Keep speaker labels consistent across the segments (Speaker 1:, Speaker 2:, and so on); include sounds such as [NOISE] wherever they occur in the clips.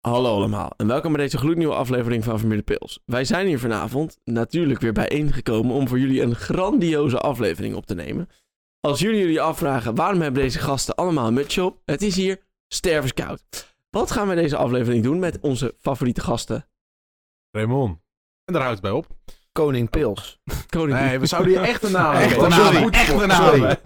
Speaker 1: Hallo allemaal en welkom bij deze gloednieuwe aflevering van Vermeerde Pils. Wij zijn hier vanavond natuurlijk weer bijeengekomen om voor jullie een grandioze aflevering op te nemen. Als jullie jullie afvragen waarom hebben deze gasten allemaal een mutsje op, het is hier stervenskoud. Wat gaan we deze aflevering doen met onze favoriete gasten?
Speaker 2: Raymond. En daar houdt het bij op.
Speaker 3: Koning Pils.
Speaker 1: Koning
Speaker 2: Nee, we zouden je [LAUGHS] echt een naam
Speaker 3: Echte
Speaker 2: hebben.
Speaker 3: namen,
Speaker 2: Sorry, echte
Speaker 3: Sorry.
Speaker 2: naam.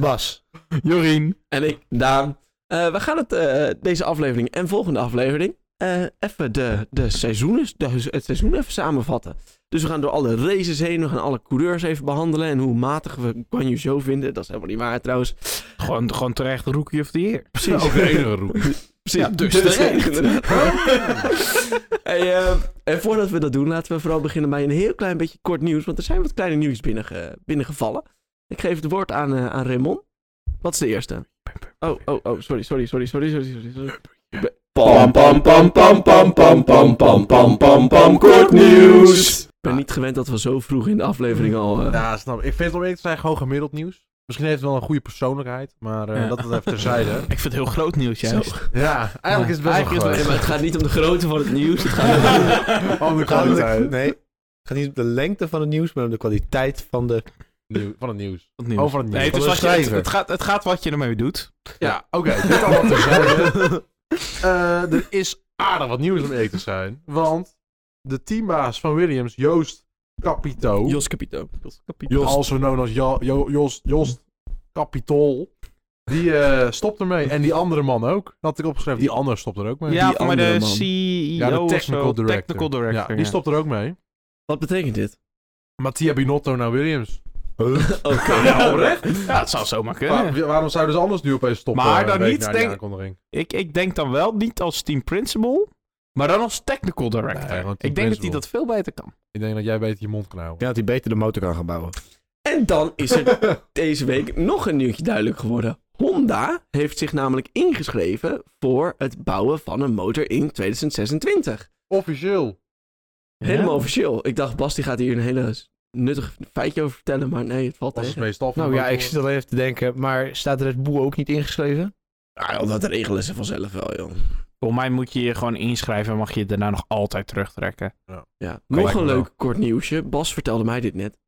Speaker 3: Bas.
Speaker 2: Jorien.
Speaker 1: en ik, Daan. Eh, we gaan het, eh, deze aflevering en volgende aflevering eh, even de, de seizoenen, de- het seizoen even samenvatten. Dus we gaan door alle races heen, we gaan alle coureurs even behandelen en hoe matig we Guan Yu Zhou vinden. Dat is helemaal niet waar trouwens.
Speaker 4: Gewoon, gewoon terecht rookie of the year.
Speaker 1: Precies.
Speaker 2: Ook de enige [LAUGHS]
Speaker 1: [LAUGHS]
Speaker 2: roep.
Speaker 1: Precies.
Speaker 4: Nou, Ja, dus
Speaker 1: terecht.
Speaker 4: terecht.
Speaker 1: inderdaad. [LAUGHS] hey, eh, en voordat we dat doen, laten we vooral beginnen bij een heel klein beetje kort nieuws, want er zijn wat kleine nieuws binnenge, binnengevallen. Ik geef het woord aan, eh, aan Raymond. Wat is de eerste? Oh, oh, oh, sorry, sorry, sorry, sorry, sorry, sorry. sorry.
Speaker 5: Pam pam pam pam pam pam pam pam pam pam pam kort nieuws.
Speaker 1: Ik ben niet gewend dat we zo vroeg in de aflevering al... eh,
Speaker 2: Ah. Ja, snap ik. Ik vind het om eerlijk te zijn gewoon gemiddeld nieuws. Misschien heeft het wel een goede persoonlijkheid, maar eh,
Speaker 4: Ja.
Speaker 2: dat het even terzijde.
Speaker 4: Ik vind het heel groot nieuws
Speaker 1: Zo.
Speaker 4: juist.
Speaker 2: [LAUGHS] Ja, eigenlijk is het best wel
Speaker 1: Nee, maar het gaat niet om de grootte van het nieuws. Het gaat
Speaker 2: gewoon. [LAUGHS] Om de kwaliteit
Speaker 3: Nee, het gaat niet om de lengte van het nieuws, maar om de kwaliteit van de...
Speaker 2: nieuw- van het nieuws.
Speaker 4: Wat nieuws.
Speaker 2: Oh, van het nieuws.
Speaker 4: nee, het, is
Speaker 3: Van
Speaker 4: wat
Speaker 3: een
Speaker 4: je, het,
Speaker 3: schrijver.
Speaker 4: het gaat, het gaat wat je ermee doet.
Speaker 2: Ja, oké. dit [LAUGHS] allemaal terzijde. Eh, er is aardig wat nieuws om eerlijk te zijn. Want de teambaas van Williams, Joost Capito.
Speaker 1: Jos Capito.
Speaker 2: Jost. Also known als Jo- Jo- Jost, Jost Capitol. Die eh, stopt ermee. En die andere man ook. Dat had ik opgeschreven. Die andere stopt er ook mee.
Speaker 4: ja, maar
Speaker 1: andere
Speaker 4: de
Speaker 1: man.
Speaker 4: CEO
Speaker 2: Ja, de
Speaker 4: of zo,
Speaker 2: technical director.
Speaker 4: Technical director,
Speaker 2: Ja, die
Speaker 4: ja.
Speaker 2: stopt er ook mee.
Speaker 1: Wat betekent dit?
Speaker 2: Mattia Binotto naar Williams.
Speaker 1: Oké.
Speaker 2: Ja, oprecht.
Speaker 4: [LAUGHS] Ja, het zou zomaar kunnen.
Speaker 2: Waar- waarom zouden ze anders nu opeens stoppen?
Speaker 4: Maar
Speaker 2: eh,
Speaker 4: dan
Speaker 2: een week
Speaker 4: niet
Speaker 2: na die
Speaker 4: denk-
Speaker 2: aankondiging.
Speaker 4: Ik, ik denk dan wel niet als team principal, maar dan als technical director.
Speaker 2: Nee, gewoon team
Speaker 4: ik denk dat
Speaker 2: principal.
Speaker 4: hij dat veel beter kan.
Speaker 2: Ik denk dat jij beter je mond kan houden.
Speaker 3: Ja, dat hij beter de motor kan gaan bouwen.
Speaker 1: En dan is
Speaker 3: [LAUGHS]
Speaker 1: er deze week nog een nieuwtje duidelijk geworden. Honda heeft zich namelijk ingeschreven voor het bouwen van een motor in 2026.
Speaker 2: Officieel.
Speaker 1: Helemaal officieel. Ik dacht, Bas die gaat hier een hele nuttig feitje over vertellen, maar nee, het valt
Speaker 2: Dat is
Speaker 1: tegen.
Speaker 2: meestal van
Speaker 3: Nou ja,
Speaker 2: motor.
Speaker 3: ik zit al even te denken, maar staat er het boel ook niet ingeschreven?
Speaker 1: Ah, joh, dat regelen ze vanzelf wel, joh.
Speaker 4: Volgens mij moet je je gewoon inschrijven en mag je je daarna nog altijd terugtrekken.
Speaker 1: Ja.
Speaker 2: Lijkt
Speaker 1: Nog een
Speaker 2: me wel.
Speaker 1: leuk kort nieuwsje. Bas vertelde mij dit net.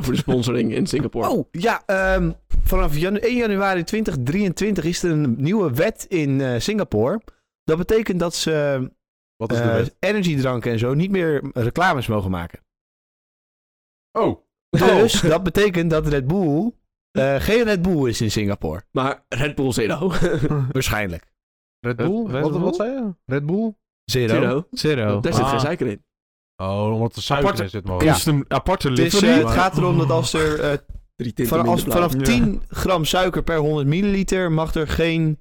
Speaker 1: Over de sponsoring in Singapore.
Speaker 3: Oh, ja, ehm, vanaf janu- 1 januari 2023 is er een nieuwe wet in eh, Singapore. Dat betekent dat ze
Speaker 2: Wat is de
Speaker 3: eh
Speaker 2: wet?
Speaker 3: energiedranken en zo niet meer reclames mogen maken.
Speaker 2: Oh.
Speaker 3: Dus dat betekent dat Red Bull eh, geen Red Bull is in Singapore.
Speaker 1: Maar Red Bull Zero.
Speaker 3: Waarschijnlijk.
Speaker 2: Red
Speaker 4: Red-
Speaker 2: Bull?
Speaker 4: Red
Speaker 2: wat,
Speaker 4: Bull?
Speaker 2: wat zei je? Red Bull?
Speaker 3: Zero.
Speaker 1: Zero.
Speaker 4: Zero.
Speaker 1: Daar zit
Speaker 4: Ah.
Speaker 1: geen suiker in.
Speaker 2: Oh, omdat de suiker
Speaker 4: Aparte-
Speaker 2: in zit, man.
Speaker 4: Ja. Dus een aparte
Speaker 3: Het, is,
Speaker 4: livery.
Speaker 3: eh, het gaat erom dat als er eh,
Speaker 1: Drie tinten
Speaker 3: vanaf,
Speaker 1: minder
Speaker 3: als-
Speaker 1: blauw.
Speaker 3: vanaf
Speaker 4: Ja.
Speaker 3: 10 gram suiker per 100 milliliter mag er geen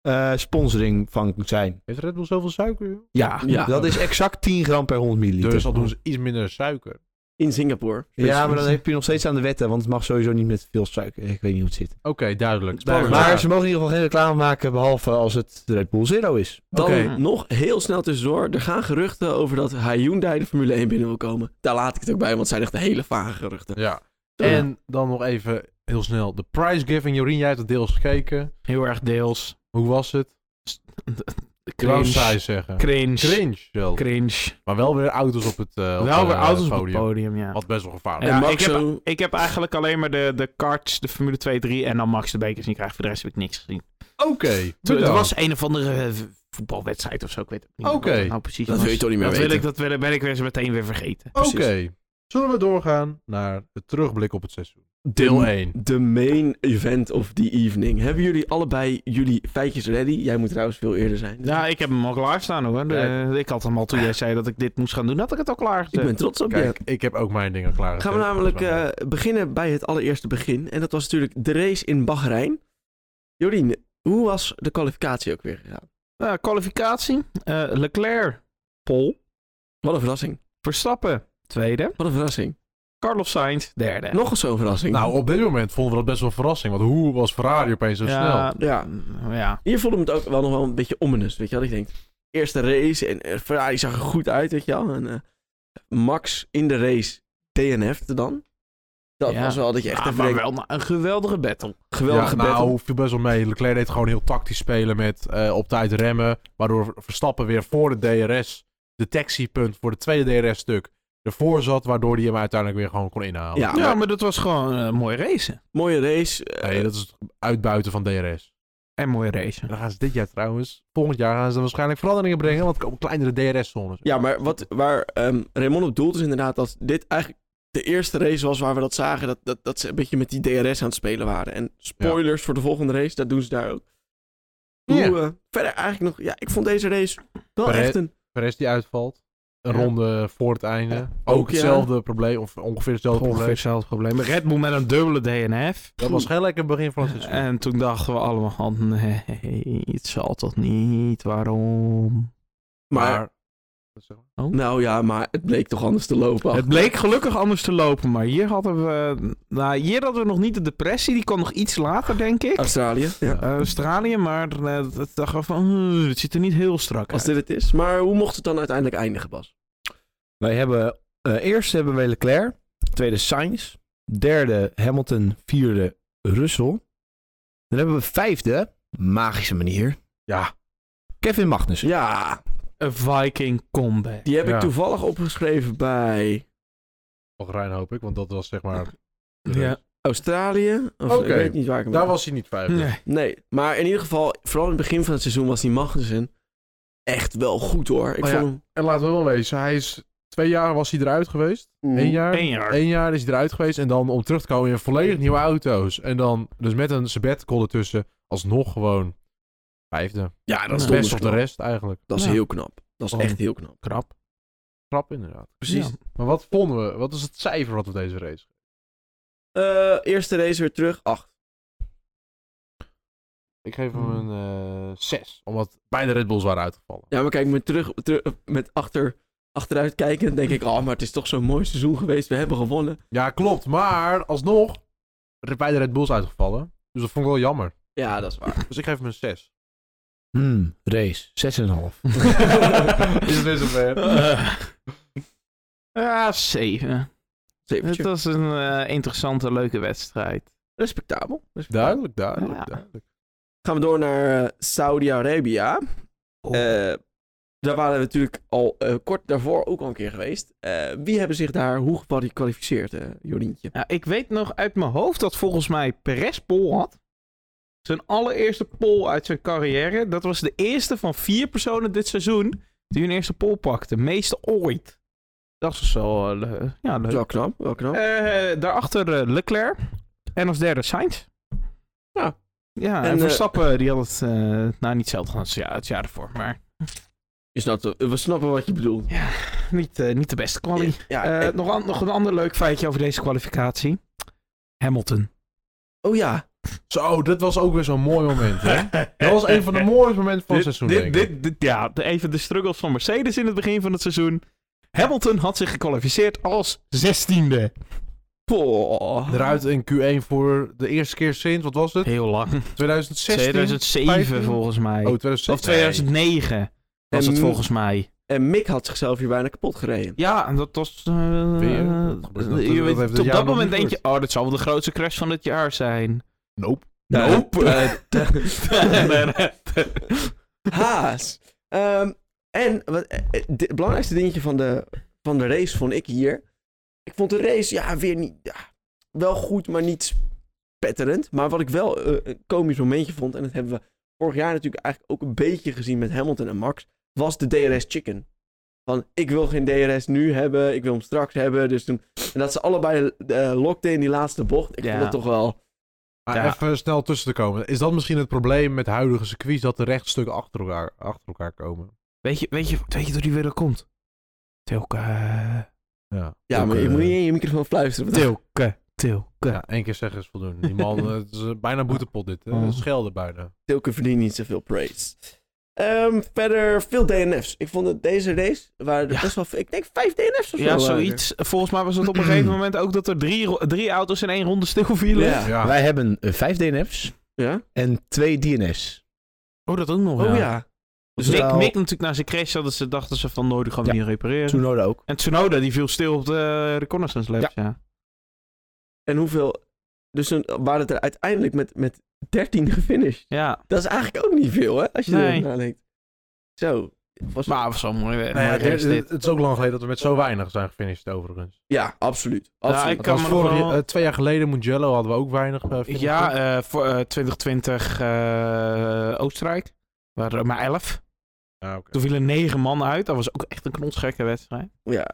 Speaker 3: eh, sponsoring van zijn.
Speaker 2: Heeft Red Bull zoveel suiker? joh?
Speaker 3: Ja,
Speaker 1: Ja.
Speaker 3: dat is exact 10 gram per 100 milliliter.
Speaker 2: Dus al doen ze iets minder suiker.
Speaker 1: In Singapore.
Speaker 3: ja, maar dan heb je nog steeds aan de wetten, want het mag sowieso niet met veel suiker. Ik weet niet hoe het zit.
Speaker 2: Oké, duidelijk.
Speaker 1: Spannend.
Speaker 2: Duidelijk.
Speaker 3: Maar ze mogen in ieder geval geen reclame maken, behalve als het Red Bull Zero is.
Speaker 1: Dan
Speaker 4: Oké.
Speaker 1: nog heel snel tussendoor. Er gaan geruchten over dat Hyundai de Formule 1 binnen wil komen. Daar laat ik het ook bij, want het zijn echt hele vage geruchten.
Speaker 2: Ja. En dan nog even heel snel de prize giving. Jorien, jij hebt het deels gekeken.
Speaker 4: Heel erg deels.
Speaker 2: Hoe was het? Ik wou saai
Speaker 4: Cringe.
Speaker 2: zeggen.
Speaker 4: Cringe.
Speaker 2: Cringe zelf.
Speaker 4: Cringe.
Speaker 2: Maar wel weer auto's op het, eh, op,
Speaker 4: Wel weer
Speaker 2: eh,
Speaker 4: auto's op het podium, ja.
Speaker 2: Wat best wel gevaarlijk.
Speaker 1: En
Speaker 4: Ja,
Speaker 1: Max
Speaker 4: ik heb-
Speaker 1: zo-
Speaker 4: Ik heb eigenlijk alleen maar de, de karts, de Formule 2, 3 en dan Max de Bekers niet krijgen. Voor de rest heb ik niks gezien.
Speaker 2: Oké.
Speaker 4: Toen, het
Speaker 2: bedankt.
Speaker 4: was een of andere eh, v- voetbalwedstrijd of zo. Ik weet het niet meer
Speaker 2: Oké.
Speaker 4: wat het nou precies
Speaker 1: Dat
Speaker 4: was.
Speaker 1: wil je toch niet meer
Speaker 4: dat
Speaker 1: weten.
Speaker 4: Wil ik, dat wil, ben ik weer eens meteen weer vergeten.
Speaker 2: Oké.
Speaker 1: precies.
Speaker 2: Zullen we doorgaan naar de terugblik op het seizoen? Deel 1.
Speaker 1: De main event of the evening. Hebben jullie allebei jullie feitjes ready? Jij moet trouwens veel eerder zijn.
Speaker 4: Ja, ik heb hem al klaar staan hoor. De- ik had hem al toen jij zei dat ik dit moest gaan doen, had ik het al klaar
Speaker 1: ik ben trots op je.
Speaker 2: Kijk, ik heb ook mijn dingen klaar.
Speaker 1: Gaan we namelijk eh, beginnen bij het allereerste begin. En dat was natuurlijk de race in Bahrein. Jorien, hoe was de kwalificatie ook weer gegaan?
Speaker 4: Nou, kwalificatie. Eh, Leclerc, Pol.
Speaker 1: Wat een verrassing.
Speaker 4: Verstappen, tweede.
Speaker 1: Wat een verrassing.
Speaker 4: Carlos Sainz, derde.
Speaker 1: Nog eens zo'n verrassing.
Speaker 2: Nou, op dit moment vonden we dat best wel een verrassing. Want hoe was Ferrari opeens zo snel?
Speaker 4: ja,
Speaker 1: Ja.
Speaker 4: ja.
Speaker 1: Hier voelde me het ook wel nog wel een beetje ominous, weet je wel. Ik denk, eerste race en eh, Ferrari zag er goed uit, weet je wel. En eh, Max in de race DNF'te dan. Dat
Speaker 4: Ja.
Speaker 1: was wel dat je echt
Speaker 4: Ja,
Speaker 1: even
Speaker 4: maar
Speaker 1: denkt,
Speaker 4: wel na- een geweldige battle.
Speaker 1: geweldige
Speaker 2: ja,
Speaker 1: battle.
Speaker 2: Nou, viel best wel mee. Leclerc deed gewoon heel tactisch spelen met eh, op tijd remmen. Waardoor Verstappen weer voor de DRS, de taxipunt voor het tweede DRS-stuk, ervoor zat. Waardoor hij hem uiteindelijk weer gewoon kon inhalen.
Speaker 1: Ja,
Speaker 4: Ja,
Speaker 1: maar-
Speaker 4: Ah, maar dat was gewoon een mooi racen.
Speaker 1: mooie race. eh,
Speaker 2: Nee, dat is het uitbuiten van DRS.
Speaker 4: En mooi racen.
Speaker 2: En dan gaan ze dit jaar trouwens, volgend jaar gaan ze waarschijnlijk veranderingen brengen. Want er komen kleinere DRS-zones.
Speaker 1: Ja, maar wat, waar ehm, Raymond op doelt is inderdaad dat dit eigenlijk de eerste race was waar we dat zagen. Dat, dat, dat ze een beetje met die DRS aan het spelen waren. En spoilers voor de volgende race, dat doen ze daar ook. Hoe,
Speaker 2: Ja.
Speaker 1: eh, verder eigenlijk nog... Ja, ik vond deze race wel
Speaker 2: Maar
Speaker 1: echt
Speaker 2: het-
Speaker 1: een...
Speaker 2: Perez die uitvalt. Een
Speaker 1: Ja.
Speaker 2: ronde voor het einde.
Speaker 1: Ja.
Speaker 2: Ook,
Speaker 1: Ook, ja.
Speaker 2: hetzelfde probleem, of ongeveer hetzelfde
Speaker 4: Ongeveer
Speaker 2: probleem.
Speaker 4: hetzelfde probleem. Red Bull met een dubbele DNF.
Speaker 2: Dat was geen lekker begin van het seizoen.
Speaker 4: En toen dachten we allemaal van, nee, het zal toch niet, waarom?
Speaker 1: Maar, nou ja, maar het bleek toch anders te lopen.
Speaker 4: Het bleek gelukkig anders te lopen, maar hier hadden we, nou, hier hadden we nog niet de depressie, die kwam nog iets later, denk ik.
Speaker 1: Australië, Oh, ja.
Speaker 4: Eh, Australië, maar eh, het dacht wel van, eh, het zit er niet heel strak
Speaker 1: als
Speaker 4: uit.
Speaker 1: dit het is. Maar hoe mocht het dan uiteindelijk eindigen, Bas?
Speaker 3: Wij hebben, eh, eerst hebben wij Leclerc, tweede Sainz, derde Hamilton, vierde Russell. Dan hebben we vijfde, magische manier,
Speaker 2: Ja,
Speaker 3: Kevin Magnussen.
Speaker 1: Ja,
Speaker 4: Een Viking comeback.
Speaker 1: die heb
Speaker 2: Ja.
Speaker 1: ik toevallig opgeschreven bij
Speaker 2: Bahrein hoop ik, want dat was zeg maar...
Speaker 4: Ja.
Speaker 1: Australië. Of
Speaker 2: Oké,
Speaker 1: ik weet niet waar ik hem
Speaker 2: Daar was hij niet vijfde.
Speaker 4: Nee.
Speaker 1: Nee, maar in ieder geval, vooral in het begin van het seizoen was die Magnussen echt wel goed hoor. Ik
Speaker 2: Maar ja,
Speaker 1: vond hem...
Speaker 2: En laten we wel wezen, hij is... Twee jaar was hij eruit geweest.
Speaker 1: Mm.
Speaker 2: Eén jaar.
Speaker 4: Eén jaar.
Speaker 2: Eén jaar is hij eruit geweest. En dan om terug te komen in volledig nieuwe auto's. En dan dus met een sabbatical ertussen. Alsnog gewoon vijfde.
Speaker 1: Ja,
Speaker 4: dat is
Speaker 2: Best op
Speaker 1: knap.
Speaker 2: de rest eigenlijk.
Speaker 1: Dat is
Speaker 4: Ja.
Speaker 1: heel knap. Dat is
Speaker 2: Oh.
Speaker 1: echt heel knap.
Speaker 4: Krap.
Speaker 2: Krap inderdaad.
Speaker 1: Precies.
Speaker 2: Maar wat vonden we? Wat is het cijfer wat we deze race
Speaker 1: Eh, eerste race weer terug, 8.
Speaker 2: Ik geef eh,
Speaker 4: hem een,
Speaker 2: 6. Omdat beide Red Bulls waren uitgevallen.
Speaker 1: Ja, maar kijk, met, terug, terug- met achter, achteruit kijken, denk ik, oh, maar het is toch zo'n mooi seizoen geweest. We hebben gewonnen.
Speaker 2: Ja, klopt. Maar alsnog, er zijn beide Red Bulls uitgevallen. Dus dat vond ik wel jammer.
Speaker 1: Ja, dat is waar.
Speaker 2: Dus ik geef hem een 6.
Speaker 3: Hmm, race, 6,5.
Speaker 2: [LAUGHS] Is het weer zover?
Speaker 4: Eh. [LAUGHS] Ja, Ah, zeven. Het
Speaker 1: Zeventje.
Speaker 4: was een eh, interessante, leuke wedstrijd.
Speaker 1: Respectabel. Respectabel.
Speaker 2: Duidelijk, duidelijk,
Speaker 4: Ja.
Speaker 2: duidelijk.
Speaker 1: Gaan we door naar eh, Saudi-Arabië.
Speaker 4: Oh.
Speaker 1: Eh, daar waren we natuurlijk al eh, kort daarvoor ook al een keer geweest. Eh, wie hebben zich daar hoe gekwalificeerd, eh Jorientje?
Speaker 4: Ja, ik weet nog uit mijn hoofd dat volgens mij Perez pol had. Zijn allereerste pol uit zijn carrière. Dat was de eerste van vier personen dit seizoen die hun eerste pol pakte. Meeste ooit. Dat is wel eh, le- ja, leuk.
Speaker 1: Wel knap, wel knap.
Speaker 4: Eh, daarachter eh, Leclerc. En als derde Sainz.
Speaker 1: Ja.
Speaker 4: Ja,
Speaker 1: En,
Speaker 4: en,
Speaker 1: eh,
Speaker 4: Verstappen die had het, eh, nou niet hetzelfde als ja, het jaar ervoor, maar
Speaker 1: Je snapt, eh, we snappen wat je bedoelt.
Speaker 4: niet, eh, niet de beste kwalie.
Speaker 1: Ja,
Speaker 4: Eh,
Speaker 1: eh,
Speaker 4: nog, an- nog een ander leuk feitje over deze kwalificatie. Hamilton.
Speaker 1: oh ja.
Speaker 2: Zo, dat was ook weer zo'n mooi moment,
Speaker 1: [LAUGHS]
Speaker 2: hè?
Speaker 4: [LAUGHS]
Speaker 2: Dat was een van de mooiste momenten van het
Speaker 4: dit,
Speaker 2: seizoen,
Speaker 4: dit,
Speaker 2: denk ik.
Speaker 4: dit, dit- ja, de- even de struggles van Mercedes in het begin van het seizoen. Hamilton had zich gekwalificeerd als zestiende.
Speaker 1: Poh.
Speaker 2: Eruit in Q1 voor de eerste keer sinds, wat was
Speaker 4: [LAUGHS]
Speaker 2: het? Oh,
Speaker 4: Heel lang.
Speaker 2: 2016?
Speaker 4: 2007
Speaker 2: 15?
Speaker 4: volgens mij.
Speaker 2: Oh, 2016.
Speaker 4: of 2009 was
Speaker 1: En-
Speaker 4: het volgens mij.
Speaker 1: En eh, Mick had zichzelf hier bijna kapot gereden.
Speaker 4: Ja, en dat was... eh,
Speaker 2: Weer? Dat gebeurt- dat-
Speaker 4: je
Speaker 2: dat
Speaker 4: weet-
Speaker 2: heeft het
Speaker 4: op
Speaker 2: jaar
Speaker 4: dat
Speaker 2: nog
Speaker 4: moment
Speaker 2: niet
Speaker 4: denk je, oh, dat zal wel de grootste crash van het jaar [LAUGHS] zijn.
Speaker 2: Nope.
Speaker 1: [LAUGHS]
Speaker 4: Nope.
Speaker 1: Eh, eh, Haas. Ehm, en wat, eh, eh, dit- het belangrijkste dingetje van de, van de race vond ik hier. Ik vond de race ja, weer niet, ja, wel goed, maar niet spetterend. Maar wat ik wel eh, een komisch momentje vond, en dat hebben we vorig jaar natuurlijk eigenlijk ook een beetje gezien met Hamilton en Max, was de DRS chicken. Van ik wil geen DRS nu hebben, ik wil hem straks hebben. Dus toen, en dat ze allebei eh lokten in die laatste bocht. Ik
Speaker 4: Ja.
Speaker 1: vond het toch wel.
Speaker 2: Maar
Speaker 4: Ja.
Speaker 2: even snel tussen te komen. Is dat misschien het probleem met huidige circuits, dat de rechtstukken achter elkaar, achter elkaar komen?
Speaker 4: Weet je, weet je, weet je door die weer komt? Tilke.
Speaker 2: Ja,
Speaker 1: Ja,
Speaker 2: Ook,
Speaker 1: maar je
Speaker 2: eh,
Speaker 1: moet niet in je microfoon fluisteren. want-
Speaker 4: Tilke. Tilke.
Speaker 2: Ja, één keer zeggen is voldoende. Die
Speaker 4: [LAUGHS]
Speaker 2: man, eh, het is eh, bijna een boetepot dit. hè.
Speaker 4: Oh.
Speaker 2: Schelden bijna.
Speaker 1: Tilke verdient niet zoveel praise. Ehm, verder veel DNF's. Ik vond dat deze race waren er
Speaker 4: Ja.
Speaker 1: best wel veel. Ik denk vijf DNF's of zo.
Speaker 4: Ja,
Speaker 1: waren er.
Speaker 4: zoiets. Volgens mij was het op een gegeven moment ook dat er drie, ro- drie auto's in één ronde stilvielen.
Speaker 1: Ja.
Speaker 2: Ja.
Speaker 3: Wij hebben eh, vijf DNF's
Speaker 1: Ja?
Speaker 3: en twee DNS.
Speaker 4: Oh, dat ook nog.
Speaker 1: Oh ja.
Speaker 4: Dus
Speaker 3: Totaal-
Speaker 4: Mick, Mick natuurlijk na zijn crash hadden ze, dachten ze van, nooit die gaan we
Speaker 3: Ja.
Speaker 4: niet repareren.
Speaker 3: Tsunoda ook.
Speaker 4: En Tsunoda die viel stil op de reconnaissance laps, ja.
Speaker 1: En hoeveel... Dus een, waren het er uiteindelijk met, met 13 gefinished.
Speaker 4: Ja.
Speaker 1: Dat is eigenlijk ook niet veel, hè? Als je
Speaker 4: Nee.
Speaker 1: erover nadenkt. Zo. Was...
Speaker 4: Maar het was wel mooi. weer.
Speaker 2: Nou ja,
Speaker 4: Mooi
Speaker 2: het,
Speaker 4: race dit.
Speaker 2: het- het is ook lang geleden dat we met zo weinig zijn gefinished, overigens.
Speaker 1: Ja, absoluut.
Speaker 4: Ja,
Speaker 1: absoluut.
Speaker 4: ik
Speaker 2: Het
Speaker 4: kan
Speaker 2: was
Speaker 4: me nog
Speaker 2: vorig
Speaker 4: wel-
Speaker 2: jaar- eh, twee jaar geleden, Mugello, hadden we ook weinig eh, finishes.
Speaker 4: Ja, eh, voor, eh, 2020 eh, Oostenrijk. Waren er maar 11.
Speaker 2: Ah, oké.
Speaker 4: eh, Toen vielen 9 man uit. Dat was ook echt een knotsgekke wedstrijd.
Speaker 1: Ja.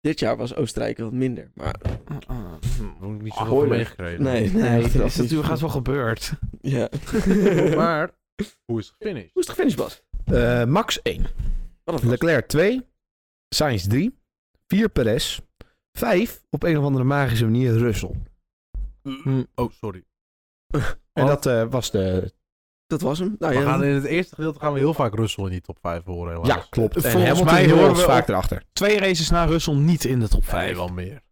Speaker 1: Dit jaar was Oostenrijk wat minder, maar...
Speaker 4: Oh,
Speaker 2: We hebben Hm, niet
Speaker 1: Ah,
Speaker 2: zoveel van
Speaker 1: hoorlijk.
Speaker 2: meegekregen.
Speaker 1: Nee, nee.
Speaker 4: Nee,
Speaker 1: dat
Speaker 4: dat natuurlijk gaat wel gebeurd. [LAUGHS]
Speaker 1: Ja.
Speaker 2: [LAUGHS] Maar, hoe is het gefinished?
Speaker 1: Hoe is het gefinished, Bas?
Speaker 3: Eh, Max 1.
Speaker 1: Wat een
Speaker 3: Leclerc 2. Sainz 3. 4 Perez. 5. Op een of andere magische manier Russell.
Speaker 4: Hm.
Speaker 2: Oh, sorry.
Speaker 3: En
Speaker 2: Oh.
Speaker 3: dat eh, was de...
Speaker 1: Dat was hem. Nou,
Speaker 2: We
Speaker 1: ja,
Speaker 2: gaan in het eerste gedeelte gaan we heel vaak Russell in die top 5 horen. Helaas.
Speaker 3: Ja, klopt. En
Speaker 4: Volgens
Speaker 3: Hamilton
Speaker 4: mij
Speaker 3: heel
Speaker 4: horen
Speaker 3: erg
Speaker 4: we
Speaker 3: vaak
Speaker 4: op-
Speaker 3: erachter.
Speaker 4: Twee races na Russell niet in de top 5.
Speaker 2: Nee, wel meer.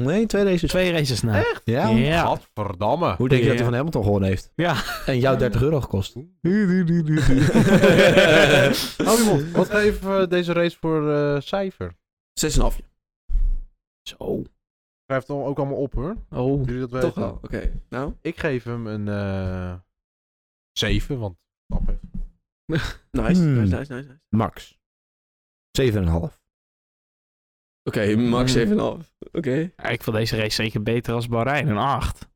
Speaker 3: Nee, twee races.
Speaker 4: Twee races na.
Speaker 3: Ja.
Speaker 4: Ja.
Speaker 2: Gadverdamme.
Speaker 3: Hoe denk je dat
Speaker 4: Ja.
Speaker 3: hij van Hamilton gewonnen heeft?
Speaker 4: Ja.
Speaker 3: En jou 30 euro
Speaker 1: [LAUGHS]
Speaker 2: [LAUGHS]
Speaker 3: gekost.
Speaker 2: Hou je mond. Oh, Wat geven we deze race voor eh cijfer?
Speaker 1: 6,5.
Speaker 4: Zo.
Speaker 2: Schrijf het al- ook allemaal op hoor.
Speaker 4: Oh.
Speaker 2: Jullie dat weten.
Speaker 1: Toch wel. Oké. Nou?
Speaker 2: Ik geef hem een eh 7, want knap heeft.
Speaker 1: Nice.
Speaker 3: Hmm.
Speaker 1: Nice, nice, nice. nice.
Speaker 3: Max. 7,5.
Speaker 1: Oké, Max
Speaker 4: Hmm.
Speaker 1: 7,5. Oké.
Speaker 4: Ja, ik vond deze race zeker beter als Bahrein. Een 8.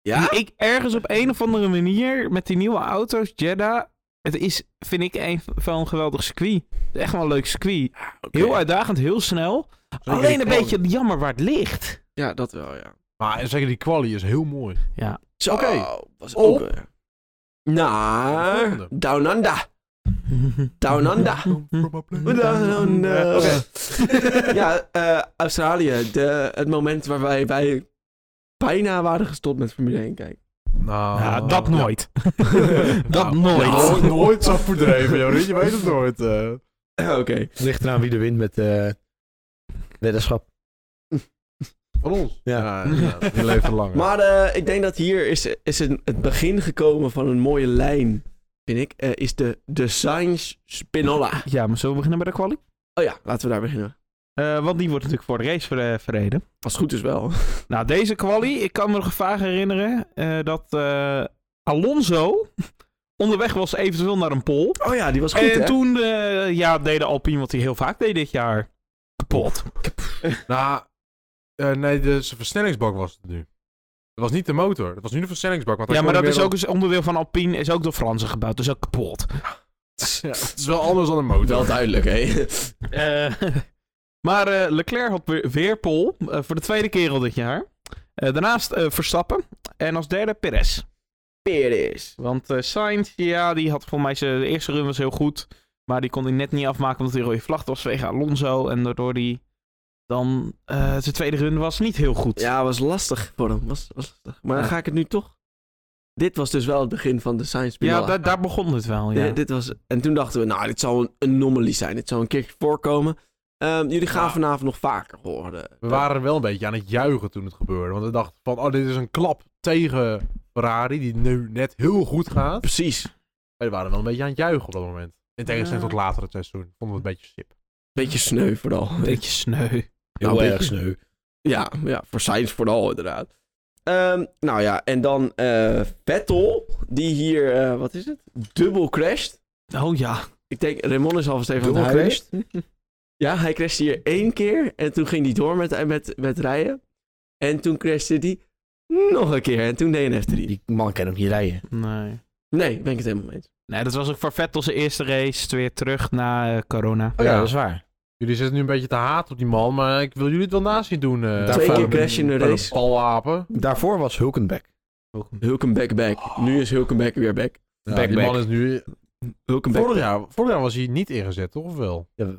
Speaker 1: Ja?
Speaker 4: Ik ergens op een of andere manier met die nieuwe auto's, Jeddah. Het is, vind ik, een van een geweldig circuit. Echt wel een leuk circuit.
Speaker 1: Oké.
Speaker 4: Heel uitdagend, heel snel.
Speaker 2: Zeker
Speaker 4: Alleen een
Speaker 2: die quali.
Speaker 4: beetje jammer waar het ligt.
Speaker 1: Ja, dat wel, ja.
Speaker 2: Maar eh, zeker die quali is heel mooi.
Speaker 4: [LAUGHS] Ja.
Speaker 1: Zo,
Speaker 2: Oké.
Speaker 1: was
Speaker 2: Op.
Speaker 1: ook... eh, Naar...
Speaker 2: Volgende.
Speaker 1: Down Under. Down Under. Down Under.
Speaker 2: Oké.
Speaker 1: [LAUGHS] ja, eh, Australië. De, het moment waarbij wij bijna waren gestopt met Formule 1 kijken. [CLEARS THROAT]
Speaker 2: Nou,
Speaker 4: [LAUGHS] Oh, Ja, dat [LAUGHS] nooit. dat
Speaker 2: Nou,
Speaker 4: nooit.
Speaker 2: nou, nooit zo verdreven, joh. Je weet het nooit. eh.
Speaker 1: Oké.
Speaker 3: Het ligt eraan wie er wint met eh weddenschap.
Speaker 2: Van ons.
Speaker 3: Ja.
Speaker 2: ja, [LAUGHS]
Speaker 3: [LAUGHS]
Speaker 2: die leeft er langer.
Speaker 1: Maar eh, ik denk dat hier is, is een, het begin gekomen van een mooie lijn, vind ik. Eh, is de, de Sainz Spinola.
Speaker 4: Ja, maar zullen we beginnen bij de quali?
Speaker 1: Oh ja, laten we daar beginnen.
Speaker 4: Eh, want die wordt natuurlijk voor de race ver- verreden.
Speaker 1: Als het goed is wel.
Speaker 4: Nou, deze quali, ik kan me nog vaag herinneren eh, dat eh, Alonso [LAUGHS] onderweg was eventueel naar een pol.
Speaker 1: Oh ja, die was goed,
Speaker 4: En
Speaker 1: hè?
Speaker 4: toen eh, ja, deden Alpine wat hij heel vaak deed dit jaar. Kapot.
Speaker 2: Nou, eh, nee, de zijn versnellingsbak was het nu. Het was niet de motor, het was nu de versnellingsbak. want hij
Speaker 4: Ja, maar
Speaker 2: kon
Speaker 4: dat
Speaker 2: niet
Speaker 4: is
Speaker 2: meer
Speaker 4: ook een onderdeel van Alpine, is ook door Fransen gebouwd, dus ook kapot.
Speaker 2: op- Ja, het is wel anders dan een motor.
Speaker 1: Oh, Wel duidelijk, hè?
Speaker 4: Eh, [LAUGHS] maar eh, Leclerc had weer, weer pol eh, voor de tweede keer al dit jaar. Eh, daarnaast eh, Verstappen en als derde Perez.
Speaker 1: Peres.
Speaker 4: Want eh Sainz, ja, die had voor mij zijn de eerste run was heel goed. Maar die kon hij net niet afmaken omdat hij rode vlag was vanwege Alonso. En daardoor die dan eh, zijn tweede run was niet heel
Speaker 1: [LAUGHS]
Speaker 4: goed.
Speaker 1: Ja, was lastig voor hem. Was, was lastig. Maar dan
Speaker 4: Ja.
Speaker 1: ga ik het nu toch... Dit was dus wel het begin van de Sainz Spinola.
Speaker 4: Ja, da- daar begon het wel. Ja.
Speaker 1: Dit- dit was, en toen dachten we, nou, dit zal een anomaly zijn. Dit zal een keertje voorkomen. Ehm, jullie gaan
Speaker 2: Ja.
Speaker 1: vanavond nog vaker horen.
Speaker 2: We waren wel een beetje aan het juichen toen het gebeurde. Want we dachten van, oh, dit is een klap tegen Ferrari, die nu net heel goed gaat.
Speaker 1: Precies.
Speaker 2: Maar we waren wel een beetje aan het juichen op dat moment. In tegenstelling
Speaker 4: Ja.
Speaker 2: tot later het seizoen. Vonden we het een beetje sip.
Speaker 1: Beetje sneu vooral.
Speaker 4: Een beetje sneu.
Speaker 1: Nou,
Speaker 3: Heel
Speaker 1: een
Speaker 3: erg sneu.
Speaker 1: Ja, ja voor Sainz vooral inderdaad. Ehm, nou ja, en dan eh Vettel, die hier, eh, wat is het? Dubbel crashed.
Speaker 4: Oh ja.
Speaker 1: Ik denk, Raymond is alvast even aan
Speaker 3: Dubbel
Speaker 1: het huilen.
Speaker 3: crashed?
Speaker 1: Ja, hij crashte hier één keer en toen ging hij door met, eh, met, met rijden. En toen crashte hij nog een keer en toen DNF'te hij.
Speaker 3: Die man kan ook niet rijden.
Speaker 4: Nee.
Speaker 1: Nee, ben ik het helemaal mee eens.
Speaker 4: Nee, dat was ook voor Vettel zijn eerste race. Weer terug na eh, corona.
Speaker 2: Oh ja, dat is
Speaker 3: waar.
Speaker 2: Jullie zitten nu een beetje te haat op die man, maar ik wil jullie het wel naast zien doen. eh.
Speaker 3: Twee keer
Speaker 1: crash in de
Speaker 2: Met een
Speaker 1: race.
Speaker 2: Palapen.
Speaker 3: Daarvoor was Hulkenbeck.
Speaker 1: Hulkenbeck back. Nu is Hulkenbeck weer back.
Speaker 2: Ja,
Speaker 4: Back,
Speaker 2: die
Speaker 4: back.
Speaker 2: man is nu...
Speaker 1: Hulkenbeck.
Speaker 2: Vorig jaar, vorig jaar was hij niet ingezet, toch? Of wel?
Speaker 3: Ja,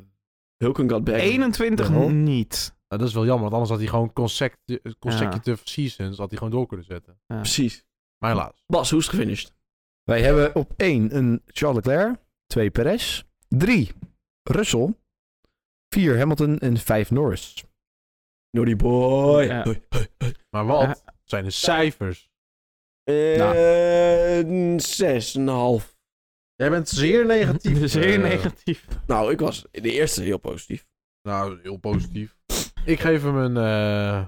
Speaker 1: Hulken got back.
Speaker 4: 21
Speaker 3: Ja.
Speaker 4: niet.
Speaker 2: Nou, dat is wel jammer, want anders had hij gewoon consecu- eh, consecutive seasons had hij gewoon door kunnen zetten.
Speaker 1: Precies.
Speaker 2: Maar helaas.
Speaker 1: Bas, hoe is het gefinished?
Speaker 3: Wij hebben op 1 een Charles Leclerc, 2 Perez, 3 Russell, 4 Hamilton en 5 Norris.
Speaker 1: Naughty boy.
Speaker 4: Ja.
Speaker 1: Hoi, hoi, hoi.
Speaker 2: Maar wat
Speaker 4: Ja.
Speaker 2: zijn de cijfers?
Speaker 3: Nou.
Speaker 1: Eh, Zes en een half.
Speaker 2: Jij bent zeer negatief.
Speaker 4: Zeer
Speaker 2: eh,
Speaker 4: negatief.
Speaker 1: Nou, ik was in de eerste heel positief.
Speaker 2: Nou, heel positief. Ik geef hem een... eh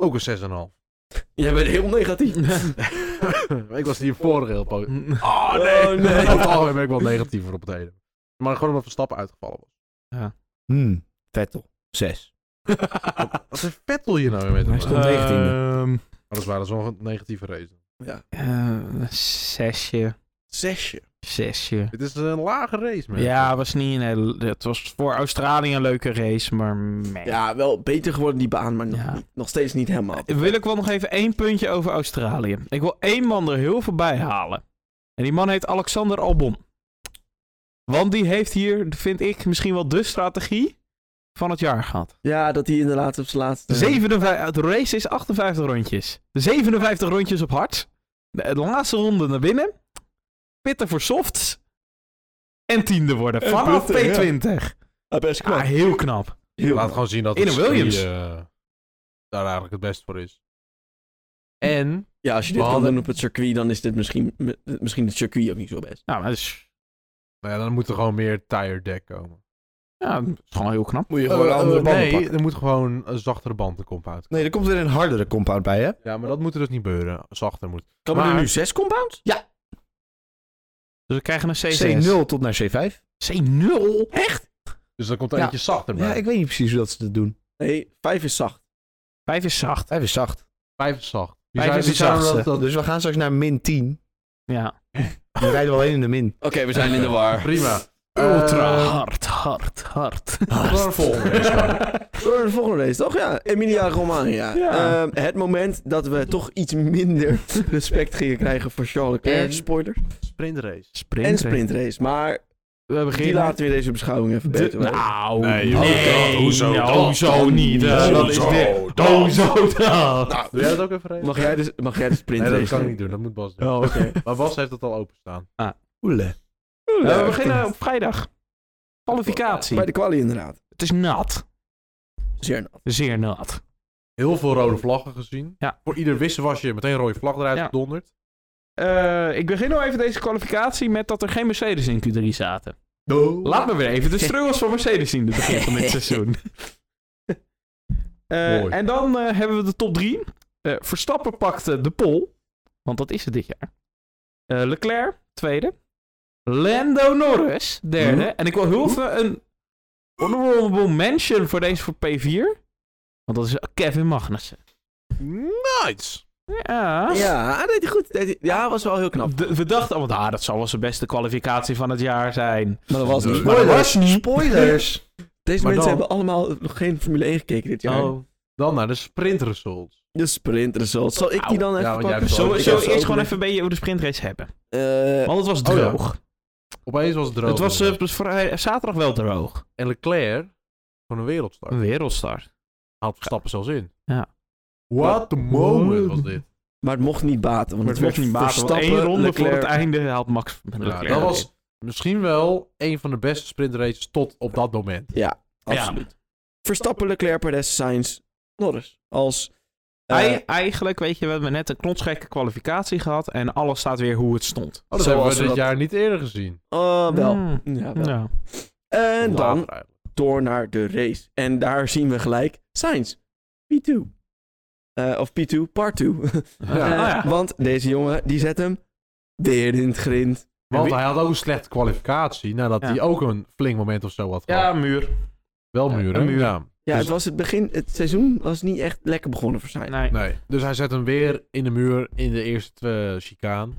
Speaker 2: Ook een 6,5.
Speaker 1: Jij bent heel negatief.
Speaker 2: [LAUGHS] ik was die vorige heel
Speaker 1: [LAUGHS]
Speaker 2: positief.
Speaker 1: Oh
Speaker 2: Oh, nee. [LAUGHS] Over het algemeen ben ik wel negatiever op het hele. Maar gewoon omdat Verstappen uitgevallen was.
Speaker 3: Hmm, Vettel. Zes.
Speaker 2: Wat is Vettel hier nou weer mee te
Speaker 3: Hij
Speaker 2: maken?
Speaker 3: stond negentiende.
Speaker 4: Ehm,
Speaker 2: Maar dat waren zo'n negatieve race.
Speaker 4: [LAUGHS] eh, zesje.
Speaker 1: Zesje.
Speaker 4: Zesje.
Speaker 2: Dit is een lage race, man.
Speaker 4: Ja, was niet een hele, het was voor Australië een leuke race, maar meh.
Speaker 1: Ja, wel beter geworden die baan, maar nog,
Speaker 4: Ja.
Speaker 1: niet- nog steeds niet helemaal.
Speaker 4: Wil ik wel nog even één puntje over Australië. Ik wil één man er heel veel bij halen. En die man heet Alexander Albon. Want die heeft hier, vind ik, misschien wel de strategie van het jaar gehad.
Speaker 1: Ja, dat hij inderdaad op zijn laatste...
Speaker 4: 57, de race is 58 rondjes. 57 rondjes op hard. De, de laatste ronde naar binnen. Pitten voor softs. En tiende worden.
Speaker 1: En
Speaker 4: Vanaf
Speaker 1: punten, ja.
Speaker 4: P20.
Speaker 1: Ah, best
Speaker 4: Ah, heel knap.
Speaker 1: Heel
Speaker 2: Laat gewoon zien dat
Speaker 4: Ine
Speaker 2: het circuit,
Speaker 4: Williams.
Speaker 2: eh, daar eigenlijk het best voor is. En
Speaker 1: Ja, als je
Speaker 2: We
Speaker 1: dit kan
Speaker 2: hadden-
Speaker 1: doen op het circuit, dan is dit misschien, m- misschien het circuit ook niet zo best.
Speaker 4: Nou, dat is,
Speaker 2: nou ja, dan moet er gewoon meer tire deck komen.
Speaker 4: ja, dat is gewoon heel knap.
Speaker 3: Moet je
Speaker 2: Eh, eh, nee,
Speaker 3: pakken.
Speaker 2: er moet gewoon een zachtere band de compound.
Speaker 3: Nee, er komt weer een hardere compound bij, hè?
Speaker 2: Ja, maar dat moet er dus niet beuren. Zachter moet.
Speaker 1: Kan
Speaker 2: Maar-
Speaker 1: er nu zes compounds?
Speaker 4: Dus we krijgen een C6.
Speaker 3: C0 tot naar C5.
Speaker 4: C0? Echt?
Speaker 2: Dus dan komt er
Speaker 3: Ja.
Speaker 2: eentje zachter bij.
Speaker 3: Ja, ik weet niet precies hoe dat ze dat doen.
Speaker 1: Nee, vijf is zacht.
Speaker 4: Vijf is zacht.
Speaker 3: Hij is zacht.
Speaker 2: Vijf is zacht. Wie
Speaker 4: Vijf
Speaker 2: zei-
Speaker 4: is
Speaker 2: wie
Speaker 4: de
Speaker 2: zei
Speaker 4: zachtste.
Speaker 2: dat, dat-
Speaker 3: Dus we gaan straks naar min 10.
Speaker 4: Ja.
Speaker 3: We rijden wel één in de min.
Speaker 1: Oké, we zijn in de war.
Speaker 2: Prima.
Speaker 4: Ultra
Speaker 2: Eh,
Speaker 4: hard, hard, hard.
Speaker 2: Door de volgende race gaan.
Speaker 1: Door naar de volgende race, toch? Ja, Emilia Romagna.
Speaker 4: Ja.
Speaker 1: Ehm, het moment dat we toch iets minder [LAUGHS] respect gingen krijgen voor Charles Leclerc.
Speaker 2: En-
Speaker 1: Spoiler.
Speaker 2: Sprintrace.
Speaker 4: Sprint.
Speaker 1: En sprintrace. Maar
Speaker 4: We
Speaker 1: die
Speaker 4: beginnen.
Speaker 1: laten we in deze beschouwing even
Speaker 4: De-
Speaker 1: beter. worden.
Speaker 4: nou,
Speaker 2: Nee,
Speaker 4: nee,
Speaker 2: joh.
Speaker 4: nee, nou,
Speaker 2: Dat- hoezo dat?
Speaker 4: hoezo niet. hè?
Speaker 1: Hoezo
Speaker 4: dat is weer. [LAUGHS] Hoezo dat?
Speaker 2: Doe jij dat ook even
Speaker 1: Mag jij dus, mag jij de
Speaker 2: Nee,
Speaker 1: sprintrace?
Speaker 2: dat kan ik niet doen. Dat moet Bas doen.
Speaker 4: Oh, oké.
Speaker 1: [LAUGHS]
Speaker 2: Maar Bas heeft het al openstaan.
Speaker 3: Oele.
Speaker 4: Eh, we beginnen op vrijdag. Kwalificatie.
Speaker 1: Bij de kwalie inderdaad.
Speaker 4: Het is nat.
Speaker 1: Zeer nat.
Speaker 4: Zeer nat.
Speaker 2: Heel veel rode vlaggen gezien.
Speaker 4: Ja.
Speaker 2: Voor ieder wissel was je meteen een rode vlag eruit
Speaker 4: Ja.
Speaker 2: gedonderd.
Speaker 4: Eh, ik begin nog even deze kwalificatie met dat er geen Mercedes in Q3 zaten. Laat me weer even de struggles van Mercedes zien. Het begin van dit seizoen. Eh,
Speaker 2: Mooi.
Speaker 4: en dan eh, hebben we de top 3. Verstappen pakte de pol. Want dat is het dit jaar. Eh, Leclerc, tweede. Lando Norris, derde. En ik wil heel even een honorable mention voor deze voor P4. Want dat is Kevin Magnussen.
Speaker 2: Nice.
Speaker 4: Ja.
Speaker 1: Ja, ah, deed hij goed. Deed hij- Ja, was wel heel knap.
Speaker 4: De- we dachten allemaal, ah, dat zal wel zijn beste kwalificatie van het jaar zijn.
Speaker 1: Maar dat was
Speaker 2: niet.
Speaker 1: Maar dat was niet.
Speaker 3: Spoilers.
Speaker 1: Deze mensen
Speaker 2: Maar dan-
Speaker 1: hebben allemaal nog geen Formule 1 gekeken dit jaar.
Speaker 4: Oh.
Speaker 2: Dan naar de sprint results.
Speaker 1: De sprint result. Zal ik die dan
Speaker 2: Ja,
Speaker 1: even
Speaker 2: want
Speaker 1: pakken?
Speaker 2: jij hebt ze
Speaker 4: Zullen
Speaker 2: ook-
Speaker 4: we
Speaker 2: ik
Speaker 4: zullen
Speaker 2: heb
Speaker 4: we
Speaker 2: ze
Speaker 4: eerst
Speaker 2: ook
Speaker 4: gewoon
Speaker 2: net-
Speaker 4: even een beetje over de sprintrace hebben?
Speaker 1: Eh,
Speaker 4: Want het was
Speaker 2: oh ja.
Speaker 4: droog.
Speaker 2: Opeens was het droog.
Speaker 4: Het was eh, vrij- zaterdag wel droog.
Speaker 2: en Leclerc, gewoon een wereldstart.
Speaker 4: Een wereldstart.
Speaker 2: Haalt Verstappen zelfs in.
Speaker 4: Hm. Ja.
Speaker 2: What the moment was dit.
Speaker 1: maar het mocht niet baten. Want
Speaker 4: Maar het werd niet baten, want één ronde voor het einde haalt Max
Speaker 2: Ja,
Speaker 4: Leclerc.
Speaker 2: dat was misschien wel een van de beste sprintraces tot op dat moment.
Speaker 4: Ja.
Speaker 1: Absoluut. Verstappen, Leclerc, Perez, Sainz, Norris. Als... eh,
Speaker 4: Ei- eigenlijk, weet je, we hebben net een knotsgekke kwalificatie gehad en alles staat weer hoe het stond.
Speaker 2: Oh, dat
Speaker 1: Zoals
Speaker 2: hebben we
Speaker 1: we
Speaker 2: dit
Speaker 1: dat-
Speaker 2: jaar niet eerder gezien.
Speaker 1: oh, wel.
Speaker 4: Mm.
Speaker 1: Ja, wel.
Speaker 4: Ja.
Speaker 1: En
Speaker 2: Later
Speaker 1: dan
Speaker 2: eigenlijk.
Speaker 1: door naar de race. En daar zien we gelijk Sainz. P2. Eh, of P2, part 2. [LAUGHS]
Speaker 2: Ja.
Speaker 4: Ah, ja.
Speaker 1: Want deze jongen, die zet hem weer in het grind.
Speaker 2: Want hij had ook een slechte kwalificatie nadat
Speaker 4: Ja.
Speaker 2: hij ook een flink moment of zo had gehad.
Speaker 4: ja, muur.
Speaker 2: wel
Speaker 4: ja,
Speaker 2: muren.
Speaker 4: een muur.
Speaker 2: Ja.
Speaker 1: Ja,
Speaker 2: Dus-
Speaker 1: het was het begin... Het seizoen was niet echt lekker begonnen voor Sainz.
Speaker 4: Nee.
Speaker 2: Nee. Dus hij zet hem weer in de muur in de eerste eh, chicaan.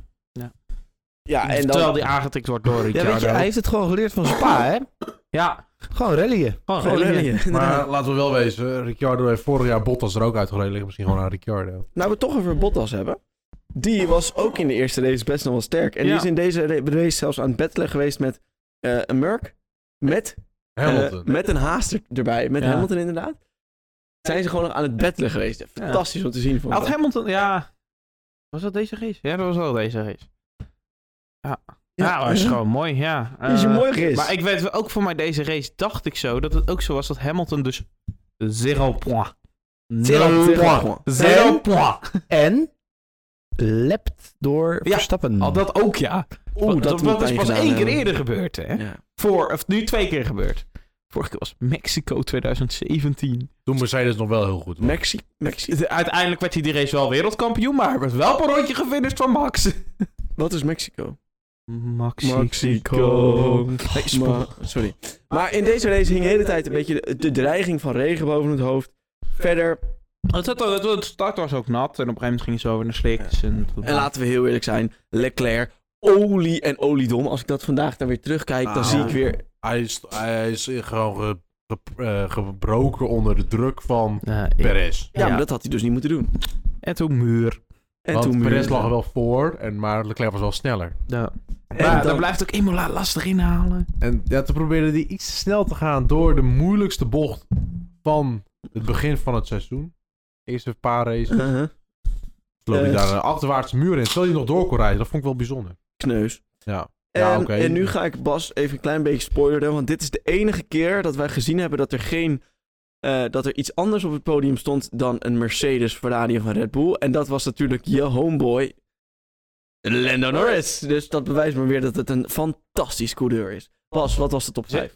Speaker 1: Ja, en
Speaker 4: Terwijl
Speaker 1: dan...
Speaker 4: die aangetikt wordt door
Speaker 3: Ja,
Speaker 4: Ricciardo.
Speaker 3: weet je, hij heeft het gewoon geleerd van Spa, hè?
Speaker 4: Ja, Oh,
Speaker 3: Gewoon rallyen.
Speaker 1: [LAUGHS]
Speaker 4: gewoon
Speaker 1: Gewoon
Speaker 4: rallyen.
Speaker 1: rallyen, [LAUGHS] inderdaad.
Speaker 2: Maar laten we wel wezen, Ricciardo heeft vorig jaar Bottas er ook uitgereden. Ligt misschien gewoon aan Ricciardo.
Speaker 1: Nou, we het toch over Bottas hebben. Die was ook in de eerste race best nog wel sterk. En
Speaker 4: Ja.
Speaker 1: die is in deze ra- race zelfs aan het bettelen geweest met eh, een Merck. Met, eh,
Speaker 2: Hamilton.
Speaker 1: met een Haas er- erbij. Met
Speaker 4: Ja.
Speaker 1: Hamilton inderdaad. Zijn ze gewoon nog aan het bettelen geweest. Fantastisch om te zien. Vond ik
Speaker 4: Had
Speaker 1: dat.
Speaker 4: Hamilton, ja. Was dat deze race? Ja, dat was wel deze race. Ja, ja,
Speaker 2: Ah,
Speaker 4: dat was Ah, gewoon mooi, ja.
Speaker 1: Dat is een
Speaker 4: Eh,
Speaker 1: mooie race.
Speaker 4: Maar ik weet wel, ook voor mij deze race dacht ik zo dat het ook zo was dat Hamilton dus zero point.
Speaker 1: Zero point.
Speaker 4: Zero
Speaker 3: En?
Speaker 4: point.
Speaker 3: En lept door
Speaker 4: Ja,
Speaker 3: Verstappen.
Speaker 4: Al dat ook ja.
Speaker 1: Oeh, dat, moet
Speaker 4: dat, dat is
Speaker 1: pijn
Speaker 4: pas
Speaker 1: gedaan
Speaker 4: één keer
Speaker 1: hebben.
Speaker 4: eerder gebeurd, hè?
Speaker 1: Ja.
Speaker 4: Voor, of nu twee keer gebeurd. Vorige keer was Mexico 2017.
Speaker 2: Toen Mercedes nog wel heel goed. was.
Speaker 1: Mexi. Mexi.
Speaker 4: De- Dus Uiteindelijk werd hij die race wel wereldkampioen, maar hij werd wel per rondje gefinished van Max.
Speaker 1: Wat is Mexico?
Speaker 4: Maxico.
Speaker 1: Nee, spo- Sorry. Maar in deze race hing de hele tijd een beetje de, de dreiging van regen boven het hoofd. Verder,
Speaker 4: Het, zat al- het, het start was ook nat en op een gegeven moment ging ze over naar slicks. En,
Speaker 1: en laten we heel eerlijk zijn, Leclerc, olie en oliedom. Als ik dat vandaag dan weer terugkijk, dan
Speaker 2: Ah.
Speaker 1: zie ik weer...
Speaker 2: Hij, is, hij is gewoon ge- ge- eh, gebroken onder de druk van
Speaker 1: Eh,
Speaker 4: Ja,
Speaker 2: Perez.
Speaker 1: Ja,
Speaker 4: Ja.
Speaker 1: maar dat had hij dus niet moeten doen.
Speaker 4: en toen muur.
Speaker 1: En
Speaker 2: Want
Speaker 1: toen
Speaker 2: Perez lag er wel voor, en, maar Leclerc was wel sneller.
Speaker 4: Ja. Maar
Speaker 1: En
Speaker 4: dan
Speaker 1: dan,
Speaker 4: blijft ook Imola lastig inhalen.
Speaker 2: En ja, toen probeerde hij iets te snel te gaan door de moeilijkste bocht van het begin van het seizoen. Eerste paar races.
Speaker 1: Uh-huh.
Speaker 2: Sloop hij
Speaker 1: Eh,
Speaker 2: daar een achterwaartse muur in, terwijl hij nog door kon rijden. Dat vond ik wel bijzonder.
Speaker 1: kneus.
Speaker 2: Ja.
Speaker 1: En,
Speaker 2: Ja, oké.
Speaker 1: en nu ga ik Bas even een klein beetje spoileren, want dit is de enige keer dat wij gezien hebben dat er geen... eh, dat er iets anders op het podium stond dan een Mercedes, Ferrari of een Red Bull. En dat was natuurlijk je homeboy, Lando Norris. Dus dat bewijst me weer dat het een fantastisch coureur is. Bas, wat was de top 5?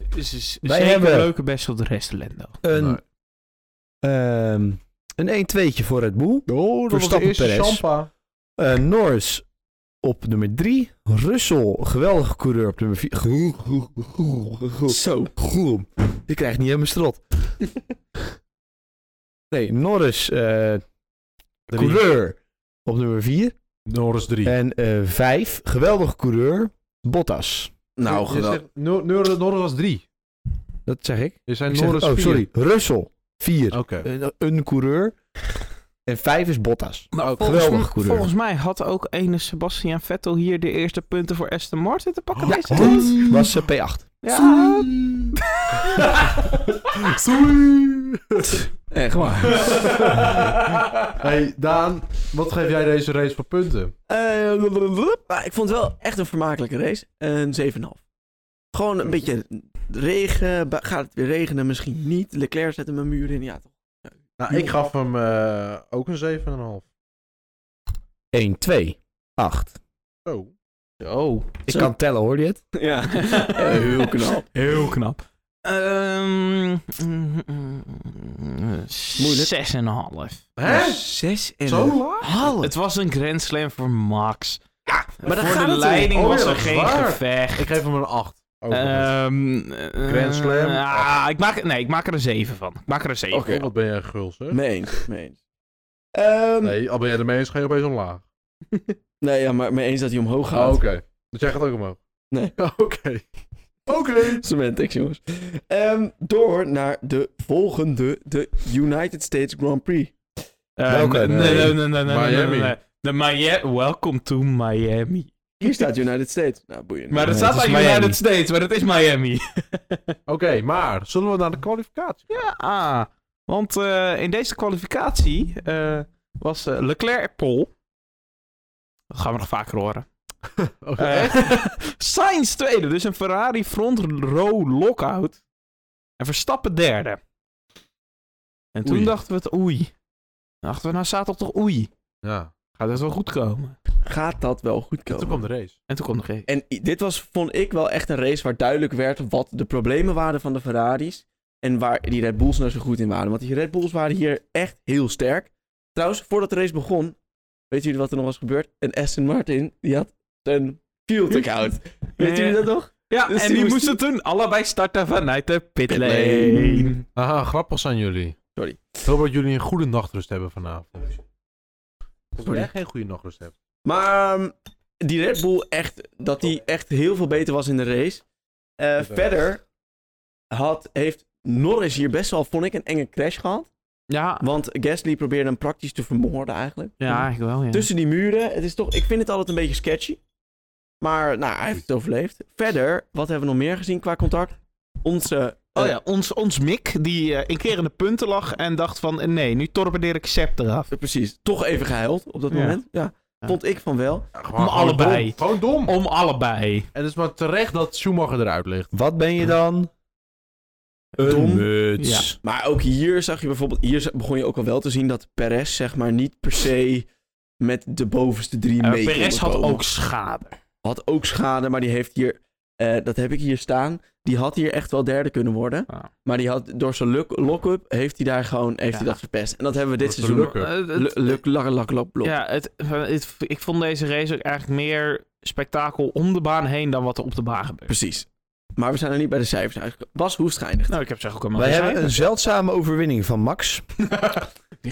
Speaker 3: Wij hebben-
Speaker 4: een leuke best op de rest, Lendo.
Speaker 3: Een,
Speaker 2: Nee.
Speaker 3: ehm, een 1-2'tje voor Red Bull.
Speaker 2: Oh, dat was de
Speaker 3: Verstappen,
Speaker 2: eerste
Speaker 3: Perez.
Speaker 2: Champa.
Speaker 3: Eh, Norris op nummer 3. Russell, geweldige coureur op nummer 4.
Speaker 1: Zo.
Speaker 3: Groem. Je krijgt niet helemaal strot. Nee, Norris, eh
Speaker 2: Drie.
Speaker 3: coureur op nummer 4.
Speaker 2: Norris 3.
Speaker 3: En 5, geweldige coureur, Bottas.
Speaker 2: dus
Speaker 1: Nou, geweldig.
Speaker 2: Norris, Norris was 3.
Speaker 3: Dat zeg ik.
Speaker 2: Je zei
Speaker 3: Ik zeg-
Speaker 2: Norris
Speaker 3: oh,
Speaker 2: vier. Oh.
Speaker 3: sorry. Russell, 4.
Speaker 2: Oké.
Speaker 3: Een, een coureur. En 5 is Bottas.
Speaker 4: Maar
Speaker 2: Ook
Speaker 4: volgens,
Speaker 3: nou, geweldig coureur.
Speaker 4: volgens mij had ook ene Sebastian Vettel hier de eerste punten voor Aston Martin te pakken.
Speaker 2: Ja,
Speaker 4: deze
Speaker 2: klopt.
Speaker 4: race.
Speaker 3: Dat was eh, P8.
Speaker 4: ja.
Speaker 1: Echt waar.
Speaker 2: [LAUGHS] hey Daan, wat geef jij deze race voor punten?
Speaker 1: Eh, maar ik vond het wel echt een vermakelijke race. Een 7,5. Gewoon een beetje regen. ba- Gaat het weer regenen? Misschien niet. Leclerc zet hem een muur in. Ja, toch.
Speaker 2: Nou, ik gaf hem eh, ook een 7,5.
Speaker 3: 1, 2, 8.
Speaker 2: Zo.
Speaker 4: Oh,
Speaker 3: Ik
Speaker 1: Zo.
Speaker 3: kan tellen, hoor je het?
Speaker 1: [LAUGHS] Ja, Eh, heel knap.
Speaker 4: Heel knap. Ehm, mm, mm, mm,
Speaker 1: Moeilijk.
Speaker 4: Zes en een half.
Speaker 2: Hè?
Speaker 1: Zes en
Speaker 2: Zo
Speaker 1: een
Speaker 2: laag?
Speaker 1: half.
Speaker 4: Het was een Grand Slam voor Max. Eh,
Speaker 1: maar daar
Speaker 4: voor
Speaker 1: gaat
Speaker 4: de
Speaker 1: het om.
Speaker 4: leiding
Speaker 2: Oh,
Speaker 4: was
Speaker 2: ja,
Speaker 4: er
Speaker 2: dat is
Speaker 4: geen
Speaker 2: waar.
Speaker 4: gevecht.
Speaker 2: Ik geef hem een 8. Ook nog.
Speaker 4: Ehm, eh,
Speaker 2: Grand Slam.
Speaker 4: ah, ik maak, nee, ik maak er een zeven van. Ik maak er een zeven.
Speaker 1: Oké.
Speaker 2: Oh, wat ben jij guls, hè?
Speaker 1: Meens, meens. Ehm, nee,
Speaker 2: Nee, al ben jij ermee eens, ga je opeens omlaag.
Speaker 1: ja, maar mee eens dat hij omhoog
Speaker 2: Oh,
Speaker 1: gaat.
Speaker 2: Oké. Dus jij gaat ook omhoog?
Speaker 1: Nee. [LAUGHS]
Speaker 2: Oké. Oké.
Speaker 1: Semantics, jongens. Ehm, door naar de volgende, de United States Grand Prix.
Speaker 4: Eh,
Speaker 3: Welke?
Speaker 4: nee, nee, nee, nee, nee, nee,
Speaker 2: Miami.
Speaker 4: nee, nee. De Miami. Welcome to Miami.
Speaker 1: Hier staat United States. Nou, boeiend.
Speaker 4: Maar dat
Speaker 3: Nee,
Speaker 4: staat
Speaker 3: het is
Speaker 4: eigenlijk
Speaker 3: Miami.
Speaker 4: United States, maar het is Miami.
Speaker 2: Oké, maar zullen we naar de kwalificatie?
Speaker 4: Ja, [LAUGHS] ah, want eh, in deze kwalificatie eh, was eh, Leclerc Pol. Dat gaan we nog vaker [LAUGHS] horen.
Speaker 2: Oké.
Speaker 4: Eh [LAUGHS] Sainz tweede, dus een Ferrari front row lockout. En Verstappen derde. En toen
Speaker 2: Oei.
Speaker 4: dachten we het oei. Toen dachten we nou zaterdag toch oei.
Speaker 2: ja.
Speaker 4: Gaat het wel goed komen?
Speaker 1: Gaat dat wel goed komen?
Speaker 2: Toen kwam de race.
Speaker 4: En toen kwam nog geen.
Speaker 1: En i- dit was, vond ik wel echt een race waar duidelijk werd wat de problemen waren van de Ferraris. En waar die Red Bulls nou zo goed in waren. Want die Red Bulls waren hier echt heel sterk. Trouwens, voordat de race begon, weten jullie wat er nog was gebeurd? Een Aston Martin, die had een fuel out. Weet jullie dat nog?
Speaker 4: Ja,
Speaker 1: Dus
Speaker 4: en
Speaker 1: die
Speaker 4: die
Speaker 1: moest-
Speaker 4: moesten toen allebei starten vanuit de pitlane.
Speaker 2: Haha, grappig zijn jullie.
Speaker 1: Sorry.
Speaker 2: Ik hoop dat jullie een goede nachtrust hebben vanavond. Als
Speaker 1: Sorry.
Speaker 2: jij geen goede nachtrust hebt.
Speaker 1: Maar ehm, die Red Bull echt, dat die echt heel veel beter was in de race. Eh, verder had, heeft Norris hier best wel, vond ik, een enge crash gehad.
Speaker 4: Ja,
Speaker 1: Want Gasly probeerde hem praktisch te vermoorden eigenlijk.
Speaker 4: ja, Dus, eigenlijk wel. Ja.
Speaker 1: tussen die muren. Het is toch, ik vind het altijd een beetje sketchy. Maar nou, hij heeft het overleefd. Verder, wat hebben we nog meer gezien qua contact? Onze.
Speaker 4: Oh ja, ons, ons Mick, die eh, in kerende punten lag en dacht van... eh, nee, nu torpedeer ik Sepp eraf.
Speaker 1: eh, precies. Toch even gehuild op dat
Speaker 4: Ja.
Speaker 1: moment. Ja.
Speaker 4: Ja.
Speaker 1: Vond ik van wel.
Speaker 2: Ja,
Speaker 4: Maar
Speaker 2: gewoon
Speaker 4: allebei.
Speaker 2: Dom. Gewoon dom.
Speaker 4: Om allebei.
Speaker 2: En het is maar terecht dat Schumacher eruit ligt.
Speaker 3: Wat ben je dan? Een
Speaker 1: Dom.
Speaker 3: muts.
Speaker 1: Maar ook hier zag je bijvoorbeeld. Hier za- begon je ook al wel te zien dat Perez, zeg maar, niet per se met de bovenste drie
Speaker 4: Eh,
Speaker 1: mee kon
Speaker 4: Perez had
Speaker 1: komen.
Speaker 4: ook schade.
Speaker 1: had ook schade, maar die heeft hier. eh, dat heb ik hier staan. Die had hier echt wel derde kunnen worden.
Speaker 4: Ah.
Speaker 1: Maar die had, door zijn luck- lock-up heeft hij daar gewoon heeft hij
Speaker 4: Ja.
Speaker 1: dat verpest. En dat hebben we dit
Speaker 2: Door zijn
Speaker 1: seizoen.
Speaker 2: lock-up.
Speaker 4: Eh, het-
Speaker 1: Lu- Luk, lak, lak, lak, lok.
Speaker 4: ja, het, het- ik vond deze race ook eigenlijk meer spektakel om de baan heen dan wat er op de baan gebeurt.
Speaker 1: Precies. Maar we zijn er niet bij de cijfers uitgekomen. Bas, hoe is het geëindigd?
Speaker 4: Nou, ik heb zeg ook allemaal
Speaker 3: Wij
Speaker 4: gezegd.
Speaker 3: hebben een zeldzame overwinning van
Speaker 2: [LAUGHS]
Speaker 3: Max.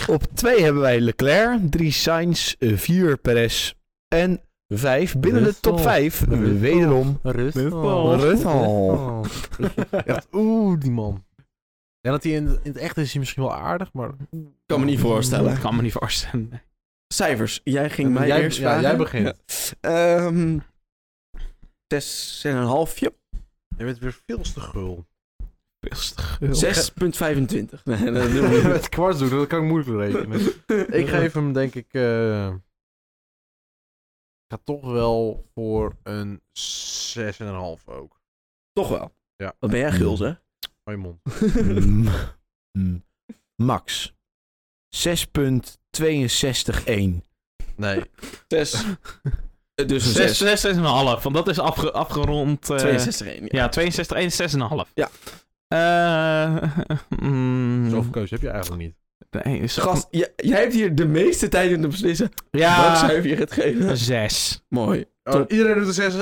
Speaker 3: Op 2 hebben wij Leclerc, 3 Sainz, 4 Perez en 5 binnen de top
Speaker 2: Russell.
Speaker 3: 5.
Speaker 2: Russell.
Speaker 3: Wederom
Speaker 2: Russell.
Speaker 3: Russell.
Speaker 2: [LAUGHS] Echt, Oh. Oeh, die man. En dat hij in, in het echt is hij misschien wel aardig, maar...
Speaker 1: kan me niet voorstellen.
Speaker 4: Ik kan me niet voorstellen. Nee.
Speaker 1: Cijfers. Jij ging mij
Speaker 2: jij,
Speaker 1: eerst
Speaker 2: ja,
Speaker 1: vragen.
Speaker 2: jij begint.
Speaker 1: Ehm, zes en een halfje.
Speaker 2: Je bent weer veel te gul.
Speaker 4: Rustig.
Speaker 1: 6,25. Nee, dat
Speaker 2: [LAUGHS]
Speaker 1: doen we niet.
Speaker 2: Met kwarts doen, dat kan ik moeilijk
Speaker 1: [LAUGHS]
Speaker 2: rekenen. ik geef hem denk ik... eh, Ik ga toch wel voor een 6,5 ook.
Speaker 1: Toch wel.
Speaker 2: Ja.
Speaker 1: Wat ben jij guls, hè?
Speaker 2: Mooi mond.
Speaker 3: Mm. [LAUGHS] Mm. Max, 6.621.
Speaker 2: Nee.
Speaker 1: [LAUGHS] Zes. Eh, Dus een
Speaker 4: 6,
Speaker 1: zes.
Speaker 4: 6, 6,5. Want dat is afge- afgerond. eh,
Speaker 1: 62 1.
Speaker 4: Ja, 62, 61, 6,5.
Speaker 1: Ja.
Speaker 4: Eh, [LAUGHS] mm,
Speaker 2: Zoveel keuze heb je eigenlijk niet.
Speaker 4: nee, zo-
Speaker 1: Gast, j- jij hebt hier de meeste tijd in te beslissen. Welk
Speaker 4: Ja,
Speaker 1: cijfer je gaat geven?
Speaker 4: 6.
Speaker 1: Mooi.
Speaker 2: Oh, iedereen doet een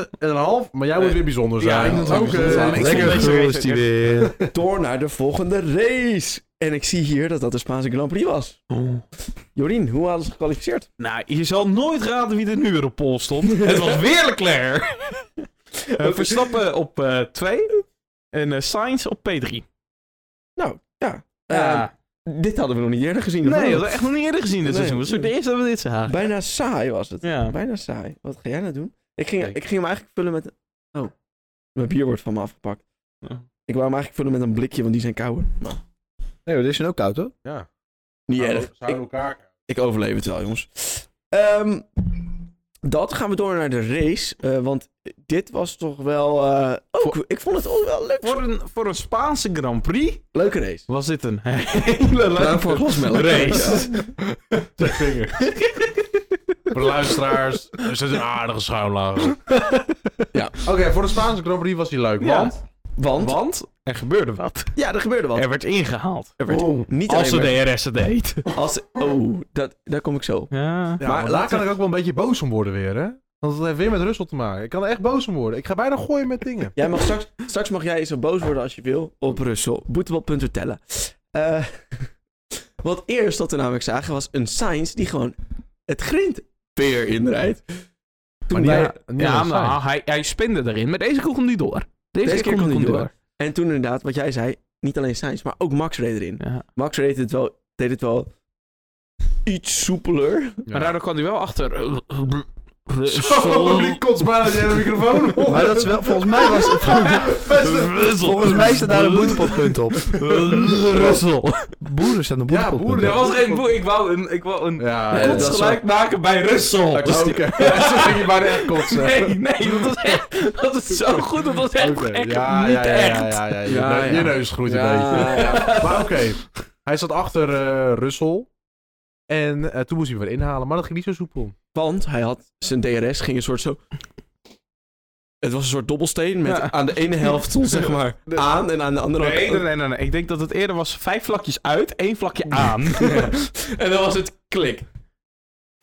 Speaker 2: 6,5, maar jij moet
Speaker 1: Nee.
Speaker 2: weer bijzonder
Speaker 4: Ja,
Speaker 2: zijn.
Speaker 4: ik moet ook,
Speaker 2: Oké.
Speaker 1: eh, ik
Speaker 4: Lekker vond deze race ook
Speaker 3: weer.
Speaker 1: Door naar de volgende race. En ik zie hier dat dat de Spaanse Grand Prix was. Jorien, hoe hadden ze gekwalificeerd?
Speaker 4: Nou, je zal nooit raden wie er nu weer op
Speaker 1: [LAUGHS]
Speaker 4: pol stond. Het was weer Leclerc. Eh, Verstappen op 2 en eh, Sainz op P3.
Speaker 1: Ehm, dit hadden we nog niet eerder gezien. of wel?
Speaker 4: nee, dat hadden we echt nog niet eerder gezien dit
Speaker 1: Nee.
Speaker 4: seizoen. Dat is voor de eerste dat we dit zagen.
Speaker 1: Bijna saai was het.
Speaker 4: Ja.
Speaker 1: Bijna saai. Wat ga jij nou doen? Ik ging,
Speaker 2: Kijk.
Speaker 1: ik ging hem eigenlijk vullen met... Oh, mijn bier wordt van me afgepakt.
Speaker 4: Ja.
Speaker 1: Ik wou hem eigenlijk vullen met een blikje, want die zijn kouder. Nou,
Speaker 3: Nee, maar dit is een ook koud hoor.
Speaker 2: Ja.
Speaker 1: niet
Speaker 2: Zouden-
Speaker 1: erg.
Speaker 2: zouden
Speaker 1: Ik,
Speaker 2: elkaar...
Speaker 1: ik overleef het wel, jongens. Ehm, dat gaan we door naar de race. eh, want dit was toch wel... eh, ook, ik vond het ook wel leuk.
Speaker 4: Voor, een, voor een Spaanse Grand Prix
Speaker 1: Leuke race.
Speaker 4: was dit een [LAUGHS] hele leuke
Speaker 1: Bedankt voor een glas melk.
Speaker 4: race.
Speaker 2: Twee vingers. Voor de luisteraars, ze zijn een aardige [LAUGHS] schuimlaag. Oké, voor de Spaanse Grand Prix was hij leuk,
Speaker 4: Ja.
Speaker 2: want...
Speaker 1: Want,
Speaker 4: Want er gebeurde wat.
Speaker 1: Ja, er gebeurde wat.
Speaker 4: Er werd ingehaald.
Speaker 1: Er werd niet
Speaker 4: Als
Speaker 1: alleen
Speaker 4: de DRS het deed.
Speaker 1: maar- Als, oh, dat, daar kom ik zo. op.
Speaker 4: Ja.
Speaker 2: Ja,
Speaker 1: Maar
Speaker 2: maar daar
Speaker 1: laten
Speaker 2: kan ik ook wel een beetje boos om worden weer, hè? Want het heeft weer met Russell te maken. Ik kan er echt boos om worden. Ik ga bijna gooien met dingen.
Speaker 1: Jij mag straks, straks mag jij zo boos worden als je wil op Russell. Boete wat punten tellen. Eh, [LAUGHS] wat eerst dat we namelijk zagen was een Sainz die gewoon het grind weer inrijdt. [LAUGHS] Toen
Speaker 2: niet-
Speaker 1: hij-
Speaker 2: Ja, niet
Speaker 4: Ja,
Speaker 2: aan de
Speaker 4: maar
Speaker 2: site.
Speaker 4: hij, hij spinde erin, maar deze keer kon niet door. Deze,
Speaker 1: Deze
Speaker 4: keer kon hij door.
Speaker 1: En toen inderdaad, wat jij zei, niet alleen Sainz, maar ook Max reed erin.
Speaker 4: Ja.
Speaker 1: Max reed het wel, deed het wel iets soepeler.
Speaker 2: Ja.
Speaker 4: Maar daardoor kwam hij wel achter. eh, [LAUGHS]
Speaker 2: Zo, Oh, die kots bijna tegen de microfoon op.
Speaker 3: Maar
Speaker 2: [LAUGHS]
Speaker 3: dat is wel, volgens mij was Volgens mij staat daar een boetepotpunt op.
Speaker 4: Russel.
Speaker 3: Boeren staan een
Speaker 2: Ja,
Speaker 3: boetepotpunt
Speaker 2: boeren.
Speaker 3: op.
Speaker 4: Er was
Speaker 2: [LAUGHS]
Speaker 4: geen boer. Ik wou een, ik wou een
Speaker 2: Ja,
Speaker 1: Nee,
Speaker 2: dat is
Speaker 1: wel-
Speaker 4: kotsgeluid maken bij Russel.
Speaker 2: Oké, [LAUGHS] zo ging je bijna echt kotsen.
Speaker 4: [LAUGHS] Nee, nee, dat
Speaker 2: [LAUGHS]
Speaker 4: was echt. Dat is zo goed. Dat was echt.
Speaker 2: Oké,
Speaker 4: echt
Speaker 2: Ja,
Speaker 4: niet
Speaker 2: ja, ja,
Speaker 4: echt.
Speaker 2: ja, ja, ja. Je,
Speaker 1: Ja,
Speaker 2: neus- je
Speaker 1: ja.
Speaker 2: neus groeit
Speaker 1: Ja,
Speaker 2: een beetje.
Speaker 1: ja.
Speaker 2: Maar oké, hij zat achter eh, Russell. En eh, toen moest hij hem weer inhalen, maar dat ging niet zo soepel.
Speaker 1: Want hij had zijn DRS, ging een soort zo. Het was een soort dobbelsteen met
Speaker 4: Ja.
Speaker 1: aan de ene [LAUGHS] helft stond zeg maar aan en aan de andere
Speaker 4: Nee, nee, nee, nee, nee. Ik denk dat het eerder was vijf vlakjes uit, één vlakje aan. [LAUGHS] en dan was het klik.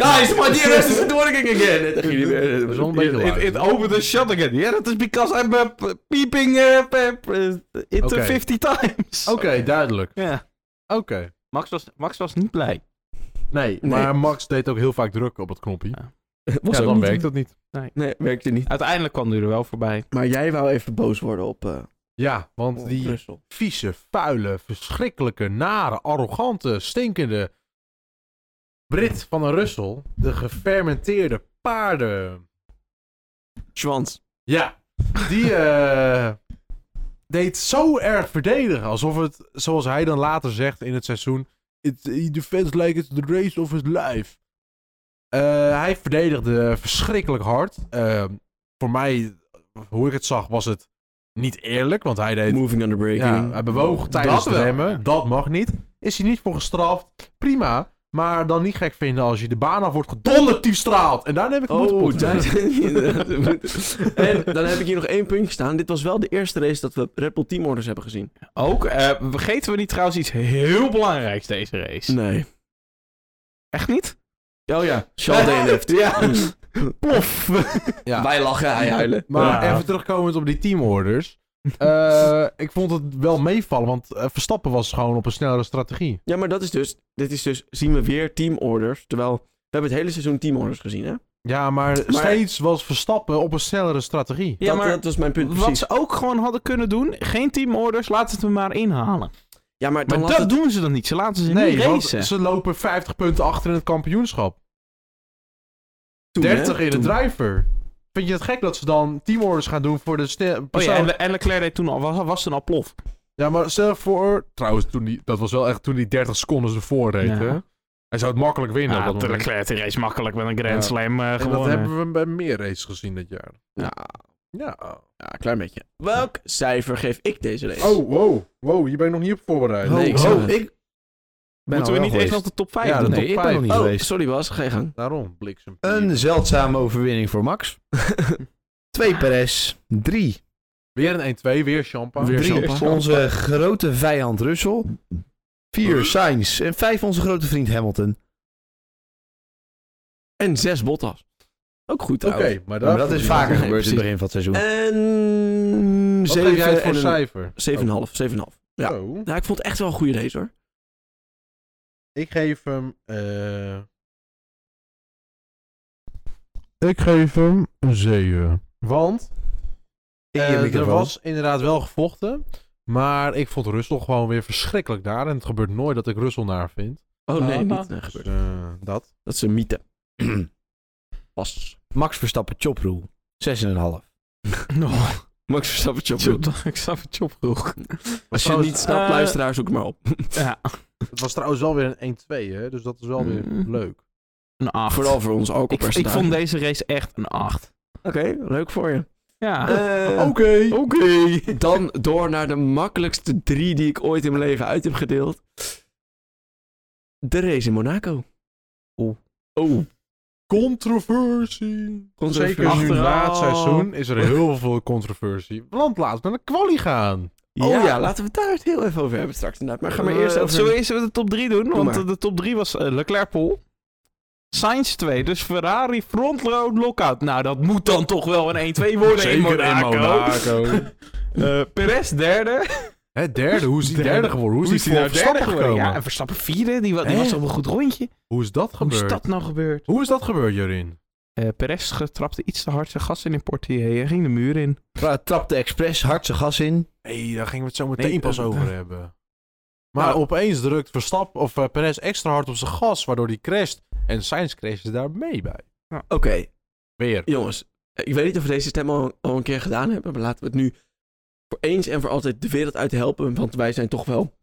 Speaker 1: Guys, my DRS is working [LAUGHS] again! En dan ging hij weer-
Speaker 2: Dat is wel een beetje
Speaker 4: It,
Speaker 2: laag.
Speaker 4: it over the shot again. Ja, dat is because I'm uh, p- peeping uh, p- p- it
Speaker 2: Oké.
Speaker 4: 50 times.
Speaker 2: Oké, duidelijk.
Speaker 4: [LAUGHS] Ja.
Speaker 2: Oké.
Speaker 4: Max was, Max was niet blij.
Speaker 2: Nee,
Speaker 1: Nee.
Speaker 2: maar Max deed ook heel vaak drukken op het knopje.
Speaker 4: Ja,
Speaker 1: Was
Speaker 2: ja,
Speaker 1: ook
Speaker 2: dan
Speaker 1: niet-
Speaker 2: werkt dat niet.
Speaker 1: Nee, werkte niet.
Speaker 4: Uiteindelijk kwam hij er wel voorbij.
Speaker 1: Maar jij wou even boos worden op, eh
Speaker 2: Ja, want
Speaker 1: op
Speaker 2: die
Speaker 1: Russell.
Speaker 2: vieze, vuile, verschrikkelijke, nare, arrogante, stinkende Brit van een Russel, de gefermenteerde paarden.
Speaker 1: Schwans.
Speaker 4: [LAUGHS]
Speaker 2: Ja, die eh, deed zo erg verdedigen. Alsof het, zoals hij dan later zegt in het seizoen, it, it defends like it's the race of his life. Eh, hij verdedigde verschrikkelijk hard. Eh, voor mij, hoe ik het zag, was het niet eerlijk, want hij deed
Speaker 1: Moving under breaking.
Speaker 2: Ja, hij bewoog tijdens
Speaker 4: Dat
Speaker 2: het
Speaker 4: wel.
Speaker 2: remmen. Dat mag niet. Is hij niet voor gestraft? Prima. Maar dan niet gek vinden als je de baan af wordt gedonderd, dief straalt. En daar neem ik een boete
Speaker 1: Oh,
Speaker 2: op.
Speaker 1: daar
Speaker 2: [LAUGHS]
Speaker 1: [LAUGHS] En dan heb ik hier nog één puntje staan. Dit was wel de eerste race dat we Red Bull teamorders hebben gezien.
Speaker 4: Ook, eh, vergeten we niet trouwens iets heel belangrijks deze race.
Speaker 1: Nee.
Speaker 4: Echt niet?
Speaker 1: Oh ja, Charles DNF. [LAUGHS]
Speaker 4: Ja. Plof.
Speaker 2: Ja.
Speaker 1: Wij lachen, hij huilen.
Speaker 2: Maar
Speaker 4: Ja.
Speaker 2: even terugkomend op die teamorders. Eh, ik vond het wel meevallen, want eh, Verstappen was gewoon op een snellere strategie.
Speaker 1: Ja, maar dat is dus, dit is dus, zien we weer teamorders. Terwijl, we hebben het hele seizoen teamorders gezien, hè?
Speaker 2: Ja, maar, steeds was Verstappen op een snellere strategie.
Speaker 4: Ja,
Speaker 1: dat,
Speaker 4: maar
Speaker 1: dat was mijn punt
Speaker 4: wat
Speaker 1: precies.
Speaker 4: ze ook gewoon hadden kunnen doen, geen teamorders, laten het hem maar inhalen.
Speaker 1: Ja, maar dan
Speaker 4: Maar
Speaker 1: laat
Speaker 4: dat
Speaker 1: het-
Speaker 4: doen ze dan niet. Ze laten ze
Speaker 2: Nee,
Speaker 4: niet
Speaker 2: want
Speaker 4: racen.
Speaker 2: ze lopen 50 punten achter in het kampioenschap.
Speaker 1: toen, hè?
Speaker 2: 30 in de
Speaker 1: Toen.
Speaker 2: driver. Vind je het gek dat ze dan teamorders gaan doen voor de sne-
Speaker 4: Oh ja,
Speaker 2: persoon?
Speaker 4: en, Le- en Leclerc deed toen al, was, was toen al plof.
Speaker 2: Ja, maar stel voor... Trouwens, toen die, dat was wel echt toen die 30 seconden ervoor reed,
Speaker 4: Ja.
Speaker 2: hè? Hij zou het makkelijk winnen
Speaker 4: Ja,
Speaker 2: op dat
Speaker 4: de
Speaker 2: moment.
Speaker 4: Leclerc die race makkelijk met een Grand
Speaker 2: Ja.
Speaker 4: Slam eh,
Speaker 2: En dat
Speaker 4: gewonnen.
Speaker 2: hebben we bij meer races gezien dit jaar.
Speaker 1: Ja,
Speaker 2: Ja.
Speaker 1: ja, klein beetje. Welk cijfer geef ik deze race?
Speaker 2: Oh, wow. Wow, je bent nog niet op voorbereid.
Speaker 1: Nee, ik zou-
Speaker 3: Oh, ik ben
Speaker 4: Moeten we niet
Speaker 3: eens
Speaker 4: eens nog de top 5
Speaker 2: Ja,
Speaker 4: doen?
Speaker 2: de top
Speaker 3: Nee, ik ben
Speaker 2: vijf.
Speaker 3: nog niet
Speaker 1: Oh,
Speaker 3: geweest.
Speaker 1: sorry Bas, ga je gang.
Speaker 2: Daarom, bliksem.
Speaker 3: Een zeldzame overwinning voor Max. Twee Perez, drie.
Speaker 2: Weer een 1-2, weer champagne.
Speaker 1: Weer
Speaker 3: drie
Speaker 1: champagne.
Speaker 3: onze grote vijand Russell. Vier Sainz. En vijf onze grote vriend Hamilton.
Speaker 1: En zes Bottas. Ook goed
Speaker 2: Oké,
Speaker 1: trouwens.
Speaker 2: maar dat,
Speaker 3: Maar dat is vaker
Speaker 1: Nee,
Speaker 3: gebeurd
Speaker 1: precies.
Speaker 3: in het begin van het seizoen.
Speaker 1: En...
Speaker 2: Wat geef jij het voor
Speaker 1: en een-
Speaker 2: cijfer?
Speaker 1: 7,5, 7,5. eh, Ja.
Speaker 2: Oh.
Speaker 1: Nou, ik vond het echt wel een goede race hoor.
Speaker 2: Ik geef hem... eh, Ik geef hem een 7. Want
Speaker 3: In
Speaker 2: eh,
Speaker 3: je
Speaker 2: er
Speaker 3: microfoon.
Speaker 2: was inderdaad wel gevochten. Maar ik vond Russell gewoon weer verschrikkelijk daar. En het gebeurt nooit dat ik Russell naar vind.
Speaker 1: Oh nee,
Speaker 4: Ah,
Speaker 1: niet.
Speaker 4: nou.
Speaker 1: Nee,
Speaker 2: Dus,
Speaker 1: gebeurt.
Speaker 2: eh, dat.
Speaker 1: Dat is een mythe. Pas.
Speaker 3: Max Verstappen choproel. 6,5.
Speaker 1: Max Verstappen chop.
Speaker 4: Chop, ik snap het chop genoeg.
Speaker 1: Als je het niet snapt,
Speaker 4: Eh,
Speaker 1: luisteraar, zoek het maar op.
Speaker 4: Ja,
Speaker 2: Het was trouwens wel weer een 1-2, hè? Dus dat is wel weer
Speaker 4: Mm.
Speaker 2: leuk.
Speaker 4: een 8.
Speaker 1: Vooral voor ons
Speaker 4: ik, ik
Speaker 1: alcoholpercentage.
Speaker 4: vond deze race echt een 8.
Speaker 1: Oké, leuk voor je.
Speaker 4: Ja.
Speaker 1: Eh,
Speaker 2: Oké.
Speaker 1: Dan door naar de makkelijkste drie die ik ooit in mijn leven uit heb gedeeld. De race in Monaco.
Speaker 4: Oeh.
Speaker 1: Oh.
Speaker 2: Controversie.
Speaker 1: Controversie.
Speaker 2: Zeker nu
Speaker 4: Achteraf.
Speaker 2: na het seizoen is er heel [LAUGHS] veel controversie. Want laat naar de quali gaan.
Speaker 1: Oh ja. laten we het daar het heel even over hebben straks inderdaad. Maar ga maar eerst
Speaker 4: Eh,
Speaker 1: over...
Speaker 4: Zullen we eerst even de top 3 doen? want
Speaker 1: maar.
Speaker 4: eh, de top 3 was eh, Leclerc Pol. Sainz 2, dus Ferrari front row lockout. Nou, dat moet dan toch wel een 1-2 worden in Monaco.
Speaker 2: [LAUGHS]
Speaker 4: Eh, Perez derde.
Speaker 2: Hè, derde? Hoe is die
Speaker 4: Derde.
Speaker 2: derde, geworden? Hoe is die voor Verstappen gekomen?
Speaker 4: Ja, en Verstappen vierde, die, wa- die
Speaker 2: Hè?
Speaker 4: was op een goed rondje.
Speaker 2: Hoe is dat gebeurd?
Speaker 4: Hoe is dat nou gebeurd?
Speaker 2: gebeurd, Jorin?
Speaker 4: Eh Perez getrapte iets te hard zijn gas in in Portier en ging de muur in.
Speaker 3: Tra- Trapte expres hard zijn gas in.
Speaker 2: Hé, daar gingen we het zo
Speaker 4: Nee, eh, eh.
Speaker 2: hebben. Nou- Maar opeens drukt Verstappen of eh, Perez extra hard op zijn gas, waardoor die crasht. En Sainz crasht daar mee bij.
Speaker 1: Oké,
Speaker 2: Weer.
Speaker 1: jongens. Eh, Ik weet niet of we deze stem al, al een keer gedaan hebben. Maar laten we het nu voor eens en voor altijd de wereld uit helpen. Want wij zijn toch wel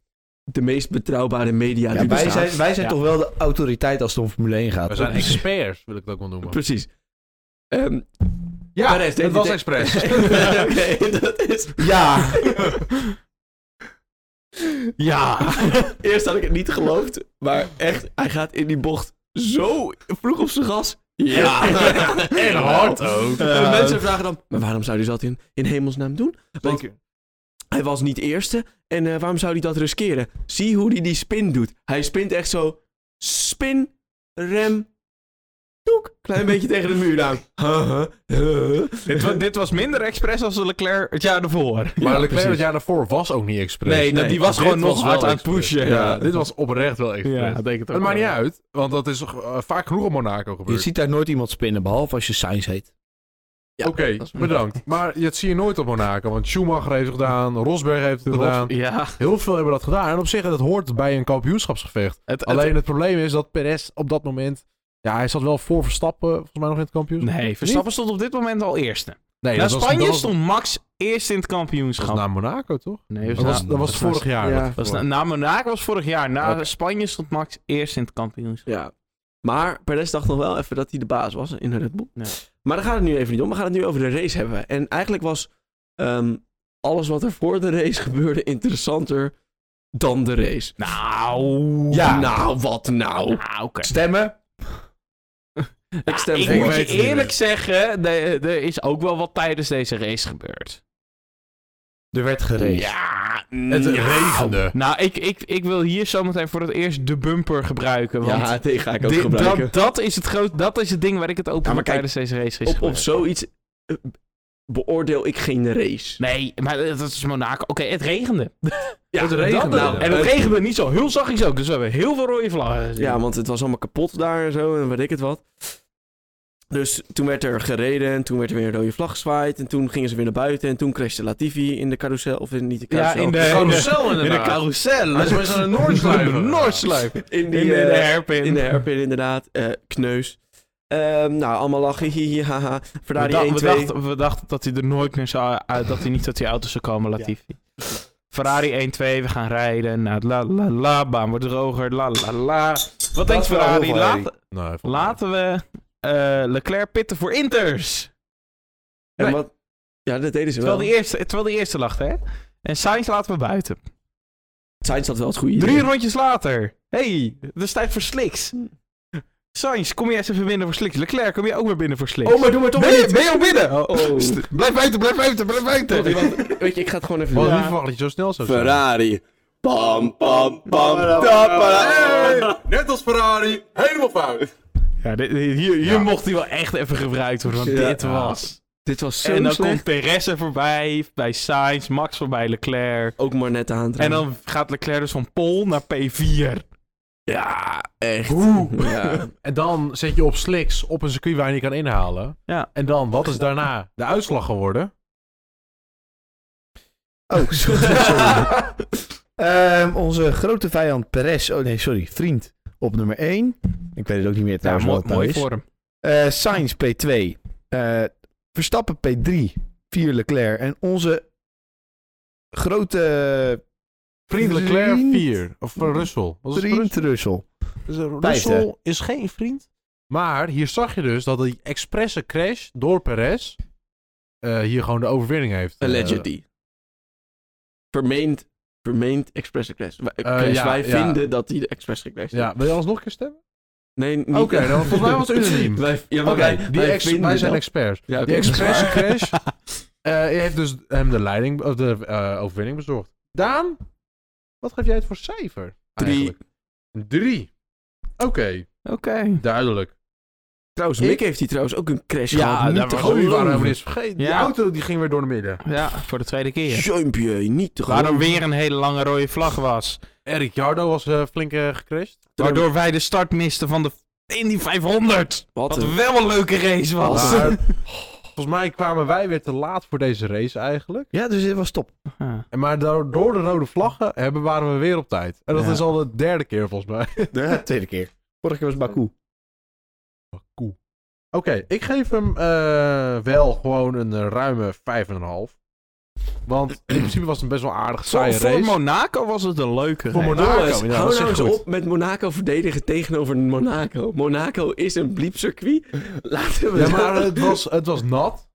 Speaker 1: de meest betrouwbare media
Speaker 3: Ja,
Speaker 1: die
Speaker 3: wij
Speaker 1: bestaan.
Speaker 3: zijn, wij zijn
Speaker 4: Ja.
Speaker 3: toch wel de autoriteit als het om Formule 1 gaat.
Speaker 2: We zijn experts, wil ik dat ook wel [LAUGHS] noemen.
Speaker 1: Precies. Ehm,
Speaker 2: Ja,
Speaker 1: Perez deed
Speaker 2: het was
Speaker 1: het-
Speaker 4: [LAUGHS]
Speaker 2: expres.
Speaker 1: [LAUGHS] Oké, dat is...
Speaker 3: Ja,
Speaker 4: Ja!
Speaker 1: Eerst had ik het niet geloofd, maar echt, hij gaat in die bocht zo vroeg op zijn gas. Ja!
Speaker 2: en hard ook.
Speaker 1: En de mensen vragen dan, maar waarom zou hij dat in, in hemelsnaam doen? Want hij was niet eerste en eh, waarom zou hij dat riskeren? Zie hoe hij die spin doet. Hij spint echt zo, spin, rem, toek, klein beetje tegen de muur aan. [LAUGHS]
Speaker 4: dit, wa- dit was minder expres als de Leclerc het jaar ervoor.
Speaker 2: Maar
Speaker 1: Ja,
Speaker 2: Leclerc
Speaker 1: precies.
Speaker 2: het jaar daarvoor was ook niet expres.
Speaker 4: Nee,
Speaker 1: nee,
Speaker 4: die was
Speaker 2: dit
Speaker 4: gewoon nog
Speaker 2: wel
Speaker 4: hard aan het
Speaker 2: expres.
Speaker 4: pushen.
Speaker 2: Ja, dit was oprecht wel expres.
Speaker 4: Ja,
Speaker 2: het
Speaker 4: denk het ook.
Speaker 2: maakt niet
Speaker 4: wel.
Speaker 2: uit, want dat is eh, vaak genoeg op Monaco
Speaker 3: je
Speaker 2: gebeurd.
Speaker 3: ziet daar nooit iemand spinnen, behalve als je Sainz heet.
Speaker 1: Ja,
Speaker 2: Oké,
Speaker 1: dat is-
Speaker 2: bedankt. Maar dat zie je nooit op Monaco, want Schumacher heeft het gedaan, Rosberg heeft het gedaan.
Speaker 4: Ja.
Speaker 2: Heel veel hebben dat gedaan en op zich, dat hoort bij een kampioenschapsgevecht.
Speaker 4: Het,
Speaker 2: Alleen het probleem is dat Perez op dat moment... Ja, hij zat wel voor Verstappen, volgens mij nog in het kampioenschap.
Speaker 4: Nee, Verstappen stond op dit moment al eerste.
Speaker 2: Nee,
Speaker 4: Na
Speaker 2: dat was-
Speaker 4: Spanje
Speaker 2: dat was-
Speaker 4: stond Max eerst in het
Speaker 2: Dat
Speaker 4: kampioenschap.
Speaker 2: was na Monaco, toch?
Speaker 4: nee,
Speaker 2: Dat was, dat was
Speaker 4: na-
Speaker 2: vorig jaar.
Speaker 1: Ja.
Speaker 4: Dat was na, na Monaco was vorig jaar. Na
Speaker 2: Oké.
Speaker 4: Spanje stond Max eerst in het kampioenschap.
Speaker 1: Ja. Maar Perez dacht nog wel even dat hij de baas was in Red Bull.
Speaker 4: Ja.
Speaker 1: Maar daar gaat het nu even niet om. We gaan het nu over de race hebben. En eigenlijk was ehm, alles wat er voor de race gebeurde interessanter dan de race.
Speaker 4: Nou.
Speaker 3: Ja.
Speaker 1: Nou, wat nou?
Speaker 4: Nou, oké.
Speaker 3: Stemmen?
Speaker 1: Ik stem
Speaker 4: Ik
Speaker 1: voor.
Speaker 4: moet je
Speaker 2: weet het niet
Speaker 4: eerlijk
Speaker 2: meer.
Speaker 4: zeggen, er er is ook wel wat tijdens deze race gebeurd.
Speaker 3: Er werd gereden.
Speaker 4: Ja,
Speaker 2: Het
Speaker 4: nou.
Speaker 2: regende.
Speaker 4: Nou, ik, ik, ik wil hier zometeen voor het eerst de bumper gebruiken. Want
Speaker 1: Ja, die ga ik ook
Speaker 4: dit-
Speaker 1: gebruiken.
Speaker 4: dat, dat, is het groot, dat is het ding waar ik het over
Speaker 1: Ja,
Speaker 4: heb
Speaker 1: maar kijk,
Speaker 4: tijdens deze race is
Speaker 1: Op, op
Speaker 4: gebeurd.
Speaker 1: zoiets eh, beoordeel ik geen race.
Speaker 4: Nee, maar dat is Monaco. Oké, het regende.
Speaker 1: Ja,
Speaker 2: het regende.
Speaker 1: nou,
Speaker 4: en het regende niet zo heel zachtjes ook. Dus we hebben heel veel rode vlaggen. gezien.
Speaker 1: Ja, want het was allemaal kapot daar en zo en weet ik het wat. Dus toen werd er gereden en toen werd er weer een rode vlag gezwaaid. En toen gingen ze weer naar buiten en toen crashte Latifi in de carousel. Of in, niet de
Speaker 4: Ja,
Speaker 1: carousel.
Speaker 4: in de,
Speaker 1: Oh,
Speaker 4: in de,
Speaker 2: Carousel
Speaker 4: in de
Speaker 2: Oh, inderdaad.
Speaker 4: carousel.
Speaker 2: Hij is wel eens aan een [LAUGHS] Noordsluiper.
Speaker 4: Een Noordsluiper.
Speaker 1: [LAUGHS] in die,
Speaker 4: In de
Speaker 1: eh,
Speaker 4: herpin.
Speaker 1: in de herpin inderdaad. Eh, kneus. Ehm, nou, allemaal lachen. Hihi, haha.
Speaker 4: We,
Speaker 1: Ferrari
Speaker 4: dacht-
Speaker 1: 1,
Speaker 4: we,
Speaker 1: 2.
Speaker 4: dachten, we dachten dat hij er nooit meer zou uit, dat hij niet tot die auto's zou komen, Latifi. Ferrari 1-2, we gaan rijden. Nou, la la la, baan wordt droger, la la la. Wat denkt
Speaker 3: wel
Speaker 4: Ferrari?
Speaker 3: heel veel herrie.
Speaker 4: Laat,
Speaker 2: Nou, even-
Speaker 4: laten we eh, Leclerc pitten voor Inters.
Speaker 1: En wat... Ja, dat deden ze wel.
Speaker 4: Terwijl de eerste, terwijl die eerste lacht, hè? En Sainz laten we buiten.
Speaker 1: Sainz had wel het goede
Speaker 4: Drie
Speaker 1: idee.
Speaker 4: rondjes later. hey, het is tijd voor sliks.
Speaker 1: Hm.
Speaker 4: Sainz, kom jij eens even binnen voor sliks? Leclerc, kom jij ook weer binnen voor sliks?
Speaker 1: Oh, maar doe maar toch
Speaker 4: ben, je,
Speaker 1: niet.
Speaker 4: ben je al binnen?
Speaker 1: Oh.
Speaker 4: St- Blijf buiten, blijf buiten, blijf buiten.
Speaker 1: Want, Weet je, ik ga het gewoon even
Speaker 4: Oh,
Speaker 2: Wat
Speaker 1: doen.
Speaker 2: in ieder geval dat je zo snel zou zijn.
Speaker 5: Ferrari. Pam, pam, pam.
Speaker 2: Net als Ferrari, helemaal fout.
Speaker 4: Ja, dit- dit- hier, hier mocht hij wel echt even gebruikt worden, want
Speaker 1: Ja.
Speaker 4: dit was...
Speaker 1: Dit was zo
Speaker 4: en dan
Speaker 1: slecht.
Speaker 4: komt Perez er voorbij, bij Sainz, Max voorbij, Leclerc.
Speaker 1: Ook maar net aan
Speaker 4: En dan gaat Leclerc dus van Pol naar P4.
Speaker 1: Ja, echt. Ja.
Speaker 2: [LAUGHS] En dan zet je op sliks op een circuit waar je niet kan inhalen.
Speaker 4: Ja.
Speaker 2: En dan, wat is daarna de uitslag geworden?
Speaker 4: [LAUGHS]
Speaker 3: Oh, sorry. Ehm, onze grote vijand Perez. Oh nee, sorry. Vriend op nummer 1. Ik weet het ook niet meer
Speaker 4: Ja,
Speaker 3: trouwens
Speaker 4: mooi,
Speaker 3: wat het nou
Speaker 4: mooi
Speaker 3: is.
Speaker 4: voor hem.
Speaker 3: Eh, Sainz P2. Eh, Verstappen P3. 4 Leclerc. En onze grote
Speaker 2: Vriend Leclerc
Speaker 3: Vriend.
Speaker 2: 4. Of eh, Russell. Wat is het?
Speaker 3: vriend Russell.
Speaker 2: Russell
Speaker 3: Vijfde.
Speaker 2: Russell is geen vriend. Maar hier zag je dus dat die expresse crash door Perez eh, hier gewoon de overwinning heeft. eh,
Speaker 1: Allegedly. Vermeend, vermeend express request. Wij,
Speaker 2: Eh,
Speaker 1: Chris,
Speaker 2: ja,
Speaker 1: wij
Speaker 2: ja.
Speaker 1: vinden dat hij de express request heeft.
Speaker 2: ja, wil je alsnog een keer stemmen?
Speaker 1: Nee, niet.
Speaker 2: Oké, dan volgens
Speaker 1: [LAUGHS]
Speaker 2: mij was het unaniem.
Speaker 1: Wij, ja,
Speaker 2: Oké,
Speaker 1: maar wij,
Speaker 2: die
Speaker 1: wij
Speaker 2: ex-
Speaker 1: vinden
Speaker 2: wij zijn
Speaker 1: dat.
Speaker 2: experts.
Speaker 1: Ja, oké,
Speaker 2: Die
Speaker 1: dat is waar.
Speaker 2: express
Speaker 1: [LAUGHS]
Speaker 2: crash eh, heeft dus hem de, leiding, of de eh, overwinning bezorgd. Daan, wat geef jij het voor cijfer?
Speaker 1: Drie.
Speaker 2: eigenlijk? Een Drie. Oké,
Speaker 4: Oké.
Speaker 2: duidelijk.
Speaker 1: Trouwens,
Speaker 2: Ik-
Speaker 1: Mick heeft hij trouwens ook een crash
Speaker 4: Ja,
Speaker 1: gehad. Niet
Speaker 4: daar
Speaker 1: te
Speaker 4: was-
Speaker 2: Oh, die waren
Speaker 1: geloven.
Speaker 2: helemaal eens vergeten. Die
Speaker 4: Ja.
Speaker 2: auto die ging weer door de midden.
Speaker 4: Ja, voor de tweede keer.
Speaker 1: Jumpje, niet te
Speaker 4: Waar er
Speaker 1: geloven.
Speaker 4: weer een hele lange rode vlag was.
Speaker 2: En Ricciardo was eh, flink eh, gecrashed.
Speaker 4: Waardoor wij de start misten van de Indy 500.
Speaker 1: Wat
Speaker 4: Wat
Speaker 1: een...
Speaker 4: wel een leuke race was.
Speaker 2: Maar, volgens mij kwamen wij weer te laat voor deze race eigenlijk.
Speaker 3: Ja, dus dit was
Speaker 4: [LAUGHS]
Speaker 3: top.
Speaker 4: Ja.
Speaker 2: En Maar door, door de rode vlaggen hebben, waren we weer op tijd. En dat
Speaker 3: Ja.
Speaker 2: is al de derde keer volgens mij. [LAUGHS]
Speaker 3: De [LAUGHS] tweede keer. Vorige keer was Baku.
Speaker 2: Cool. Oké, ik geef hem eh, wel gewoon een eh, ruime 5,5. Want in principe was het een best wel aardig
Speaker 4: Voor,
Speaker 2: saaie
Speaker 4: voor
Speaker 2: race.
Speaker 4: Monaco was het een leuke
Speaker 2: Voor
Speaker 4: race.
Speaker 2: Monaco,
Speaker 1: Jongens,
Speaker 2: ja, dat
Speaker 1: hou
Speaker 2: is
Speaker 1: nou
Speaker 2: echt
Speaker 1: eens
Speaker 2: goed.
Speaker 1: op met Monaco verdedigen tegenover Monaco. Monaco is een bliepcircuit. Laten we
Speaker 2: Ja,
Speaker 1: dat-
Speaker 2: maar het
Speaker 1: [LAUGHS]
Speaker 2: was, het was nat.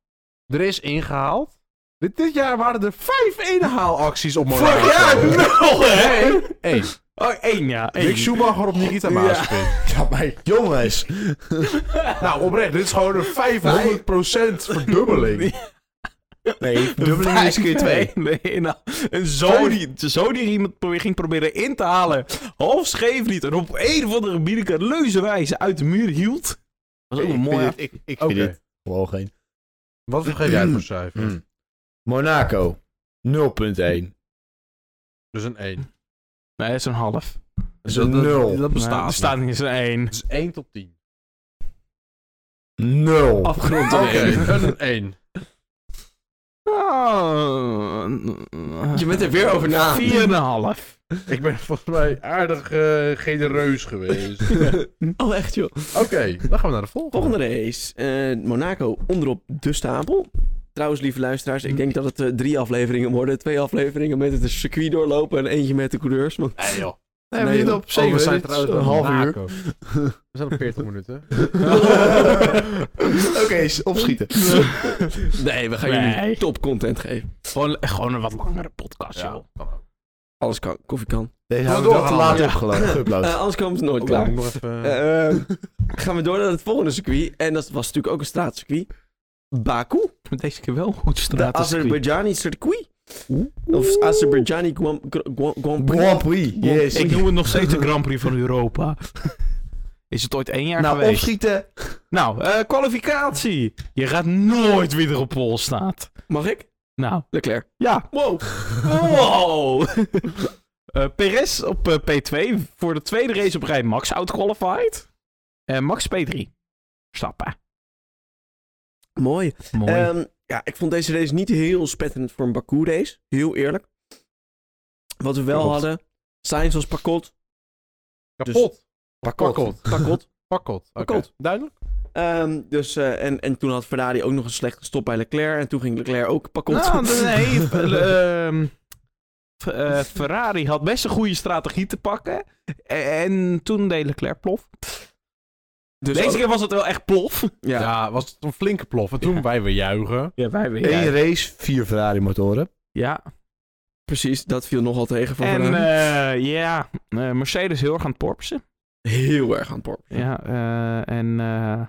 Speaker 2: Er is ingehaald. Dit, dit jaar waren er vijf inhaalacties op Monaco.
Speaker 4: Vorig jaar nul, hè?
Speaker 2: Eén.
Speaker 4: Oh, één, ja. één.
Speaker 2: Mick Schumacher op Nikita Maas. gespeeld.
Speaker 3: Ja, maar jongens.
Speaker 2: [LAUGHS] Nou, oprecht. Dit is gewoon een 500% verdubbeling.
Speaker 3: Nee, dubbeling is keer twee.
Speaker 4: [LAUGHS] Nee, nee, nou, en zo die, zo die iemand pro- ging proberen in te halen. Half scheef niet. En op een of andere miraculeuze wijze uit de muur hield. was ook een mooie.
Speaker 3: Ik, ik, ik vind
Speaker 2: Oké.
Speaker 3: dit gewoon geen.
Speaker 2: Wat
Speaker 3: [CLEARS THROAT]
Speaker 2: geef jij voor
Speaker 3: Hm.
Speaker 2: cijfer?
Speaker 3: Hmm. Monaco. 0.1.
Speaker 2: Dus een 1.
Speaker 4: Nee, dat is een half.
Speaker 3: is een nul.
Speaker 2: Dat
Speaker 4: Nee,
Speaker 2: bestaat
Speaker 4: er staat niet eens een één.
Speaker 2: Dat is 1 tot 10.
Speaker 3: 0.
Speaker 1: afgerond.
Speaker 2: Oké,
Speaker 1: weer.
Speaker 2: een 1.
Speaker 1: Je bent er weer over na.
Speaker 4: Vier en een half.
Speaker 2: Ik ben volgens mij aardig eh, genereus geweest.
Speaker 1: [LAUGHS] Oh, echt joh.
Speaker 2: Oké, dan gaan we naar de volgende.
Speaker 1: Volgende race. eh, Monaco onderop de stapel. Trouwens, lieve luisteraars, ik denk dat het eh, drie afleveringen worden. Twee afleveringen met het circuit doorlopen en eentje met de coureurs. Want [LAUGHS]
Speaker 2: Nee joh. Oh,
Speaker 3: Nee, we zitten op 7. een half uur. [LAUGHS]
Speaker 2: [LAUGHS] We zijn op 40 minuten.
Speaker 3: Oké, s- opschieten.
Speaker 1: nee, we gaan
Speaker 4: Nee.
Speaker 1: jullie top content geven.
Speaker 4: Gewoon, gewoon een wat langere podcast,
Speaker 2: Ja,
Speaker 4: joh.
Speaker 2: kan ook.
Speaker 1: Alles kan. Koffie kan.
Speaker 3: Deze
Speaker 2: Gaan we
Speaker 3: hadden we wel te
Speaker 2: doorgaan,
Speaker 3: laat
Speaker 2: ja.
Speaker 3: [LAUGHS] opgeladen- geüpload.
Speaker 1: Eh, anders komen ze nooit
Speaker 2: Oké,
Speaker 1: klaar.
Speaker 2: moet nog even-
Speaker 1: Eh, ehm, [LAUGHS] gaan we door naar het volgende circuit. En dat was natuurlijk ook een straatcircuit. Baku.
Speaker 4: [LAUGHS] Maar deze keer wel een goed
Speaker 1: De
Speaker 4: strategie.
Speaker 1: Azerbaijani circuit. Of Azerbaijani Grand Grand- Grand Prix.
Speaker 3: Grand Prix, yes.
Speaker 4: Ik noem het nog steeds de Grand Prix van Europa. [LAUGHS] Is het ooit één jaar
Speaker 3: nou,
Speaker 4: geweest?
Speaker 3: opschieten.
Speaker 4: Nou, eh, kwalificatie. Je gaat nooit wie er op pol staat.
Speaker 1: Mag ik?
Speaker 4: Nou,
Speaker 1: Leclerc.
Speaker 4: ja.
Speaker 1: Wow.
Speaker 4: Wow. [LAUGHS] Eh Perez op eh, P2. Voor de tweede race op rij Max outqualified. En Max P3. Stappen.
Speaker 1: Mooi.
Speaker 4: Mooi.
Speaker 1: Ehm, ja, ik vond deze race niet heel spetterend voor een Baku race. Heel eerlijk. Wat we wel
Speaker 2: Klopt.
Speaker 1: hadden. Sainz was pakot.
Speaker 2: Kapot.
Speaker 1: Pakot. Pakot.
Speaker 2: Pakkot. Oké.
Speaker 1: Pakkot.
Speaker 2: dus- Duidelijk.
Speaker 1: Ehm, dus, eh, en, en toen had Ferrari ook nog een slechte stop bij Leclerc. En toen ging Leclerc ook pakot.
Speaker 4: Nou,
Speaker 2: [LAUGHS]
Speaker 4: nee. eh, ehm, F- eh, Ferrari had best een goede strategie te pakken. En toen deed Leclerc plof.
Speaker 1: [LAUGHS] dus
Speaker 4: Deze
Speaker 1: ook-
Speaker 4: keer was het wel echt plof.
Speaker 1: ja.
Speaker 2: Ja. was het een flinke plof. En toen wij weer juichen.
Speaker 4: Ja, wij weer.
Speaker 3: Eén
Speaker 4: Ja.
Speaker 3: race, vier Ferrari-motoren.
Speaker 1: precies. Dat viel nogal tegen voor
Speaker 4: En
Speaker 1: Ferrari.
Speaker 4: eh, ja, eh, Mercedes heel erg aan het porpsen.
Speaker 1: Heel erg aan het porpen.
Speaker 4: Ja, eh, en eh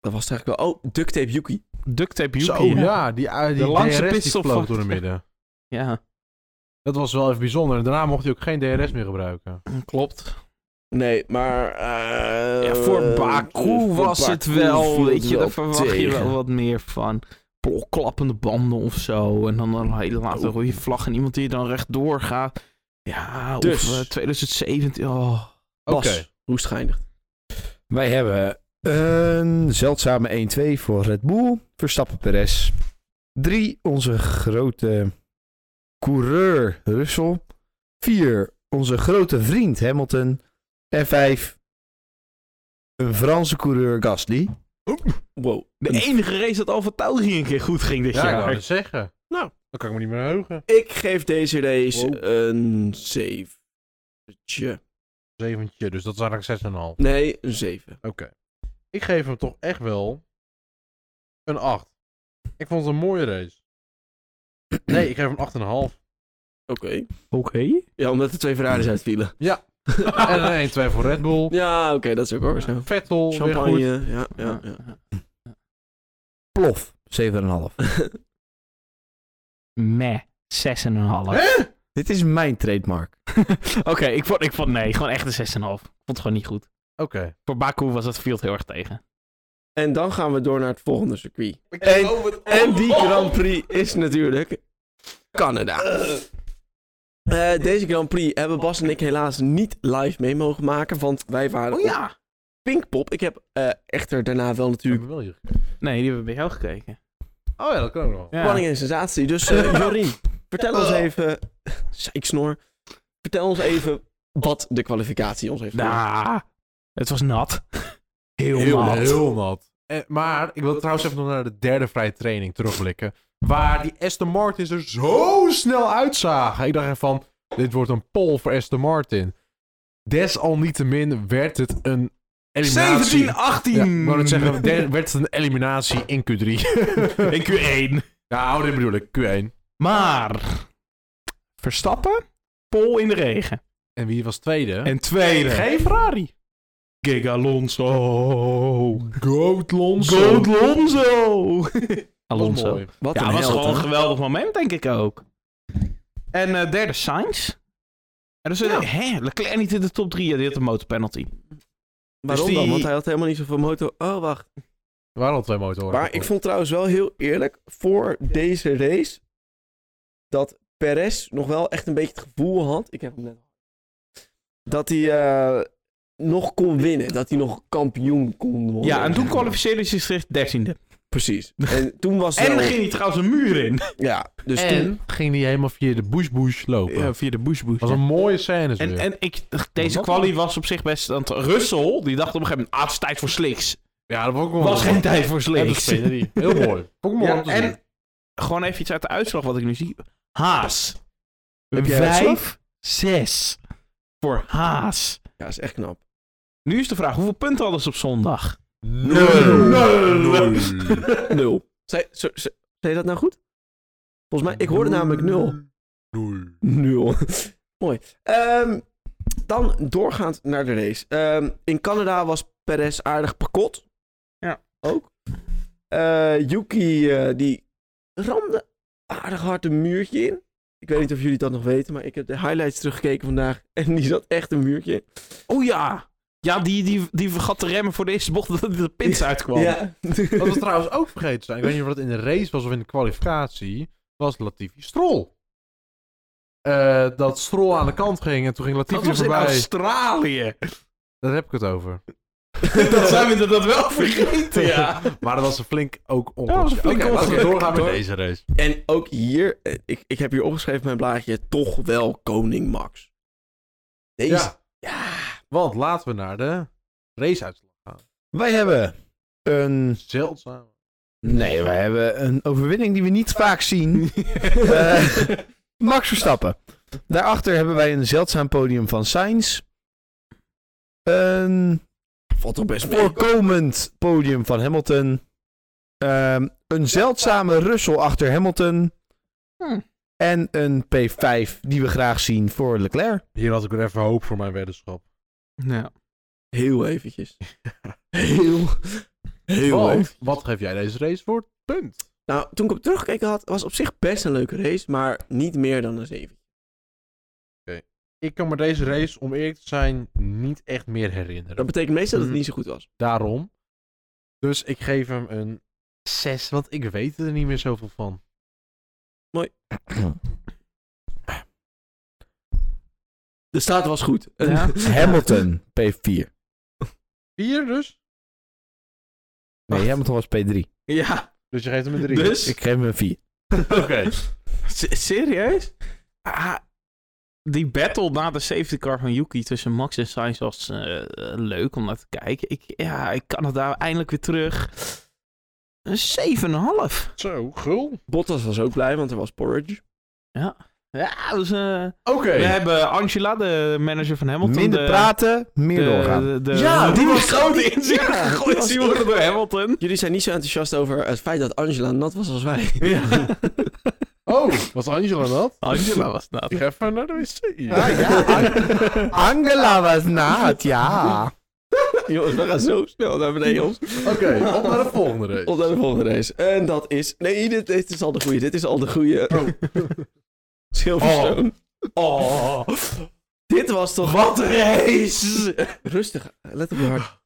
Speaker 1: Dat was het eigenlijk wel... Oh, duct tape Yuki.
Speaker 4: duct tape Yuki.
Speaker 2: Zo, ja. Die, uh, die
Speaker 4: De langste
Speaker 2: DRS die
Speaker 4: pitstop
Speaker 2: vloog
Speaker 4: van-
Speaker 2: door de midden.
Speaker 4: Ja,
Speaker 2: [LAUGHS] Dat was wel even bijzonder. En daarna mocht hij ook geen DRS meer gebruiken.
Speaker 4: klopt.
Speaker 1: Nee, maar... eh,
Speaker 4: Ja, voor
Speaker 1: voor
Speaker 4: Baku was het
Speaker 1: Baku viel
Speaker 4: wel, weet je,
Speaker 1: wel
Speaker 4: daar verwacht je
Speaker 1: tegen.
Speaker 4: wel wat meer van. Klokklappende banden of zo. En dan een hele late
Speaker 1: Oh.
Speaker 4: rode vlag en iemand die dan rechtdoor gaat. Ja,
Speaker 1: Dus.
Speaker 4: of eh, 2017. Oh.
Speaker 1: Bas,
Speaker 2: Oké.
Speaker 1: hoe schijnigt?
Speaker 3: Wij hebben een zeldzame 1-2 voor Red Bull. Verstappen Perez. Drie, onze grote coureur Russell. Vier, onze grote vriend Hamilton. En vijf, een Franse coureur Gasly.
Speaker 1: Wow.
Speaker 4: De enige race dat Alfa Tauri een keer goed ging dit
Speaker 2: Ja, ik wou
Speaker 4: jaar.
Speaker 2: het zeggen.
Speaker 1: Nou.
Speaker 2: Dan kan ik me niet meer heugen.
Speaker 1: Ik geef deze race
Speaker 2: Wow.
Speaker 1: een 7.
Speaker 2: Zeventje. Dus dat is eigenlijk 6,5. Oké.
Speaker 1: Nee, een 7.
Speaker 2: Ik geef hem toch echt wel een 8. Ik vond het een mooie [CLEARS THROAT] race. Nee, ik geef hem 8,5.
Speaker 1: Oké. Mhm.
Speaker 4: Oké.
Speaker 1: Ja, omdat de twee Ferraris uitvielen.
Speaker 2: en een 1-2 voor Red Bull.
Speaker 1: Ja, oké, dat is ook hoor. Zo.
Speaker 2: Vettel weer goed.
Speaker 1: Champagne. Ja, ja, ja.
Speaker 3: Plof, 7,5.
Speaker 4: Meh, 6,5.
Speaker 3: Dit is mijn trademark.
Speaker 4: Oké, ik, vond, ik vond nee, gewoon echt een 6,5. Ik vond het gewoon niet goed.
Speaker 2: Oké.
Speaker 4: Voor Baku was dat field heel erg tegen.
Speaker 1: [LAUGHS] En dan gaan we door naar het volgende circuit. En, en die Grand Prix is natuurlijk Canada. Eh, deze Grand Prix hebben Bas en ik helaas niet live mee mogen maken, want wij waren op
Speaker 4: ja!
Speaker 1: Pinkpop. Ik heb eh, echter daarna wel natuurlijk
Speaker 2: Wel hier.
Speaker 4: Nee, die hebben we bij jou gekeken.
Speaker 2: Oh ja, dat kan ook nog.
Speaker 4: Ja.
Speaker 1: spanning en sensatie. Dus
Speaker 4: [LAUGHS]
Speaker 1: eh, Jorien, vertel ons even, [LAUGHS] ik snor, vertel ons even wat de kwalificatie ons
Speaker 4: Nou,
Speaker 1: heeft gedaan.
Speaker 4: Nah, het was nat. [LAUGHS] Heel,
Speaker 2: Heel
Speaker 4: nat.
Speaker 2: nat. Heel nat. Eh, maar ik wil trouwens even nog naar de derde vrije training terugblikken. Waar die Aston Martins er zo snel uitzagen. Ik dacht echt van, dit wordt een pol voor Aston Martin. Desalniettemin werd het een eliminatie.
Speaker 4: 17, 18.
Speaker 2: Ja, ik wou net zeggen,
Speaker 4: [LAUGHS]
Speaker 2: der- werd het een eliminatie in Q3.
Speaker 4: In Q1.
Speaker 2: nou, dit bedoel ik, Q1.
Speaker 4: Maar, Verstappen, Pol in de regen.
Speaker 2: En wie was tweede?
Speaker 4: En tweede.
Speaker 2: Geen Ferrari.
Speaker 4: Gig Alonso.
Speaker 2: Goat Lonzo.
Speaker 4: Goat Alonso.
Speaker 2: Alonso.
Speaker 4: [LAUGHS] Alonso.
Speaker 1: Wat
Speaker 4: Ja,
Speaker 1: een
Speaker 4: het was
Speaker 1: held,
Speaker 4: gewoon een
Speaker 1: hè?
Speaker 4: geweldig moment, denk ik ook. En eh, derde, Sainz. En dus,
Speaker 1: Ja.
Speaker 4: hè, Leclerc niet in de top 3, die had een motorpenalty.
Speaker 1: Waarom
Speaker 4: Dus die-
Speaker 1: dan? Want hij had helemaal niet zoveel motor. Oh, wacht.
Speaker 2: Er waren al twee motoren.
Speaker 1: Maar ik vond trouwens wel heel eerlijk voor deze race dat Perez nog wel echt een beetje het gevoel had. Ik heb hem net. Dat hij eh, nog kon winnen. Dat hij nog kampioen kon worden.
Speaker 4: Ja, en toen
Speaker 1: zeg
Speaker 4: kwalificeerde hij zich 13e.
Speaker 1: maar. Precies. En toen was het.
Speaker 4: [LAUGHS] En
Speaker 1: wel-
Speaker 4: ging hij trouwens een muur in.
Speaker 1: Ja, dus toen.
Speaker 2: En ging die helemaal via de bush-bush lopen.
Speaker 4: Ja, via de bush bush.
Speaker 2: was een mooie scène.
Speaker 4: En,
Speaker 2: weer.
Speaker 4: en ik, deze quali was op zich best... Want Russell, die dacht op een gegeven moment... Ah, het is tijd voor slicks.
Speaker 2: ja, dat was ook wel
Speaker 4: Was geen tijd voor
Speaker 2: Ja, dat
Speaker 4: slicks.
Speaker 2: spelen die. Heel mooi. Vond ik mooi om
Speaker 4: Ja,
Speaker 2: te
Speaker 4: en
Speaker 2: zien.
Speaker 4: [LAUGHS] gewoon even iets uit de uitslag wat ik nu zie. Haas.
Speaker 1: Heb jij uitslag?
Speaker 4: 5, 6 voor Haas.
Speaker 1: Ja, is echt knap.
Speaker 4: Nu is de vraag, hoeveel punten hadden ze op zondag?
Speaker 2: Nul.
Speaker 4: Nul.
Speaker 1: Nul. Zei, zo- zo- zei je dat nou goed? Volgens mij, ik hoorde namelijk nul.
Speaker 2: Nul.
Speaker 1: Nul. Mooi. Ehm, dan doorgaand naar de race. Ehm, in Canada was Perez aardig pakot.
Speaker 4: Ja.
Speaker 1: Ook. Eh, Yuki, eh, die ramde aardig hard een muurtje in. Ik weet niet of jullie dat nog weten, maar ik heb de highlights teruggekeken vandaag. En die zat echt een muurtje in.
Speaker 4: Oh ja. Ja, die, die, die vergat te remmen voor de eerste bocht dat de pins
Speaker 1: [LAUGHS]
Speaker 4: uitkwam.
Speaker 1: Ja.
Speaker 2: Wat we trouwens ook vergeten zijn, ik weet niet of dat in de race was of in de kwalificatie, was Latifi Stroll. Eh, dat Stroll aan de kant ging en toen ging
Speaker 4: Dat
Speaker 2: Latifi
Speaker 4: was in
Speaker 2: voorbij.
Speaker 4: Australië.
Speaker 2: Daar heb ik het over.
Speaker 4: dat zijn we [LAUGHS] dat wel vergeten, ja.
Speaker 2: Maar dat was een flink ook ongeluk.
Speaker 4: dat was een flink
Speaker 2: Oké, laten we
Speaker 4: ongeluk.
Speaker 2: doorgaan met
Speaker 4: Door.
Speaker 2: deze race.
Speaker 1: en ook hier, eh, ik, ik heb hier opgeschreven op mijn blaadje, toch wel koning Max. Deze.
Speaker 2: Ja,
Speaker 1: ja.
Speaker 2: want laten we naar de raceuitslag gaan.
Speaker 3: Wij hebben een...
Speaker 2: Zeldzaam.
Speaker 3: Nee, wij hebben een overwinning die we niet vaak zien. Eh, Max Verstappen. Daarachter hebben wij een zeldzaam podium van Sainz. Een
Speaker 1: Valt toch best mee.
Speaker 3: voorkomend podium van Hamilton. Ehm, een zeldzame Russell achter Hamilton.
Speaker 4: Hm.
Speaker 3: En een P5 die we graag zien voor Leclerc.
Speaker 2: Hier had ik weer even hoop voor mijn weddenschap.
Speaker 4: ja.
Speaker 1: Heel eventjes. [LAUGHS] Heel, heel even.
Speaker 2: Want, wat geef jij deze race voor? Punt.
Speaker 1: Nou, toen ik op teruggekeken had, was op zich best een leuke race, maar niet meer dan een 7.
Speaker 2: Ik kan me deze race, om eerlijk te zijn, niet echt meer herinneren.
Speaker 1: Dat betekent meestal dat het
Speaker 2: Mhm.
Speaker 1: niet zo goed was.
Speaker 2: Daarom. Dus ik geef hem een 6, want ik weet er niet meer zoveel van.
Speaker 1: De staat was goed.
Speaker 4: Ja.
Speaker 3: Hamilton P4.
Speaker 2: 4 dus?
Speaker 3: Nee, Hamilton was P3.
Speaker 4: Ja.
Speaker 2: Dus je geeft hem een 3.
Speaker 4: Dus?
Speaker 3: Ik geef hem een 4.
Speaker 2: Oké.
Speaker 4: S- serieus? Ah, die battle na de safety car van Yuki tussen Max en Sainz was eh, leuk om naar te kijken. Ik, ja, ik kan het daar eindelijk weer terug. Een 7,5.
Speaker 2: Zo, gul.
Speaker 1: [LAUGHS] Bottas was ook blij, want er was porridge.
Speaker 4: Ja, dus, eh,
Speaker 2: Oké.
Speaker 4: We hebben Angela, de manager van Hamilton.
Speaker 3: Minder
Speaker 4: de,
Speaker 3: praten, meer
Speaker 4: de-
Speaker 3: doorgaan.
Speaker 4: de- de-
Speaker 1: Ja, Eh, die was-
Speaker 4: grote inzicht
Speaker 1: [LAUGHS] Ja, die
Speaker 4: gegooid
Speaker 1: was-
Speaker 4: zien worden door Hamilton.
Speaker 1: Jullie zijn niet zo enthousiast over het feit dat Angela nat was als wij. [LAUGHS]
Speaker 2: Oh, was Angela dat?
Speaker 4: Angela was dat.
Speaker 2: Ik ga even naar de wc.
Speaker 3: Ah, ja. An- Angela was naad, ja.
Speaker 1: Jongens, we gaan zo snel naar beneden ons.
Speaker 2: Oké, op naar de volgende race.
Speaker 1: Op naar de volgende race. En dat is... Nee, dit, dit is al de goeie. Dit is al de goeie.
Speaker 4: Oh.
Speaker 1: Silverstone.
Speaker 2: Oh.
Speaker 1: Dit was toch...
Speaker 2: Wat een race!
Speaker 1: [LAUGHS] Rustig, let op je hart.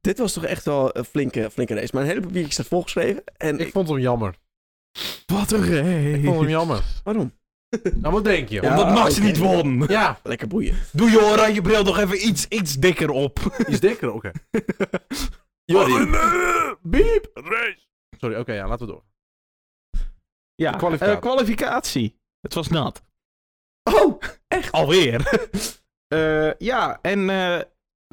Speaker 1: Dit was toch echt wel een flinke, flinke race. Mijn hele papiertje staat volgeschreven. En
Speaker 2: Ik vond hem jammer.
Speaker 4: Wat een
Speaker 2: Ik vond hem jammer.
Speaker 1: Waarom?
Speaker 2: Nou, wat denk je?
Speaker 1: Ja.
Speaker 4: Omdat Max
Speaker 1: oké.
Speaker 4: niet won.
Speaker 2: Ja,
Speaker 1: Lekker boeien.
Speaker 4: Doe je oranje bril nog even iets, iets dikker op.
Speaker 2: iets dikker, oké. [LAUGHS]
Speaker 1: Jordi.
Speaker 2: Biep! Race! Sorry, oké, ja, laten we door.
Speaker 4: Ja,
Speaker 2: Kwalificatie.
Speaker 4: eh, kwalificatie. Het was nat.
Speaker 1: Oh!
Speaker 4: Alweer. [LAUGHS] Eh, ja, en eh,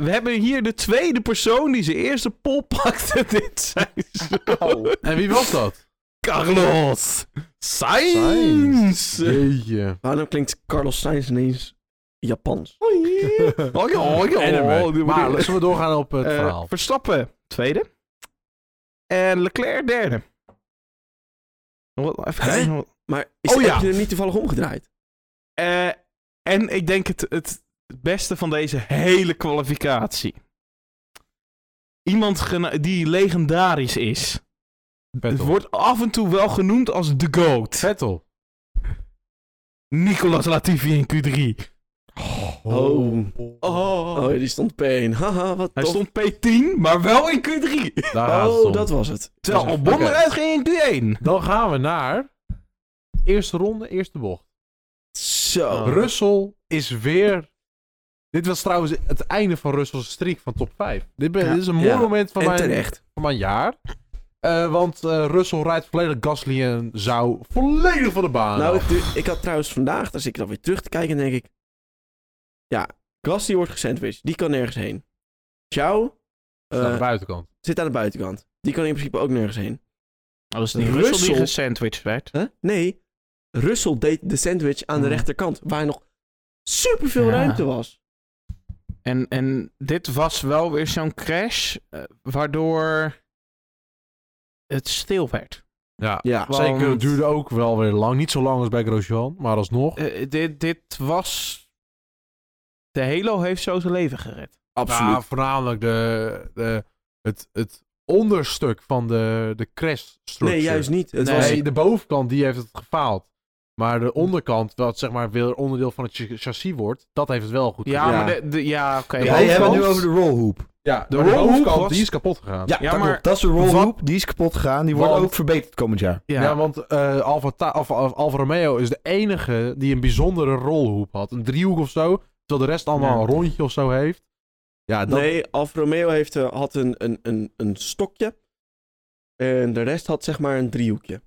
Speaker 4: we hebben hier de tweede persoon die zijn eerste pol [LAUGHS] pakte dit seizoen.
Speaker 2: En wie was dat?
Speaker 4: Carlos
Speaker 2: Sainz.
Speaker 1: [LAUGHS]
Speaker 4: Sainz.
Speaker 2: Jeetje.
Speaker 1: Waarom klinkt Carlos Sainz ineens Japans?
Speaker 4: Oh ja, oh ja.
Speaker 2: Anyway,
Speaker 4: Oh, die-
Speaker 2: maar zullen we doorgaan op het
Speaker 4: Eh,
Speaker 2: verhaal?
Speaker 4: Verstappen, tweede. En Leclerc, derde. Nog wel Even
Speaker 1: Hè?
Speaker 4: kijken. wat-
Speaker 1: Maar is
Speaker 4: Oh, ja.
Speaker 1: heb je hem niet toevallig omgedraaid?
Speaker 4: Eh, en ik denk het, het beste van deze hele kwalificatie. Iemand gena- die legendarisch is. Het
Speaker 2: Vettel.
Speaker 4: wordt af en toe wel genoemd als de GOAT.
Speaker 2: Vettel.
Speaker 4: Nicolas Latifi in Q3.
Speaker 1: Oh.
Speaker 4: Oh.
Speaker 1: Oh, die stond P1. Haha, wat
Speaker 4: Hij
Speaker 1: tof.
Speaker 4: stond P10, maar wel in Q3.
Speaker 2: Daar gaat het
Speaker 1: Oh,
Speaker 2: om.
Speaker 1: dat was het.
Speaker 4: Terwijl Albon
Speaker 2: Oké.
Speaker 4: eruit ging in Q1.
Speaker 2: Dan gaan we naar... Eerste ronde, eerste bocht.
Speaker 1: Zo.
Speaker 2: Russell is weer... Dit was trouwens het einde van Russell's streak van top 5. Dit, ben-
Speaker 4: Ja.
Speaker 2: dit is een mooi
Speaker 1: Ja.
Speaker 2: moment van
Speaker 1: En
Speaker 2: mijn,
Speaker 1: terecht.
Speaker 2: van mijn jaar. Eh, want eh, Russell rijdt volledig Gasly en zou volledig van de baan.
Speaker 1: nou,
Speaker 2: af.
Speaker 1: ik, du- ik had trouwens vandaag, als ik dan weer terug te kijken, denk ik... Ja, Gasly wordt gesandwiched. Die kan nergens heen. Ciao eh,
Speaker 2: Dat is aan de buitenkant.
Speaker 1: zit aan de buitenkant. Die kan in principe ook nergens heen.
Speaker 4: Dat is
Speaker 1: die Russell die
Speaker 4: gesandwiched werd.
Speaker 1: Huh? Nee, Russell deed de sandwich aan de
Speaker 2: Mhm.
Speaker 4: Hmm.
Speaker 1: rechterkant, waar nog superveel
Speaker 4: Ja.
Speaker 1: ruimte was.
Speaker 4: En, en dit was wel weer zo'n crash, eh, waardoor het stil werd.
Speaker 2: Ja.
Speaker 1: Ja,
Speaker 2: Zeker, het
Speaker 1: want-
Speaker 2: duurde ook wel weer lang. Niet zo lang als bij Grosjean, maar alsnog.
Speaker 4: Eh, dit, dit was... De Halo heeft zo zijn leven gered.
Speaker 1: Absoluut.
Speaker 2: Nou, voornamelijk de, de, het, het onderstuk van de, de crash structure.
Speaker 1: nee, juist niet. Het
Speaker 2: Nee,
Speaker 1: was,
Speaker 2: de bovenkant die heeft het gefaald. Maar de onderkant, wat zeg maar weer onderdeel van het ch- chassis wordt, dat heeft het wel goed
Speaker 4: Ja,
Speaker 1: Ja.
Speaker 4: maar de, de- ja, oké.
Speaker 2: Ja,
Speaker 3: Wij
Speaker 2: je
Speaker 3: hebben
Speaker 2: hoofdkant?
Speaker 3: het nu over de rollhoop.
Speaker 2: Ja,
Speaker 4: de
Speaker 2: maar de
Speaker 4: rolhoek
Speaker 2: bovenkant
Speaker 4: was-
Speaker 2: die is kapot gegaan.
Speaker 3: Ja,
Speaker 4: Ja,
Speaker 3: dat
Speaker 4: maar-
Speaker 3: klopt. Dat is de rollhoop. Die is kapot gegaan. Die wordt
Speaker 2: Want-
Speaker 3: ook verbeterd komend jaar.
Speaker 4: Ja.
Speaker 2: Ja, want eh Alfa, Ta- Alfa, Alfa- Alfa Romeo is de enige die een bijzondere rolhoep had. Een driehoek of zo, terwijl de rest allemaal
Speaker 4: Ja.
Speaker 2: een rondje of zo heeft. Ja, dat...
Speaker 1: Nee, Alfa Romeo heeft, eh, had een, een, een, een stokje. En de rest had zeg maar een driehoekje.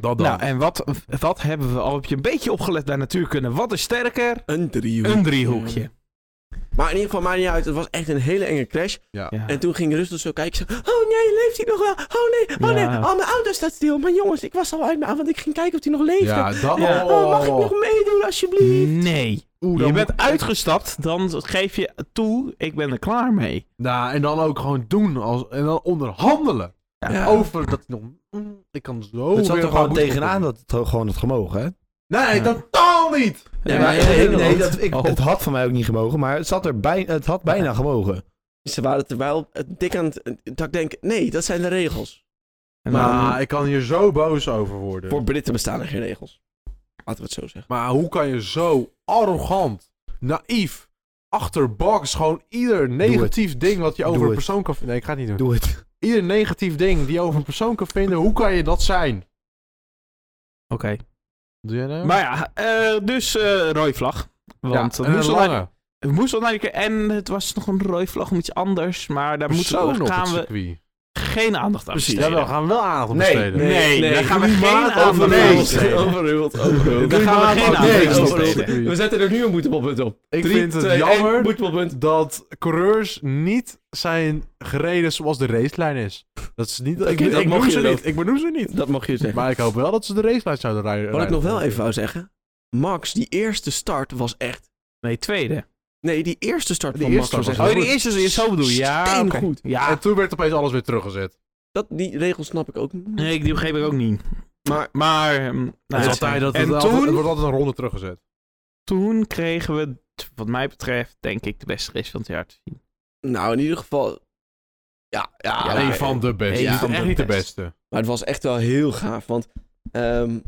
Speaker 2: dat dan.
Speaker 4: Nou, en wat, wat hebben we al? Heb je een beetje opgelet bij natuurkunde? Wat is sterker?
Speaker 1: Een driehoekje.
Speaker 4: Een driehoekje.
Speaker 1: Maar in ieder geval, maakt niet uit. Het was echt een hele enge crash.
Speaker 4: Ja.
Speaker 1: En toen ging Russell zo kijken. Zo, oh nee, leeft hij nog wel? Oh nee, oh nee.
Speaker 4: Ja.
Speaker 1: Oh, mijn auto staat stil. Maar jongens, ik was al uit mijn want ik ging kijken of hij nog leefde.
Speaker 2: ja, dat...
Speaker 4: Ja.
Speaker 2: oh, oh,
Speaker 1: Oh, mag ik
Speaker 2: oh.
Speaker 1: nog meedoen alsjeblieft?
Speaker 4: Nee.
Speaker 2: Oeh, dan
Speaker 4: je
Speaker 2: moet-
Speaker 4: bent uitgestapt, dan geef je toe, ik ben er klaar mee.
Speaker 2: Nou, en dan ook gewoon doen. Als, en dan onderhandelen.
Speaker 1: Ja.
Speaker 2: Over dat... mm, mm, Ik kan zo
Speaker 3: het
Speaker 2: weer
Speaker 3: zat er
Speaker 2: een
Speaker 3: gewoon
Speaker 2: paar boetes
Speaker 3: tegenaan
Speaker 2: op-
Speaker 3: dat het gewoon had gemogen, hè?
Speaker 2: Nee,
Speaker 4: Ja.
Speaker 2: totaal niet!
Speaker 1: Ja, maar in
Speaker 3: nee,
Speaker 1: Nederland-
Speaker 3: nee, dat, ik,
Speaker 4: Oh.
Speaker 3: het had van mij ook niet gemogen, maar het, zat er bij, het had bijna [LAUGHS] gemogen.
Speaker 1: Ze waren terwijl eh, dik aan het... Dat ik denk, nee, dat zijn de regels.
Speaker 4: En
Speaker 1: Maar-
Speaker 4: dan-
Speaker 2: Maar Nou, ik kan hier zo boos over worden.
Speaker 1: Voor Britten bestaan er geen regels. Laten we het zo zeggen.
Speaker 2: Maar hoe kan je zo arrogant, naïef, achterbox gewoon ieder negatief ding wat je
Speaker 3: Doe
Speaker 2: over een
Speaker 3: het.
Speaker 2: persoon kan vinden... Nee, ik ga het niet doen.
Speaker 3: Doe het.
Speaker 2: Ieder negatief ding die je over een persoon kan vinden, hoe kan je dat zijn?
Speaker 4: Oké.
Speaker 2: Doe jij nou?
Speaker 4: Maar ja, eh, dus eh rode vlag. Want
Speaker 2: ja, eh,
Speaker 4: dat
Speaker 2: en
Speaker 4: moest
Speaker 2: een
Speaker 4: al
Speaker 2: lange.
Speaker 4: naar- het moest al naar die keer. En het was nog een rode vlag om iets anders. Maar daar moeten
Speaker 2: Persoon
Speaker 4: we,
Speaker 2: op het
Speaker 4: gaan we
Speaker 2: circuit.
Speaker 4: geen aandacht aan
Speaker 1: Precies.
Speaker 4: besteden.
Speaker 2: Ja, we gaan wel aandacht besteden.
Speaker 4: nee, nee, daar gaan we geen
Speaker 1: Klimaat
Speaker 4: aandacht aan
Speaker 1: overheerst,
Speaker 4: besteden.
Speaker 1: Overheerst, overheerst.
Speaker 4: Daar gaan we geen
Speaker 2: Klimaat-
Speaker 4: aandacht aan
Speaker 2: Nee,
Speaker 1: aan
Speaker 4: besteden.
Speaker 1: besteden. We zetten er nu een boetebalpunt op.
Speaker 2: Ik
Speaker 1: Drie,
Speaker 2: vind het
Speaker 1: twee, één,
Speaker 2: jammer.
Speaker 1: boetebalpunt.
Speaker 2: Dat coureurs niet zijn gereden zoals de racelijn is. Dat is niet... ik
Speaker 1: Oké,
Speaker 2: ik,
Speaker 1: dat mag
Speaker 2: noem
Speaker 1: je
Speaker 2: ze
Speaker 1: wel.
Speaker 2: niet. Ik benoem ze niet.
Speaker 1: Dat mag je zeggen.
Speaker 2: Maar ik hoop wel dat ze de racelijn zouden rij- rijden.
Speaker 1: Wat ik nog wel even wou zeggen. Max, die eerste start was echt...
Speaker 4: Nee, tweede.
Speaker 1: Nee, die eerste start
Speaker 2: Die
Speaker 1: van
Speaker 2: eerste
Speaker 1: Max
Speaker 2: start
Speaker 1: was
Speaker 4: Oh,
Speaker 1: echt...
Speaker 4: die eerste is zo bedoel je. Ja, oké.
Speaker 1: Steengoed.
Speaker 4: Ja,
Speaker 2: En toen werd opeens alles weer teruggezet.
Speaker 1: Dat, die regels snap ik ook niet.
Speaker 4: nee, die begreep ik ook niet. Maar, maar ehm, nou,
Speaker 2: Het
Speaker 4: ja.
Speaker 2: is altijd dat
Speaker 4: en
Speaker 2: het, altijd-
Speaker 4: toen,
Speaker 2: het wordt altijd een ronde teruggezet.
Speaker 4: toen kregen we, t- wat mij betreft, denk ik de beste race van het jaar te zien.
Speaker 1: Nou, in ieder geval... Ja, ja.
Speaker 2: Ja, een
Speaker 1: nee.
Speaker 2: van de beste.
Speaker 1: Eén
Speaker 2: Niet-
Speaker 1: van
Speaker 2: echt
Speaker 1: de
Speaker 2: niet de
Speaker 4: beste.
Speaker 2: beste.
Speaker 1: Maar het was echt wel heel gaaf, want... ehm,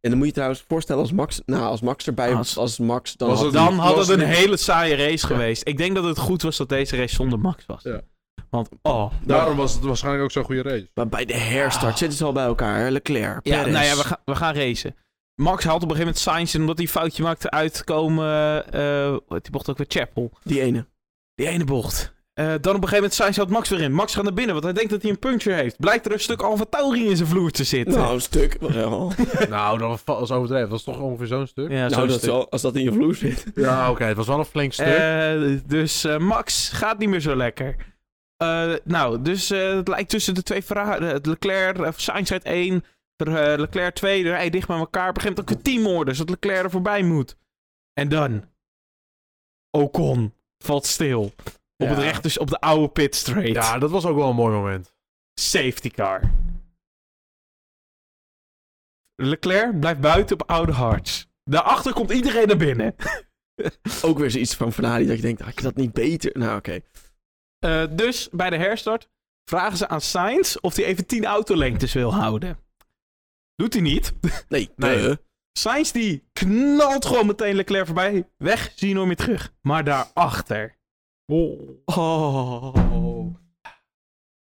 Speaker 1: en dan moet je trouwens voorstellen als Max... Nou, als Max erbij
Speaker 4: Als-
Speaker 1: was, als Max... Dan
Speaker 2: Was
Speaker 1: had
Speaker 2: het
Speaker 1: hij-
Speaker 4: Dan had
Speaker 2: was
Speaker 4: het een
Speaker 2: niet-
Speaker 4: hele saaie race geweest. Ik denk dat het goed was dat deze race zonder Max was.
Speaker 2: Ja.
Speaker 4: Want, oh.
Speaker 2: Daarom was het waarschijnlijk ook zo'n goede race.
Speaker 1: Maar bij de herstart zitten ze al bij elkaar. hè? Leclerc,
Speaker 4: Ja,
Speaker 1: Perez.
Speaker 4: nou ja, we gaan, we gaan racen. Max haalt op een gegeven moment Sainz en omdat hij een foutje maakte uitkomen, eh, die bocht ook weer Chapel.
Speaker 1: Die ene.
Speaker 4: Die ene bocht. Eh, dan op een gegeven moment Sainz houdt Max weer in. Max gaat naar binnen, want hij denkt dat hij een puncture heeft. Blijkt er een stuk Alfa Tauri in zijn vloer te zitten.
Speaker 1: Nou, een [LAUGHS] stuk. Wel.
Speaker 2: [LAUGHS] nou, dat was- was overdreven. Dat was toch ongeveer zo'n stuk?
Speaker 4: ja, zo'n
Speaker 1: nou, dat
Speaker 4: stuk.
Speaker 1: wel, als dat in je vloer zit. [LAUGHS]
Speaker 2: Ja, oké. het was wel een flink stuk.
Speaker 4: Eh, dus eh, Max gaat niet meer zo lekker. Eh, nou, dus eh, het lijkt tussen de twee Ferrari. eh, Leclerc, eh, Sainz rijdt 1, eh, Leclerc 2, rijden dicht bij elkaar. Op een gegeven moment ook een teamorder, zodat Leclerc er voorbij moet. En dan. Ocon valt stil. Op, het
Speaker 2: Ja.
Speaker 4: recht, dus op de oude pit straight.
Speaker 2: ja, dat was ook wel een mooi moment.
Speaker 4: Safety car. Leclerc blijft buiten op oude hards. Daarachter komt iedereen naar binnen.
Speaker 1: Ook weer zoiets van Ferrari dat je denkt, had je dat niet beter? Nou, oké.
Speaker 4: Eh, dus bij de herstart vragen ze aan Sainz of hij even 10 autolengtes wil houden. Doet hij niet.
Speaker 1: Nee,
Speaker 2: Nee.
Speaker 1: duh.
Speaker 4: Sainz die knalt gewoon meteen Leclerc voorbij. Weg, zie je nooit meer terug. Maar daarachter. Oh.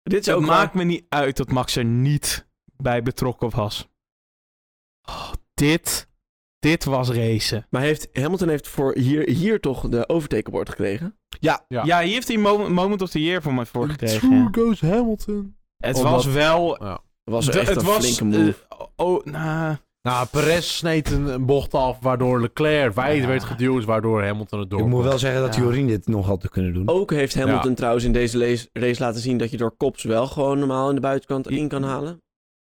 Speaker 1: Dit is
Speaker 4: Het
Speaker 1: ook
Speaker 4: maakt me niet uit dat Max er niet bij betrokken was. Oh, dit, dit was racen.
Speaker 1: Maar heeft, Hamilton heeft voor hier, hier toch de overtakenbord gekregen?
Speaker 2: Ja.
Speaker 4: Ja, hier heeft hij moment, moment of the year voor mij voor gekregen.
Speaker 2: True
Speaker 4: ja.
Speaker 2: goes Hamilton.
Speaker 4: Het
Speaker 2: Omdat-
Speaker 4: was wel...
Speaker 1: Dat was
Speaker 4: de-
Speaker 1: echt
Speaker 4: het
Speaker 1: een
Speaker 4: was,
Speaker 1: flinke move.
Speaker 4: eh, oh, nou...
Speaker 2: Nou, Perez sneed een, een bocht af, waardoor Leclerc wijd
Speaker 4: Ja.
Speaker 2: werd geduwd, waardoor Hamilton het door.
Speaker 3: Ik moet wel zeggen dat
Speaker 4: Ja.
Speaker 3: Jorien dit nog had kunnen
Speaker 4: eh,
Speaker 3: doen.
Speaker 1: Ook heeft Hamilton trouwens in deze lees- race laten zien dat je door kops wel gewoon normaal in de buitenkant
Speaker 4: Ja.
Speaker 1: in kan halen.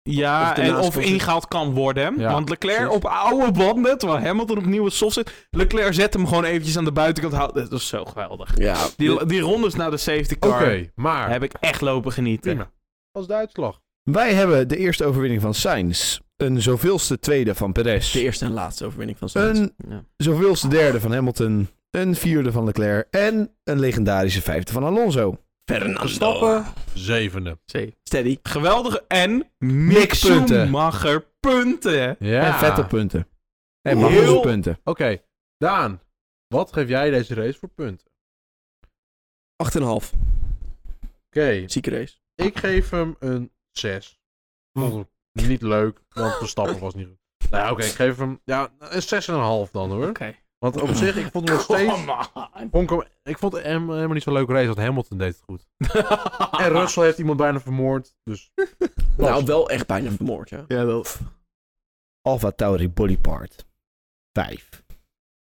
Speaker 4: Ja,
Speaker 1: Of de
Speaker 4: en
Speaker 1: naast-
Speaker 4: of ingehaald kan worden.
Speaker 2: Ja,
Speaker 4: Want Leclerc
Speaker 1: precies.
Speaker 4: op oude banden, terwijl Hamilton op nieuwe soft zit. Leclerc zet hem gewoon eventjes aan de buitenkant. houdt. Dat was zo geweldig.
Speaker 1: Ja,
Speaker 4: Die, die rondes naar de safety
Speaker 2: Oké,
Speaker 4: car
Speaker 2: maar
Speaker 4: heb ik echt lopen genieten.
Speaker 2: prima. Dat was de uitslag.
Speaker 3: Wij hebben de eerste overwinning van Sainz. Een zoveelste tweede van
Speaker 1: De
Speaker 3: Perez.
Speaker 1: eerste en laatste overwinning van Sainz.
Speaker 3: Een
Speaker 4: Ja.
Speaker 3: zoveelste derde van Hamilton. Een vierde van Leclerc. En een legendarische vijfde van Alonso.
Speaker 1: Fernando.
Speaker 4: Verstappen.
Speaker 2: Zevende.
Speaker 1: Steady.
Speaker 4: Geweldige en
Speaker 3: Mick punten.
Speaker 4: Schumacher punten.
Speaker 2: Ja.
Speaker 3: En vette punten. En
Speaker 2: Heel-
Speaker 3: Magnus punten.
Speaker 2: Oké, Daan. Wat geef jij deze race voor punten?
Speaker 1: 8,5.
Speaker 2: Oké,
Speaker 1: Zieke race.
Speaker 2: ik geef hem een 6. Vond hem niet leuk, want de stappen was niet goed. Nou ja, oké, ik geef hem ja, een 6,5 dan hoor. Want op zich, ik vond hem nog steeds... vond ik hem- Ik vond hem helemaal niet zo'n leuke race, want Hamilton deed het goed. En Russell heeft iemand bijna vermoord, dus...
Speaker 1: Nou, wel echt bijna vermoord, ja.
Speaker 3: Ja, wel. Alfa Tauri Bodypart. Vijf.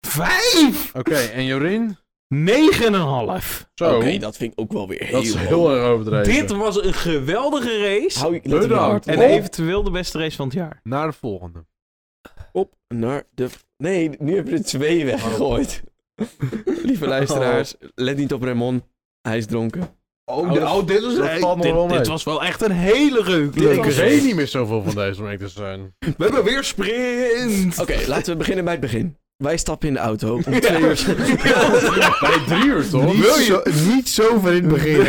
Speaker 4: Vijf!
Speaker 2: Oké, en Jorin?
Speaker 4: Negen en een half.
Speaker 2: Zo,
Speaker 1: Oké, dat vind ik ook wel weer heel...
Speaker 2: dat is heel erg overdreven.
Speaker 4: Dit was een geweldige race.
Speaker 1: Hou je let op je
Speaker 2: Bedankt.
Speaker 1: hart.
Speaker 4: En
Speaker 2: Oh.
Speaker 4: eventueel de beste race van het jaar.
Speaker 2: Naar de volgende.
Speaker 1: Op naar de... Nee, nu hebben we er
Speaker 2: Oh.
Speaker 1: twee weggegooid. [LAUGHS] Lieve luisteraars, let niet op Raymond. Hij is dronken.
Speaker 2: Oh, dat-
Speaker 4: dit was,
Speaker 2: dat valt nog wel
Speaker 4: dit,
Speaker 2: mee.
Speaker 4: dit was wel echt een hele leuke
Speaker 2: Ik
Speaker 4: race.
Speaker 2: weet niet meer zoveel van deze, om eerlijk te zijn.
Speaker 4: We hebben weer sprint.
Speaker 2: Oh, [LAUGHS]
Speaker 1: Oké, laten we beginnen bij het begin. Wij stappen in de auto om twee uur...
Speaker 2: Bij drie uur toch?
Speaker 3: Niet, zo, niet zo ver in het begin.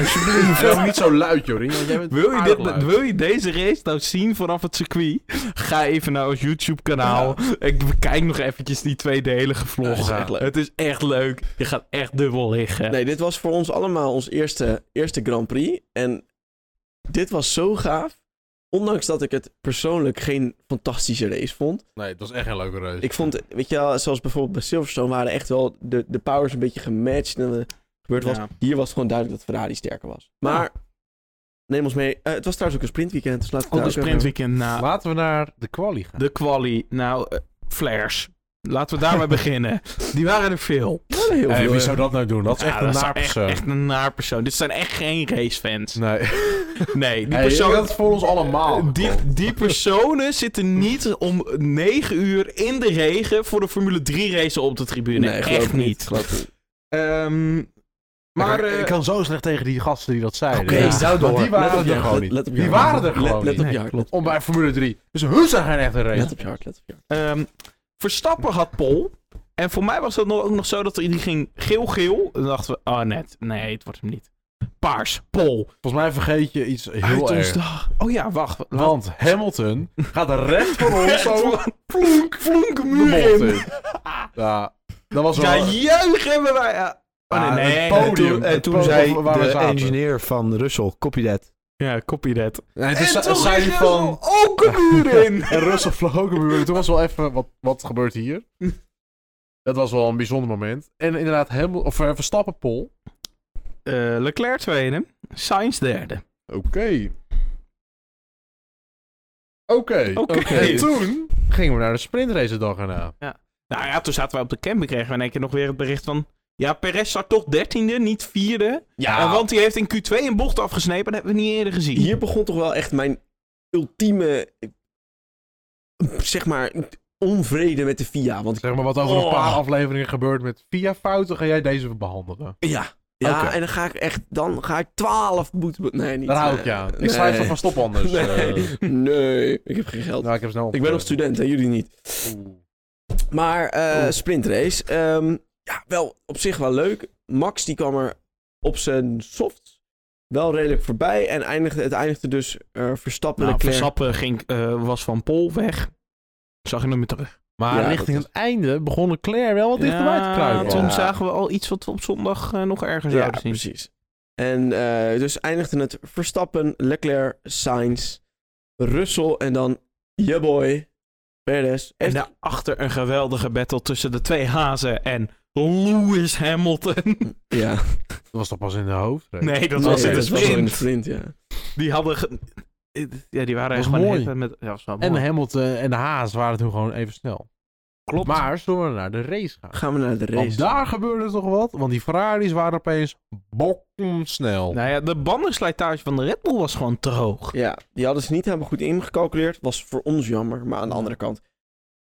Speaker 2: En ook niet zo luid, Jorin. Want jij bent
Speaker 4: Wil je,
Speaker 2: aardig
Speaker 4: dit,
Speaker 2: luid.
Speaker 4: wil je deze race nou zien vanaf het circuit? Ga even naar ons YouTube-kanaal. Ik bekijk nog eventjes die tweedelige
Speaker 1: Ja, is
Speaker 4: vlog.
Speaker 1: echt leuk.
Speaker 4: het is echt leuk. Je gaat echt dubbel liggen.
Speaker 1: Nee, dit was voor ons allemaal ons eerste, eerste Grand Prix. En dit was zo gaaf. Ondanks dat ik het persoonlijk geen fantastische race vond.
Speaker 2: Nee, het was echt een leuke race.
Speaker 1: Ik vond, weet je wel, zoals bijvoorbeeld bij Silverstone waren echt wel de, de powers een beetje gematcht. En eh, gebeurd was.
Speaker 4: Ja.
Speaker 1: Hier was het gewoon duidelijk dat Ferrari sterker was. Maar neem ons mee. Eh, het was trouwens ook een sprintweekend. Dus laten we
Speaker 4: Op de
Speaker 1: daar ook
Speaker 4: sprintweekend na
Speaker 2: Laten we naar de quali gaan.
Speaker 4: de quali. Nou, eh, flares. Laten we
Speaker 2: [LAUGHS]
Speaker 4: daarmee beginnen. Die waren er veel.
Speaker 1: even- Ja, heel
Speaker 2: Hey,
Speaker 1: veel,
Speaker 2: wie
Speaker 1: eh.
Speaker 2: zou dat nou doen? Dat is
Speaker 4: Ja,
Speaker 2: echt een
Speaker 4: zijn
Speaker 2: naar
Speaker 4: echt,
Speaker 2: persoon.
Speaker 4: echt een naar persoon. Dit zijn echt geen racefans.
Speaker 2: Nee.
Speaker 4: Nee, die
Speaker 2: Hey,
Speaker 4: persoon...
Speaker 2: dat is voor ons allemaal.
Speaker 4: Die, die personen zitten niet om 9 uur in de regen voor de Formule 3 race op de tribune.
Speaker 1: Nee, geloof
Speaker 4: echt
Speaker 1: ik niet.
Speaker 4: niet.
Speaker 1: Geloof ik niet.
Speaker 4: Ehm, maar
Speaker 2: ik,
Speaker 4: eh,
Speaker 2: kan zo slecht tegen die gasten die dat zeiden.
Speaker 1: Oké, zou
Speaker 2: Want
Speaker 1: door.
Speaker 2: die
Speaker 1: Let op
Speaker 2: waren
Speaker 1: je
Speaker 2: er
Speaker 1: hart,
Speaker 2: gewoon
Speaker 1: let-
Speaker 2: niet.
Speaker 1: let op je
Speaker 2: Die
Speaker 1: hart.
Speaker 2: waren er
Speaker 1: Let,
Speaker 2: gewoon
Speaker 1: let
Speaker 2: niet.
Speaker 1: op je hart. Let,
Speaker 2: Om bij Formule 3. Dus hun zijn geen echte race.
Speaker 1: let op je hart. Let op je hart.
Speaker 4: ehm, Verstappen had pol. En voor mij was dat nog, ook nog zo dat er- die ging geel-geel. Dan dachten we, oh net, nee, het wordt hem niet. Paars, pol.
Speaker 2: Volgens mij vergeet je iets
Speaker 4: Uit
Speaker 2: heel
Speaker 4: ons
Speaker 2: erg.
Speaker 4: dag. Oh ja, wacht. wa-
Speaker 2: Want Hamilton gaat recht voor ons
Speaker 4: Echt,
Speaker 2: zo
Speaker 4: wat- Plonk, plonk,
Speaker 2: de
Speaker 4: muur
Speaker 2: bocht
Speaker 4: in.
Speaker 2: in. Ja, dat was wel...
Speaker 4: Ja, juich hebben wij. ja. Oh,
Speaker 2: Ja,
Speaker 4: nee,
Speaker 2: het
Speaker 4: nee.
Speaker 2: podium.
Speaker 3: En toen, en
Speaker 2: Het
Speaker 3: toen
Speaker 2: podium
Speaker 3: zei
Speaker 2: waar we
Speaker 3: de
Speaker 2: zaten.
Speaker 3: engineer van Russell, copy that.
Speaker 4: Ja, copy that.
Speaker 2: En toen
Speaker 4: En
Speaker 2: zei-
Speaker 4: toen
Speaker 2: zei
Speaker 4: ging
Speaker 2: hij van...
Speaker 4: Russell ook een muur in.
Speaker 2: [LAUGHS] En Russell vloog ook een muur in. Toen was wel even, wat, wat gebeurt
Speaker 1: [LAUGHS]
Speaker 2: hier? Dat was wel een bijzonder moment. En inderdaad, Hamil of eh, Verstappen pol.
Speaker 4: Eh, Leclerc tweede, Sainz derde.
Speaker 2: Oké. Oké.
Speaker 4: Oké.
Speaker 2: En toen gingen we naar de sprintrace de dag erna.
Speaker 4: Nou ja, toen zaten wij op de camping, kregen we in één keer nog weer het bericht van... Ja, Perez zat toch dertiende, niet vierde. En want hij heeft in Q2 een bocht afgesnepen, dat hebben we niet eerder gezien.
Speaker 1: hier begon toch wel echt mijn ultieme, eh, zeg maar, onvrede met de FIA. Want ik-
Speaker 2: Zeg maar wat over een
Speaker 1: Oh.
Speaker 2: paar afleveringen gebeurt met via fouten ga jij deze behandelen.
Speaker 1: ja, ja
Speaker 2: Oké.
Speaker 1: en dan ga ik echt, dan ga ik 12 boete... Nee, niet.
Speaker 2: Daar hou
Speaker 1: eh,
Speaker 2: ik je aan. Ik
Speaker 1: nee.
Speaker 2: schrijf er van stop anders.
Speaker 1: Nee,
Speaker 2: eh.
Speaker 1: nee, ik heb geen geld.
Speaker 2: nou, ik heb snel
Speaker 1: ik ben nog
Speaker 2: opgegeven.
Speaker 1: student en jullie niet.
Speaker 2: Oeh.
Speaker 1: Maar eh
Speaker 2: Oeh.
Speaker 1: sprintrace, ehm, ja, wel op zich wel leuk. Max die kwam er op zijn soft wel redelijk voorbij en eindigde, het eindigde dus eh, Verstappen
Speaker 4: nou,
Speaker 1: Leclerc.
Speaker 4: Verstappen ging, eh, was van Pol weg. Zag je hem weer terug.
Speaker 2: Maar
Speaker 1: Ja,
Speaker 2: richting
Speaker 1: dat
Speaker 2: het einde begon Leclerc wel wat dichterbij te kruipen.
Speaker 4: toen
Speaker 1: Ja.
Speaker 4: zagen we al iets wat we op zondag eh, nog ergens
Speaker 1: Ja,
Speaker 4: zouden zien.
Speaker 1: precies. En eh, dus eindigde het Verstappen, Leclerc, Sainz, Russell en dan je boy, Perez.
Speaker 4: En
Speaker 1: Echt,
Speaker 4: daarachter een geweldige battle tussen de twee hazen en Lewis Hamilton. [LAUGHS]
Speaker 1: ja,
Speaker 2: Dat was toch pas in de hoofd?
Speaker 4: Nee, dat
Speaker 1: Nee,
Speaker 4: was in de
Speaker 1: dat was wel in
Speaker 4: sprint.
Speaker 1: de sprint, ja.
Speaker 4: Die hadden... ge- Ja, die waren
Speaker 2: Was
Speaker 4: echt gewoon... de
Speaker 2: mooi.
Speaker 4: hele tijd Met... Ja, was wel
Speaker 2: En
Speaker 4: mooi.
Speaker 2: Hamilton en de Haas waren toen gewoon even snel.
Speaker 4: Klopt.
Speaker 2: Maar zullen we naar de race gaan?
Speaker 1: Gaan we naar de
Speaker 2: Want
Speaker 1: race.
Speaker 2: daar gebeurde toch wat? Want die Ferraris waren opeens bokkensnel.
Speaker 4: Nou ja, de bandenslijtage van de Red Bull was gewoon te hoog.
Speaker 1: Ja, die hadden ze niet helemaal goed ingecalculeerd. Was voor ons jammer, maar aan de andere kant.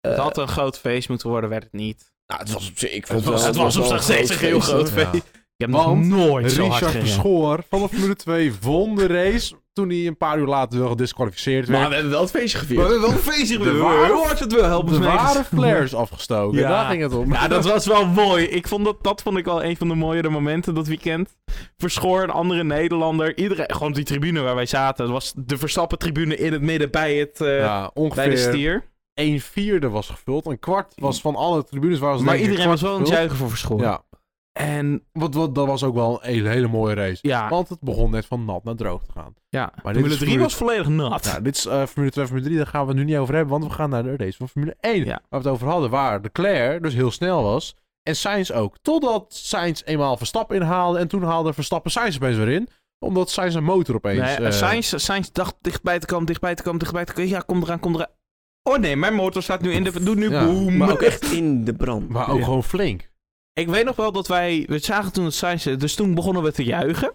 Speaker 1: eh,
Speaker 4: het had een groot feest moeten worden, werd het niet.
Speaker 1: nou, het was op zich. ik
Speaker 2: Het
Speaker 1: vond wel-
Speaker 2: was-
Speaker 1: het
Speaker 2: het was
Speaker 1: wel
Speaker 4: op zich steeds een heel
Speaker 1: feest,
Speaker 4: groot
Speaker 1: hoor.
Speaker 4: feest. heb
Speaker 2: Want
Speaker 4: nog nooit zo hard
Speaker 2: Richard
Speaker 4: gereden.
Speaker 2: Verschoor vanaf minuut 2 won de race. Toen hij een paar uur later wel gedisqualificeerd werd.
Speaker 1: Maar we hebben wel het feestje gevierd.
Speaker 4: hebben wel een feestje
Speaker 2: geweest. waren- Hoe
Speaker 4: het wel helpen.
Speaker 2: Er waren flares afgestoken.
Speaker 4: Ja.
Speaker 2: Daar ging het om.
Speaker 4: Ja, dat was wel mooi. Ik vond dat, dat vond ik wel een van de mooiere momenten dat weekend. Verschoor, een andere Nederlander. Iedereen, gewoon die tribune waar wij zaten. Dat was de Verstappen tribune in het midden bij, het, eh,
Speaker 2: [LAUGHS] Ja,
Speaker 4: bij de
Speaker 2: ongeveer
Speaker 4: stier.
Speaker 2: een vierde was gevuld. Een kwart was van alle tribunes. Waar
Speaker 4: Maar iedereen was wel aan het
Speaker 2: gevuld.
Speaker 4: juichen voor Verschoor.
Speaker 2: Ja,
Speaker 4: En
Speaker 2: wat, wat, dat was ook wel een hele, hele mooie race.
Speaker 4: ja,
Speaker 2: Want het begon net van nat naar droog te gaan.
Speaker 4: ja.
Speaker 2: Oh. dit
Speaker 4: Formule
Speaker 2: is
Speaker 4: 3
Speaker 2: Formule-
Speaker 4: was volledig nat.
Speaker 2: Nou, dit is eh, Formule 2, Formule 3. Daar gaan we het nu niet over hebben. Want we gaan naar de race van Formule 1.
Speaker 4: Ja.
Speaker 2: Waar we het over hadden. Waar de Claire dus heel snel was. En Sainz ook. Totdat Sainz eenmaal Verstappen inhaalde. En toen haalde Verstappen Sainz opeens weer in. Omdat Sainz een motor opeens...
Speaker 4: Nee,
Speaker 2: eh,
Speaker 4: Sainz, Sainz dacht dichtbij te komen, dichtbij te komen, dichtbij te komen. Ja, kom eraan, kom eraan. Oh nee, mijn motor staat nu in de... Doe nu
Speaker 2: Ja,
Speaker 4: boem.
Speaker 1: Maar ook echt in de brand.
Speaker 2: Maar ook
Speaker 4: Ja.
Speaker 2: gewoon flink.
Speaker 4: Ik weet nog wel dat wij... We zagen toen het Sainz... Dus toen begonnen we te juichen.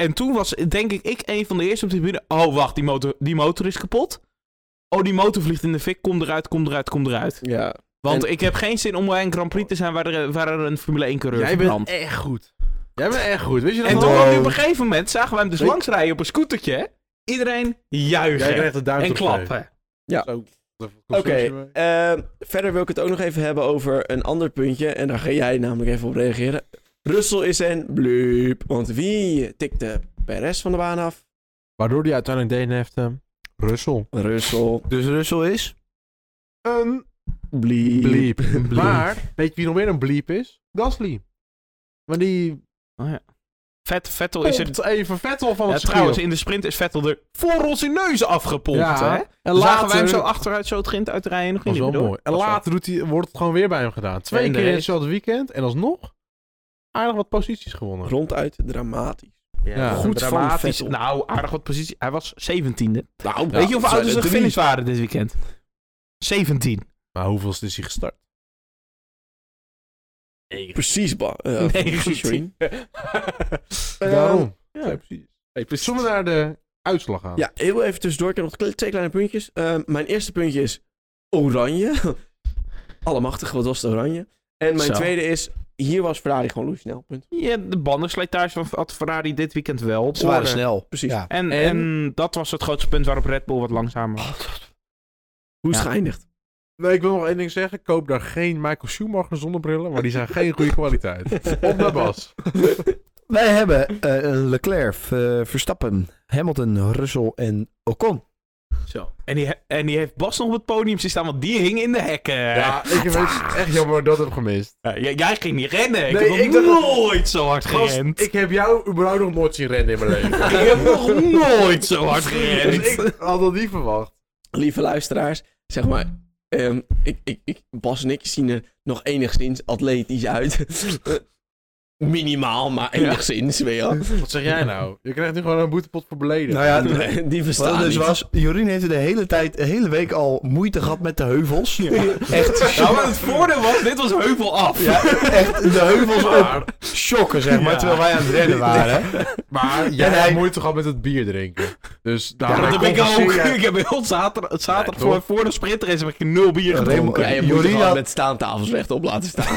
Speaker 4: En toen was, denk ik, ik een van de eerste op de tribune. Oh, wacht, die motor, die motor is kapot. Oh, die motor vliegt in de fik. Kom eruit, kom eruit, kom eruit.
Speaker 1: Ja.
Speaker 4: Want ik heb geen zin om bij een Grand Prix te zijn waar er, waar er een Formule 1-coureur
Speaker 2: Jij
Speaker 4: verbrandt.
Speaker 2: bent echt goed. Jij bent echt goed. Weet je dat
Speaker 4: En
Speaker 2: nog?
Speaker 4: toen
Speaker 1: Oh.
Speaker 4: kwam hij op een gegeven moment, zagen we hem dus
Speaker 2: Weet-
Speaker 4: langsrijden op een scootertje. hè. Iedereen
Speaker 2: Jij
Speaker 4: juichen
Speaker 2: krijgt een duim
Speaker 4: en klappen.
Speaker 1: Oké, eh, verder wil ik het ook nog even hebben over een ander puntje. En daar ga jij namelijk even op reageren. Russell is een bloep. Want wie tikte Perez van de baan af?
Speaker 2: Waardoor die uiteindelijk DNF heeft. ehm, Russell.
Speaker 1: Russell.
Speaker 3: Dus Russell is?
Speaker 2: Een
Speaker 1: Bliep.
Speaker 2: bleep.
Speaker 4: Bleep.
Speaker 2: Maar, weet je wie nog meer een bleep is? Gasly. Maar die
Speaker 4: Vet, Vettel is er
Speaker 2: pompt even Vettel van
Speaker 4: Ja,
Speaker 2: het ja,
Speaker 4: trouwens, in de sprint is Vettel er voor onze neus afgepompt. hè?
Speaker 2: En
Speaker 4: Laten
Speaker 2: later,
Speaker 4: wij hem zo achteruit, zo het grind uitrijden. Nog
Speaker 2: Dat
Speaker 4: niet
Speaker 2: is wel
Speaker 4: meer door.
Speaker 2: mooi. En
Speaker 4: Dat is
Speaker 2: later doet hij, wordt het gewoon weer bij hem gedaan. Twee
Speaker 4: in de
Speaker 2: keer in
Speaker 4: race.
Speaker 2: hetzelfde weekend. En alsnog aardig wat posities gewonnen.
Speaker 1: Ronduit dramatisch.
Speaker 4: wel-
Speaker 2: Ja.
Speaker 1: Goed van
Speaker 4: dramatisch.
Speaker 1: Vettel.
Speaker 4: Nou, aardig wat positie. Hij was 17e.
Speaker 1: Nou,
Speaker 4: Weet je hoeveel
Speaker 1: zo,
Speaker 4: auto's er
Speaker 1: drie.
Speaker 4: gefinished waren dit weekend? 17.
Speaker 2: Maar hoeveel is hij gestart?
Speaker 1: Precies, ba- eh,
Speaker 4: Nee,
Speaker 1: precies,
Speaker 4: goed.
Speaker 1: Jorien.
Speaker 2: Daarom.
Speaker 1: Ja.
Speaker 2: Ehm, Ja, precies. Hey, precies. Zullen we naar de uitslag gaan?
Speaker 1: Ja, heel even tussendoor. Ik heb nog kle- twee kleine puntjes. Eh, mijn eerste puntje is oranje. [LAUGHS] Allemachtig, wat was het oranje? En mijn
Speaker 4: Zo.
Speaker 1: tweede is, hier was Ferrari gewoon loeisnel. Punt.
Speaker 4: Ja, de bandenslijtage van had Ferrari dit weekend wel. op
Speaker 3: Ze waren
Speaker 4: orde.
Speaker 3: snel.
Speaker 1: Precies.
Speaker 3: Ja.
Speaker 4: En, en...
Speaker 1: En-
Speaker 4: dat was het grootste punt waarop Red Bull wat langzamer was.
Speaker 1: Hoe is
Speaker 4: Ja.
Speaker 1: het [LAUGHS] geëindigd?
Speaker 2: Nee, ik wil nog één ding zeggen. Koop daar geen Michael Schumacher zonnebrillen, maar die zijn geen goede [LAUGHS] kwaliteit. Op naar Bas.
Speaker 3: Wij hebben eh, een Leclerc, eh, Verstappen, Hamilton, Russell en Ocon.
Speaker 4: Zo. En, die he- en die heeft Bas nog op het podium zien staan, want die hing in de hekken.
Speaker 2: Ja, ik vind het echt jammer dat ik heb gemist.
Speaker 4: Ja, jij- jij ging niet rennen.
Speaker 2: Nee,
Speaker 4: ik heb
Speaker 2: ik
Speaker 4: nog
Speaker 2: dacht-
Speaker 4: nooit zo hard
Speaker 2: [LAUGHS]
Speaker 4: gerend.
Speaker 2: ik heb jou überhaupt nog nooit zien rennen in mijn leven.
Speaker 4: Ik heb nog nooit zo hard gerend.
Speaker 2: Dus ik had dat niet verwacht.
Speaker 1: Lieve luisteraars, zeg maar... ehm, ik, ik, ik, Bas en ik zien er nog enigszins atletisch uit. [LAUGHS] Minimaal, maar enigszins, weet je wel.
Speaker 2: Wat zeg jij nou? Je krijgt nu gewoon een boetepot voor beleden.
Speaker 3: [LAUGHS] Nou ja,
Speaker 1: Nee, [LAUGHS] Die
Speaker 3: Wat
Speaker 1: verstaan
Speaker 3: het dus
Speaker 1: niet.
Speaker 3: was, Jorien heeft de hele tijd, de hele week al moeite gehad met de heuvels. Echt,
Speaker 4: Nou, maar het voordeel was, dit was heuvel af.
Speaker 3: ja, [LAUGHS] echt de heuvels op
Speaker 2: maar,
Speaker 3: shocken, zeg maar,
Speaker 4: Ja.
Speaker 3: terwijl wij aan het rennen waren.
Speaker 2: maar jij
Speaker 3: En hij-
Speaker 2: hebt moeite gehad met het bier drinken. Dus daar
Speaker 4: dat heb ik ook. [LAUGHS] Ik heb heel zaterdag, zaterdag
Speaker 2: Ja,
Speaker 4: voor, voor de sprintrace heb ik nul bier gedronken.
Speaker 1: Ja, je moet
Speaker 3: Jorien
Speaker 1: er gewoon
Speaker 3: had-
Speaker 1: met staantafels recht op laten staan.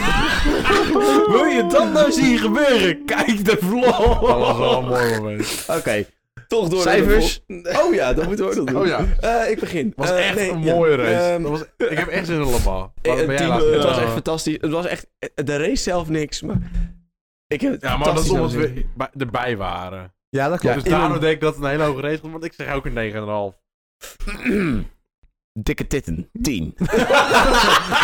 Speaker 4: Wil je dat nou zien gebeuren? Kijk de
Speaker 2: Dat was wel
Speaker 4: vlog.
Speaker 2: een mooi moment.
Speaker 1: Oké, toch door naar de
Speaker 3: Cijfers?
Speaker 1: vol- Oh ja, dat moeten we ook nog doen.
Speaker 2: Oh ja, het
Speaker 1: Eh, ik begin.
Speaker 2: was
Speaker 1: Eh,
Speaker 2: echt
Speaker 1: nee,
Speaker 2: een
Speaker 1: ja.
Speaker 2: mooie race.
Speaker 1: Ehm,
Speaker 2: Dat was, ik heb echt zin in een lama.
Speaker 1: Eh,
Speaker 2: Wat ben
Speaker 1: het
Speaker 2: jij
Speaker 1: team,
Speaker 2: laten
Speaker 1: eh, het
Speaker 2: doen?
Speaker 1: was echt fantastisch. Het was echt, eh, de race zelf niks, maar ik heb het
Speaker 2: Ja, maar dat is
Speaker 1: fantastisch
Speaker 2: omdat
Speaker 1: laten zien.
Speaker 2: we bij- erbij waren.
Speaker 3: Ja, dat
Speaker 2: Ja,
Speaker 3: klopt.
Speaker 2: dus
Speaker 1: in
Speaker 2: daarom
Speaker 1: een-
Speaker 2: denk ik dat het een hele hoge race was, want ik zeg ook een 9,5.
Speaker 3: Dikke titten, 10.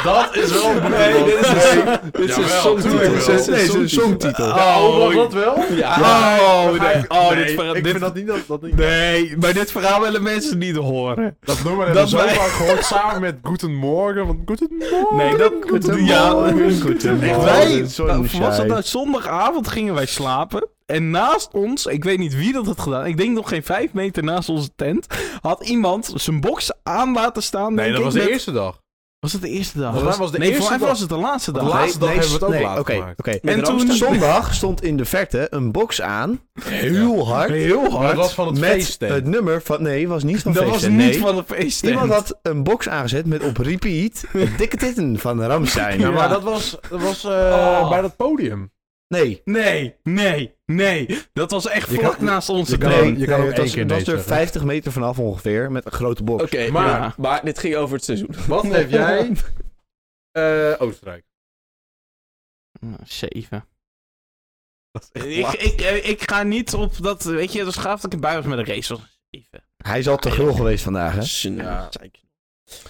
Speaker 2: Dat is wel een
Speaker 4: Nee, dit is een, dit is een
Speaker 2: Jawel,
Speaker 4: songtitel.
Speaker 2: tuurlijk wel.
Speaker 4: Dit is een
Speaker 3: Nee, het is
Speaker 4: songtitel.
Speaker 3: een songtitel.
Speaker 2: Oh, was
Speaker 4: Oh,
Speaker 2: dat wel?
Speaker 1: Ja.
Speaker 4: Oh, nee.
Speaker 2: Nee,
Speaker 4: Oh, dit
Speaker 2: nee,
Speaker 4: verra-
Speaker 2: ik
Speaker 4: dit-
Speaker 2: vind dat niet dat, dat niet.
Speaker 4: Nee, maar dit verhaal willen mensen niet horen.
Speaker 2: Dat nummer hebben
Speaker 4: Dat
Speaker 2: we zo
Speaker 4: wij-
Speaker 2: vaak gehoord [LAUGHS] samen met Goedemorgen. Want Goedemorgen.
Speaker 4: Nee, dat... Ja,
Speaker 3: Goedemorgen.
Speaker 4: Wij,
Speaker 3: Sunshine.
Speaker 4: was dat nou zondagavond gingen wij slapen. En naast ons, ik weet niet wie dat had gedaan. Ik denk nog geen vijf meter naast onze tent. Had iemand zijn box aan laten staan.
Speaker 2: Nee,
Speaker 4: denk
Speaker 2: dat
Speaker 4: ik,
Speaker 2: was de
Speaker 4: met-
Speaker 2: eerste dag.
Speaker 4: Was het de eerste dag?
Speaker 2: Volgens mij was de
Speaker 4: nee,
Speaker 2: eerste
Speaker 4: volgens mij
Speaker 2: dag.
Speaker 4: was het de laatste dag.
Speaker 2: De laatste dag hebben we het ook
Speaker 3: nee,
Speaker 2: laten
Speaker 3: oké,
Speaker 2: gemaakt.
Speaker 3: oké.
Speaker 1: Met
Speaker 4: en toen-
Speaker 1: Ramstein.
Speaker 3: Zondag stond in de verte een box aan, heel hard,
Speaker 4: Heel
Speaker 2: Maar dat
Speaker 4: hard.
Speaker 2: was van het
Speaker 3: met
Speaker 2: feest. hè.
Speaker 3: het nummer van... Nee, was niet van
Speaker 4: Dat was
Speaker 3: feesten,
Speaker 4: niet
Speaker 3: nee.
Speaker 4: van de feest.
Speaker 3: Iemand had een box aangezet met op
Speaker 2: [LAUGHS]
Speaker 3: repeat dikke titten van Ramstein.
Speaker 2: Ja,
Speaker 4: Ja.
Speaker 2: maar dat was, dat was eh,
Speaker 4: Oh.
Speaker 2: bij dat podium.
Speaker 3: Nee.
Speaker 4: Nee, nee, nee. Dat was echt
Speaker 2: Je
Speaker 4: vlak
Speaker 2: kan-
Speaker 4: naast onze
Speaker 2: je kan-
Speaker 4: goal.
Speaker 2: je kan ook
Speaker 3: het
Speaker 2: één
Speaker 3: was-
Speaker 2: keer
Speaker 3: het
Speaker 2: nee
Speaker 3: was er
Speaker 2: zeggen.
Speaker 3: 50 meter vanaf ongeveer, met een grote box.
Speaker 1: Oké, maar,
Speaker 4: ja.
Speaker 1: maar dit ging over het seizoen.
Speaker 2: Wat
Speaker 4: [LAUGHS]
Speaker 2: heb
Speaker 3: [LAUGHS]
Speaker 2: jij? Eh, Oostenrijk.
Speaker 4: Nou, Zeven.
Speaker 2: Dat is echt
Speaker 4: Ik,
Speaker 2: laag.
Speaker 4: ik, eh, ik ga niet op dat, weet je, dat is gaaf dat ik bij was met een race. Dat was een Zeven.
Speaker 3: Hij is al te gul geweest vandaag, hè?
Speaker 1: Snu-
Speaker 2: Ja.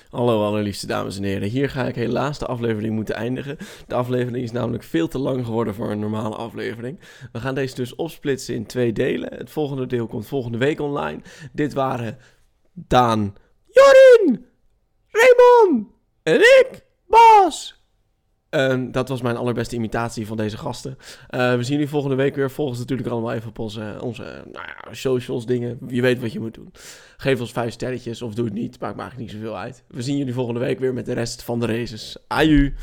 Speaker 1: Hallo allerliefste dames en heren. Hier ga ik helaas de aflevering moeten eindigen. De aflevering is namelijk veel te lang geworden voor een normale aflevering. We gaan deze dus opsplitsen in twee delen. Het volgende deel komt volgende week online. Dit waren Daan, Jorin, Raymond en ik, Bas. En dat was mijn allerbeste imitatie van deze gasten. Eh, we zien jullie volgende week weer. Volg ons natuurlijk allemaal even op onze, onze nou ja, socials, dingen. Je weet wat je moet doen. Geef ons vijf sterretjes of doe het niet. Maakt me eigenlijk niet zoveel uit. We zien jullie volgende week weer met de rest van de races. Aju!